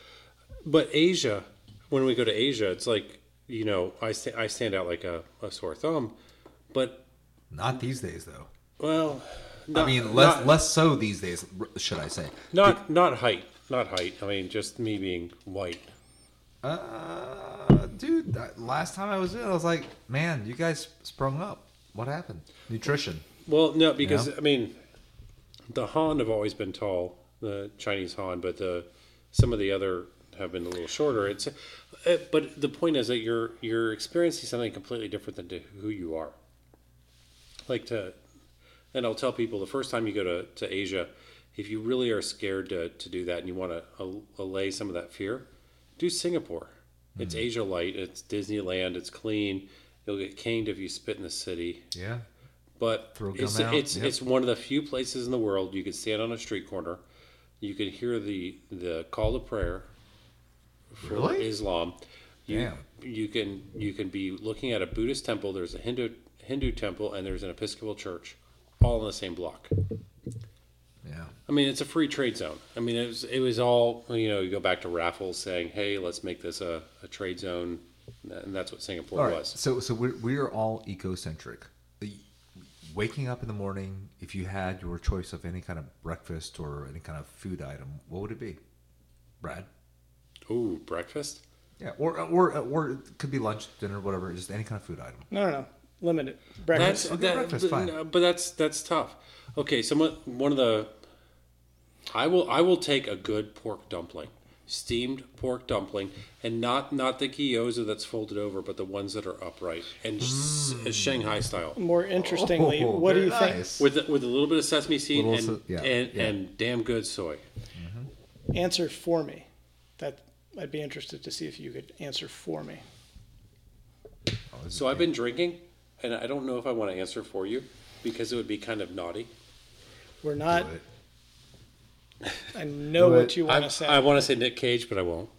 S2: But Asia, when we go to Asia, it's like you know I sta- I stand out like a, a sore thumb, but
S3: Not these days, though.
S2: well.
S3: I
S2: not-
S3: mean, less
S2: not-
S3: less so these days, r- should I say?
S2: Not not height, not height. I mean, just me being white.
S3: Uh, dude, that- last time I was in, I was like, man, you guys sprung up. What happened? Nutrition.
S2: Well, no, because
S3: Yeah.
S2: I mean, the Han have always been tall, the Chinese Han, but the some of the other have been a little shorter. It's, uh, but the point is that you're you're experiencing something completely different than to who you are. Like to, and I'll tell people the first time you go to, to Asia, if you really are scared to, to do that and you want to al- allay some of that fear, do Singapore. It's Asia light. It's Disneyland. It's clean. You'll get caned if you spit in the city
S3: Yeah.
S2: but
S3: Throw
S2: it's
S3: gum out,
S2: it's,
S3: yep.
S2: it's one of the few places in the world you can stand on a street corner, you can hear the the call to prayer for
S3: Really?
S2: Islam. You,
S3: Damn.
S2: you can you can be looking at a Buddhist temple. There's a Hindu Hindu temple and there's an Episcopal church, all in the same block.
S3: Yeah.
S2: I mean, it's a free trade zone. I mean, it was it was all you know. You go back to Raffles saying, "Hey, let's make this a, a trade zone," and that's what Singapore
S3: All right.
S2: was.
S3: So, so we're, we are all ecocentric. The- Waking up in the morning, if you had your choice of any kind of breakfast or any kind of food item, what would it be? Brad.
S2: Ooh, breakfast.
S3: Yeah. Or or or it could be lunch, dinner, whatever. Just any kind of food item.
S4: No, no, no. Limited. Breakfast.
S2: That's
S3: Okay,
S2: that,
S3: breakfast,
S2: but,
S3: fine.
S2: no, but that's that's tough. Okay, someone one of the I will I will take a good pork dumpling, steamed pork dumpling, and not not the gyoza that's folded over, but the ones that are upright and s-
S3: Mm.
S2: Shanghai style
S4: More interestingly,
S3: Oh,
S4: what do
S3: very
S4: you think?
S3: nice.
S2: with with a little bit of sesame seed
S3: Little
S2: and
S3: se- yeah,
S2: and,
S3: yeah.
S2: and damn good soy.
S4: Answer for me. That I'd be interested to see if you could answer for me.
S2: So I've been drinking, and I don't know if I want to answer for you because it would be kind of naughty.
S4: We're not.
S3: Do it.
S4: I know
S3: Do
S4: what
S3: it.
S4: you want
S2: I,
S4: to say.
S2: I want to say Nick Cage, but I won't.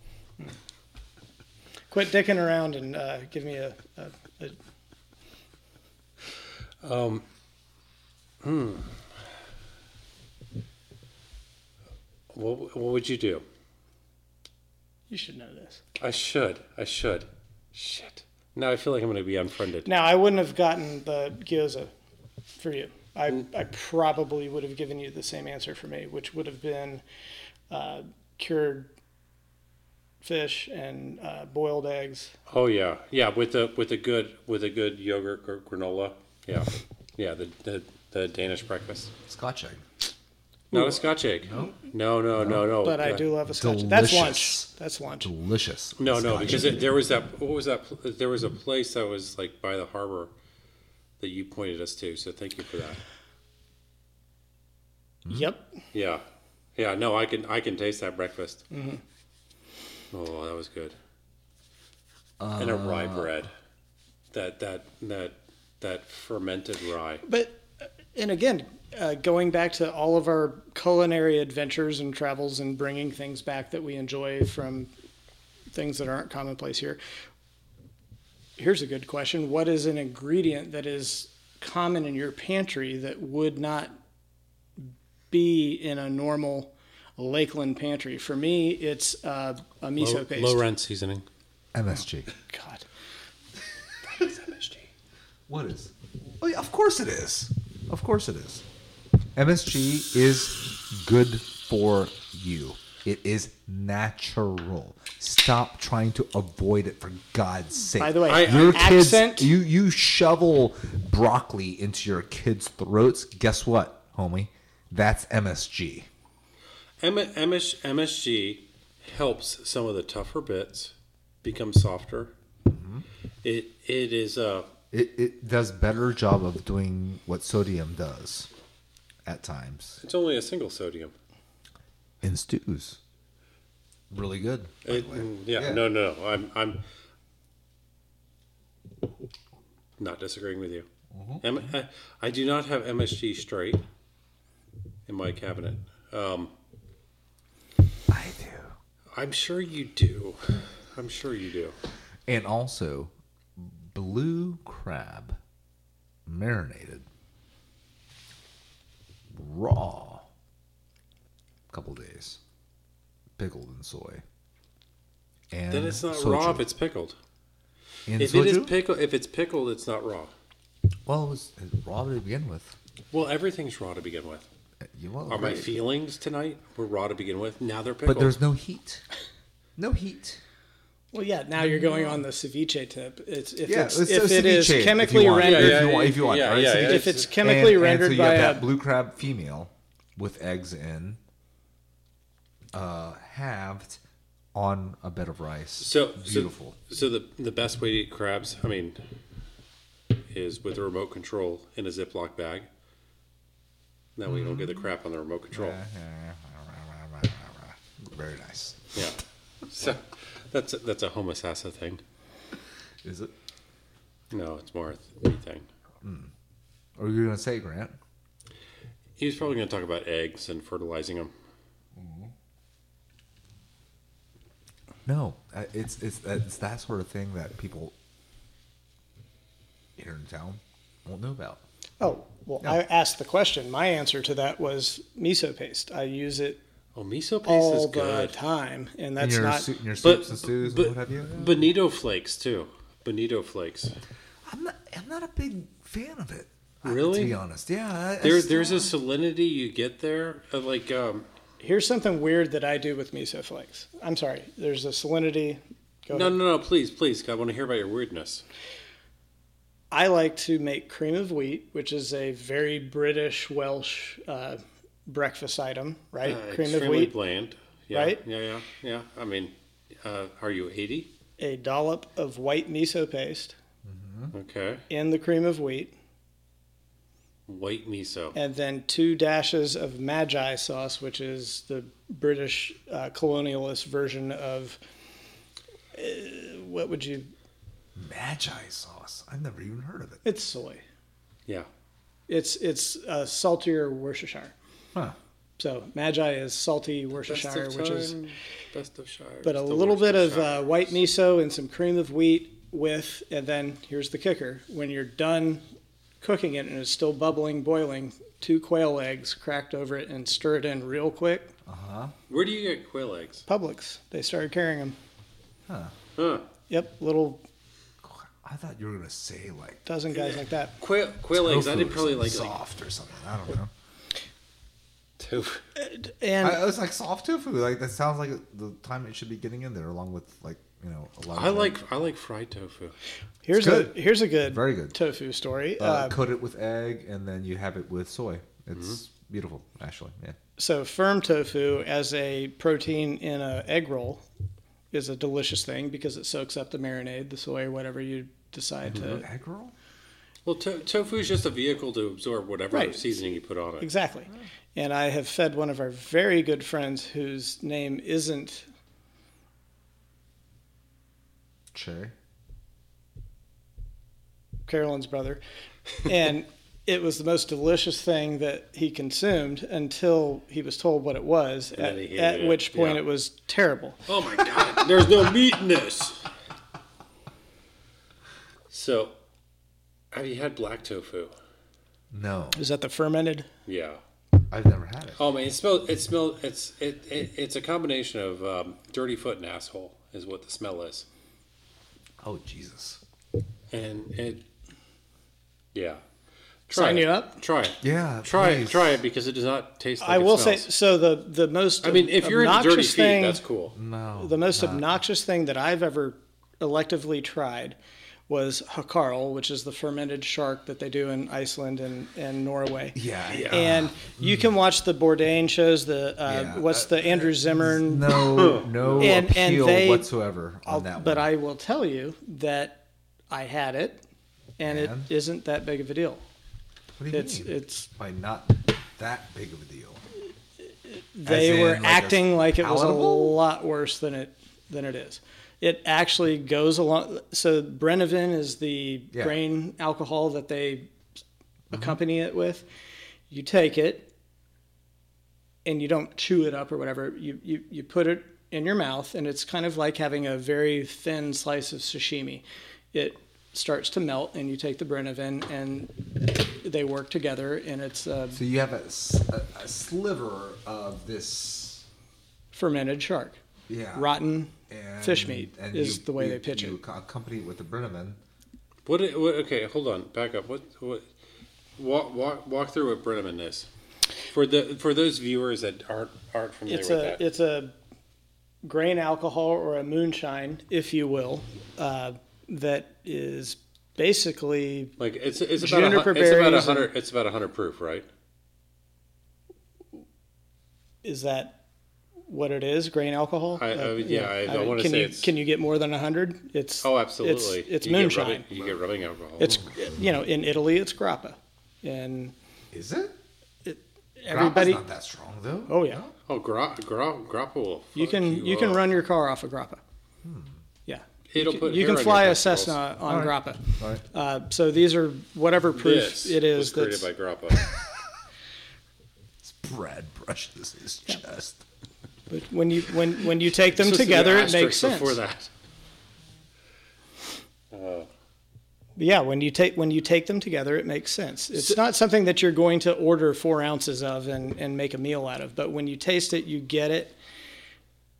S4: Quit dicking around and uh, give me a, a, a
S2: What, what would you do?
S4: You should know this.
S2: I should. I should. Shit. Now I feel like I'm going to be unfriended.
S4: Now, I wouldn't have gotten the gyoza for you. I,
S3: Hmm.
S4: I probably would have given you the same answer for me, which would have been uh, cured fish and uh, boiled eggs.
S2: Oh yeah, yeah. With a with a good with a good yogurt or granola. Yeah, yeah. The the, the Danish breakfast.
S3: Scotch egg.
S2: Not a Scotch egg. No, no, no, no. no.
S4: But I do love a scotch. That's
S3: Delicious.
S4: lunch. That's lunch.
S3: Delicious.
S2: No, no,
S3: Scotch
S2: because
S3: egg.
S2: it, there was that. What was that? pl- There was a place that was like by the harbor that you pointed us to. So thank you for that.
S3: Mm-hmm.
S4: Yep.
S2: Yeah, yeah. No, I can I can taste that breakfast. Oh, that was good. and a rye bread. That that that that fermented rye.
S4: But, uh, and again, uh, going back to all of our culinary adventures and travels and bringing things back that we enjoy from things that aren't commonplace here. Here's a good question. What is an ingredient that is common in your pantry that would not be in a normal Lakeland pantry? For me, it's uh, a miso
S2: Low,
S4: paste.
S2: low rent seasoning.
S3: MSG.
S4: God.
S3: What is? Oh, yeah, of course it is. Of course it is. MSG is good for you. It is natural. Stop trying to avoid it for God's sake.
S4: By the way,
S2: I- I-
S3: your kids,
S4: accent-
S3: you you shovel broccoli into your kids' throats. Guess what, homie? That's MSG.
S2: M- MS- MSG helps some of the tougher bits become softer. It it is uh, a
S3: It, it does better job of doing what sodium does at times
S2: it's only a single sodium.
S3: in stews. Really good. by
S2: It- mm,
S3: the way.
S2: yeah,
S3: Yeah.
S2: no, no, no. I'm I'm not disagreeing with you.
S3: Mm-hmm.
S2: M- I, I do not have MSG straight in my cabinet. Um,
S3: I do.
S2: I'm sure you do. I'm sure you do.
S3: And also, blue crab marinated raw. Couple days. Pickled in soy. And
S2: Then it's not
S3: soju.
S2: raw if it's pickled.
S3: And
S2: If it is
S3: soju?
S2: pickled, if it's pickled, it's not raw.
S3: well, it was it was raw to begin with.
S2: Well, everything's raw to begin with.
S3: You want
S2: Are my
S3: right.
S2: feelings tonight were raw to begin with? Now they're pickled.
S3: But there's no heat. No heat.
S4: Well, yeah. Now you're going on the ceviche tip. It's if
S3: Yeah,
S4: it's,
S3: it's
S4: if
S3: a
S4: it is
S3: ceviche, if you
S4: chemically
S3: want.
S4: rendered,
S3: If you want- if you want,
S2: yeah,
S3: right?
S2: yeah,
S3: So
S2: yeah.
S3: you-
S4: if it's chemically
S3: And-
S4: rendered
S3: and so you
S4: by
S3: have
S4: a
S3: that blue crab female with eggs in, uh, halved on a bed of rice.
S2: so so-
S3: beautiful.
S2: So, the the best way to eat crabs, I mean, is with a remote control in a Ziploc bag. That way you don't get the crap on the remote control.
S3: Very nice.
S2: Yeah. *laughs* So that's a, that's a homo sassa thing.
S3: Is it?
S2: No, it's more a th- thing.
S3: Or you gonna say Grant?
S2: He was probably going to talk about eggs and fertilizing them.
S3: No, uh, it's it's it's that sort of thing that people here in town won't know about.
S4: Oh, well,
S3: No.
S4: I asked the question. My answer to that was miso paste. I use it
S2: Oh, miso paste is
S4: all the
S2: good.
S4: time, and
S3: In
S4: that's
S3: your,
S4: not.
S3: su- in your
S2: But,
S3: soups and stews
S2: but
S3: and what have you.
S2: bonito flakes too. Bonito flakes.
S3: I'm not I'm not a big fan of it. uh,
S2: Really?
S3: To be honest, yeah. I- I
S2: There,
S3: just
S2: there's a
S3: don't-
S2: salinity you get there, uh, like um,
S4: Here's something weird that I do with miso flakes. I'm sorry. There's a salinity. Go
S2: No,
S4: ahead.
S2: no, no, please, please. I want to hear about your weirdness.
S4: I like to make cream of wheat, which is a very British Welsh uh, breakfast item, right?
S2: Uh,
S4: cream of
S2: extremely
S4: wheat,
S2: bland. Yeah,
S4: right?
S2: Yeah, yeah, yeah. I mean, uh, are you 80?
S4: a dollop of white miso paste Hmm?
S2: Okay.
S4: in the cream of wheat,
S2: White miso.
S4: and then two dashes of Magi sauce, which is the British uh, colonialist version of uh, what would you?
S3: Magi sauce. I've never even heard of it.
S4: It's soy.
S2: Yeah.
S4: It's it's uh, saltier Worcestershire.
S3: Huh.
S4: So Magi is salty
S2: Best
S4: Worcestershire,
S2: of
S4: which is
S2: time, best of Shire.
S4: but a little bit of uh, white miso and some cream of wheat with, and then here's the kicker: when you're done cooking it, and it's still bubbling, boiling. Two quail eggs cracked over it and stir it in real quick.
S2: Where do you get quail eggs?
S4: Publix, they started carrying them.
S2: Huh.
S4: Yep, little
S3: I thought you were gonna say like
S4: dozen guys like that.
S2: Quail, quail eggs. I
S3: tofu
S2: did
S3: or
S2: probably
S3: something
S2: like like
S3: soft or something. I don't know.
S2: tofu.
S4: And
S3: I, it's like soft tofu. Like that sounds like the time it should be getting in there, along with like you know a lot.
S2: I
S3: of
S2: like I like fried tofu.
S3: it's
S4: here's a
S3: good.
S4: here's a good,
S3: Very good.
S4: tofu story.
S3: uh,
S2: um,
S4: Uh,
S3: coat it with egg, and then you have it with soy. It's
S2: Mm-hmm.
S3: beautiful, actually. Yeah.
S4: so firm tofu as a protein in a egg roll is a delicious thing because it soaks up the marinade, the soy, whatever you decide
S2: Uh,
S4: to.
S3: Egg roll.
S2: Well, to- tofu is just a vehicle to absorb whatever
S4: Right.
S2: seasoning you put on it.
S4: Exactly. And I have fed one of our very good friends whose name isn't
S3: Cherry.
S4: Carolyn's
S3: *laughs*
S4: brother, and it was the most delicious thing that he consumed until he was told what it was.
S2: then
S4: At,
S2: he hated
S4: at
S2: it.
S4: which point,
S2: Yeah.
S4: it was terrible.
S2: Oh my god, there's no meat in this. So, have you had black tofu?
S3: No,
S4: Is that the fermented?
S2: Yeah.
S3: I've never had it.
S2: Oh man, it smells. It smells. It's it, it. It's a combination of um, dirty foot and asshole is what the smell is,
S3: Oh Jesus.
S2: and it. Yeah.
S4: Sign you up?
S2: Try it.
S3: Yeah.
S2: Try it.
S3: please.
S2: Try it because it does not taste. like
S4: I
S2: it
S4: will
S2: smells.
S4: say so. The the most
S2: I mean, if you're in dirty
S4: obnoxious
S2: feet,
S4: thing,
S2: that's cool.
S3: No.
S4: the most obnoxious thing that I've ever electively tried was hakarl, which is the fermented shark that they do in Iceland and, and Norway.
S3: yeah. Yeah.
S4: And you can watch the Bourdain shows. The uh,
S3: Yeah.
S4: what's the Andrew Zimmern?
S3: No.
S4: *laughs*
S3: No
S4: And- and
S3: appeal
S4: they-
S3: whatsoever on
S4: I'll-
S3: that
S4: but
S3: one.
S4: I will tell you that I had it,
S3: And?
S4: and it isn't that big of a deal.
S3: what do you
S4: It's
S3: mean?
S4: it's
S3: By not that big of a deal.
S4: they
S3: in,
S4: were
S3: like,
S4: acting
S3: it's
S4: like it was a
S3: palatable?
S4: lot worse than it than it is. It actually goes along. So Brenovan is the
S3: Yeah. Mm-hmm.
S4: grain alcohol that they accompany it with. You take it, and you don't chew it up or whatever. You you you put it in your mouth, and it's kind of like having a very thin slice of sashimi. It starts to melt, and you take the Brenovan, and they work together, and it's a
S3: So you have a, s- a- a sliver of this.
S4: fermented shark.
S3: Yeah.
S4: rotten
S3: and-
S4: fish meat
S3: and
S4: is
S3: you-
S4: the way
S3: you-
S4: they pitch
S3: you
S4: it.
S3: ac- Accompany it with the Brenneman.
S2: What, i- what? Okay, hold on. Back up. What? What? Walk walk walk through what Brenneman is for the for those viewers that aren't aren't familiar
S4: It's
S2: with
S4: a
S2: that.
S4: it's a grain alcohol or a moonshine, if you will, uh, that is basically
S2: like it's it's about a,
S4: juniper
S2: hun- it's about a
S4: berries
S2: hundred it's about a hundred proof, right?
S4: is that what it is grain alcohol.
S2: I- I would- yeah, I- I wanna
S4: can
S2: say
S4: you,
S2: it's-
S4: Can you get more than hundred? It's
S2: Oh, absolutely.
S4: It's, it's
S2: You get rubbing-
S4: moonshine.
S2: you get rubbing alcohol.
S4: It's you know in Italy it's grappa, and
S3: Is it?
S4: everybody.
S3: Grappa's not that strong though.
S4: Oh yeah,
S2: oh, gra, gra, grappa will
S4: you
S2: fuck
S4: can you, can
S2: up.
S4: run your car off a grappa. Yeah,
S2: It'll
S4: you can,
S2: put
S4: you
S2: hair
S4: can
S2: on your
S4: fly a
S2: testicles.
S4: Cessna on grappa.
S3: All right.
S4: Uh, so these are whatever proof
S2: This
S4: it is
S2: was
S4: that's
S2: created by grappa.
S3: Brad brushes his chest.
S4: but when you when when you take them
S2: Supposed to be
S4: together
S2: an
S4: it makes
S2: asterisk
S4: sense.
S2: Before that,
S4: Yeah, when you take when you take them together it makes sense. It's not something that you're going to order four ounces of and and make a meal out of. But when you taste it, you get it,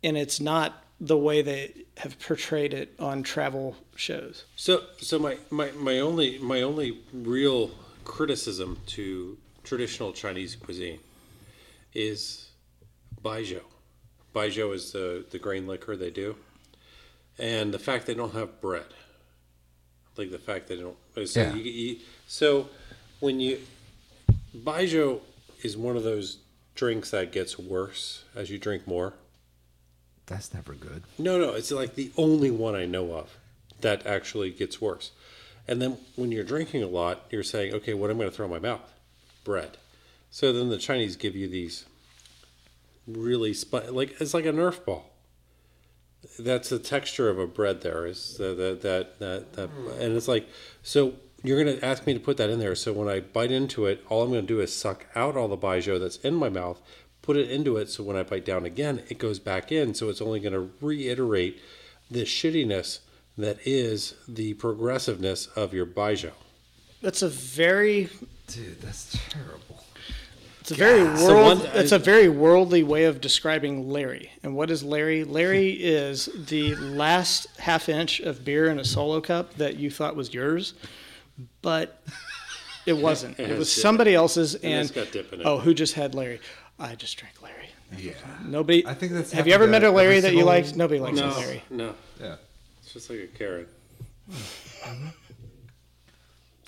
S4: and it's not the way they have portrayed it on travel shows.
S2: So, so my, my, my only my only real criticism to traditional Chinese cuisine is baijiu. Baijiu is the, the grain liquor they do, and the fact they don't have bread, like the fact they don't. So,
S3: Yeah.
S2: you, you, so when you baijiu is one of those drinks that gets worse as you drink more.
S3: That's never good.
S2: No, no, it's like the only one I know of that actually gets worse. And then when you're drinking a lot, you're saying, okay, what am I going to throw in my mouth? Bread. So then the Chinese give you these really sp- like it's like a Nerf ball. That's the texture of a bread. There is the, the, that that that, and it's like so. You're gonna ask me to put that in there. So when I bite into it, all I'm gonna do is suck out all the baijiu that's in my mouth, put it into it. So when I bite down again, it goes back in. So it's only gonna reiterate the shittiness that is the progressiveness of your baijiu.
S4: That's a very
S3: Dude, that's terrible.
S4: It's a very
S2: So
S4: world.
S2: one- uh,
S4: it's a very worldly way of describing Larry. And what is Larry? Larry
S2: Hmm.
S4: is the last half inch of beer in a solo cup that you thought was yours, but it
S2: *laughs*
S4: wasn't. It was somebody else's. And
S2: it's got dip in it.
S4: oh, who just had Larry? I just drank Larry.
S3: Yeah.
S4: Nobody.
S3: I think that's
S4: Have you ever
S3: happened
S4: met
S3: to
S4: a Larry
S3: every
S4: that you
S3: single-
S4: liked? Nobody likes a
S2: No,
S4: Larry.
S2: no,
S3: Yeah.
S2: it's just like a carrot.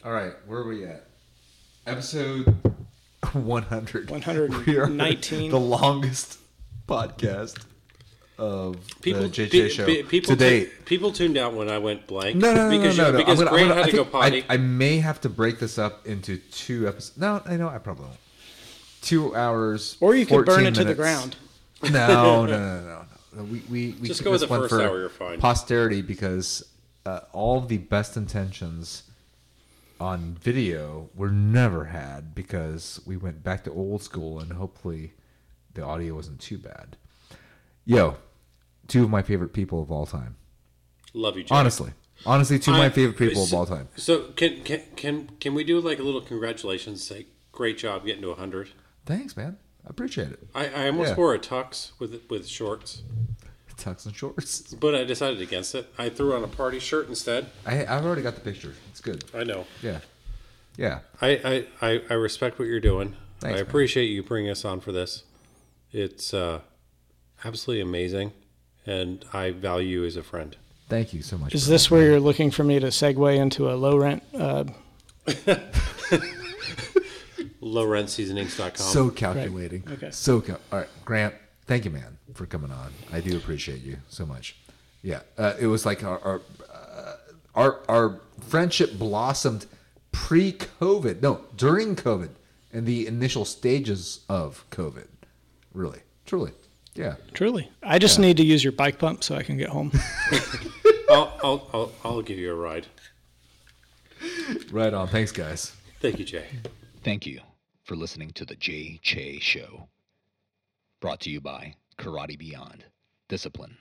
S3: All right, where are we at? Episode 100. *laughs*
S4: 119.
S3: the longest podcast of
S2: People,
S3: the JJ
S2: pe-
S3: show
S2: pe- people
S3: to date.
S2: tu- people tuned out when I went blank.
S3: No, no, no,
S2: because
S3: no,
S2: you-
S3: no, no.
S2: Because
S3: I'm gonna- I'm
S2: Grant
S3: gonna-
S2: had
S3: I
S2: to go
S3: think I-
S2: potty.
S3: I, may have to break this up into two episodes. No, I know I probably won't. Two hours,
S4: Or you could burn
S3: 14
S4: it to the
S3: minutes.
S4: ground.
S3: No, no, no, no,
S4: *laughs*
S3: no. We, we, we
S2: Just
S3: keep
S2: go with
S3: this
S2: the
S3: one
S2: first
S3: for
S2: hour, you're fine.
S3: Posterity, because uh, all the best intentions on video were never had because we went back to old school and hopefully the audio wasn't too bad. Yo, two of my favorite people of all time.
S2: Love you, Jack.
S3: Honestly, honestly, two of my
S2: I-
S3: favorite people of
S2: so-
S3: all time.
S2: So can can can can we do like a little congratulations? Say great job getting to hundred.
S3: Thanks, man. I appreciate it.
S2: I, I almost
S3: Yeah.
S2: wore a tux with with shorts,
S3: Tux and shorts. *laughs*
S2: but I decided against it. I threw on a party shirt instead.
S3: I, I've already got the picture. It's good.
S2: I know.
S3: Yeah, yeah.
S2: I I, I, I respect what you're doing.
S3: Thanks,
S2: I
S3: man.
S2: appreciate you bringing us on for this. It's uh, absolutely amazing, and I value you as a friend.
S3: Thank you so much.
S4: Is
S3: bro.
S4: this where you're looking for me to segue into a low rent? Uh,
S2: LowRentSeasonings.com.
S3: so calculating?
S4: Right. Okay.
S3: So cal- all right, Grant. Thank you, man, for coming on. I do appreciate you so much. Yeah, uh, it was like our our, uh, our our friendship blossomed pre-COVID. No, during COVID and the initial stages of COVID. Really, truly. Yeah.
S4: truly, I just need to use your bike pump so I can get home.
S2: I'll, I'll, I'll, I'll give you a ride.
S3: Right on. Thanks, guys.
S2: Thank you, Jay.
S1: Thank you for listening to the J. Che Show. Brought to you by Karate Beyond. Discipline,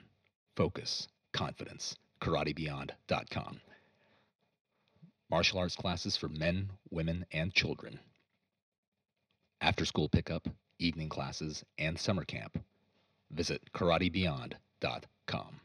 S1: focus, confidence. KarateBeyond.com. Martial arts classes for men, women, and children. After school pickup, evening classes, and summer camp. Visit KarateBeyond.com.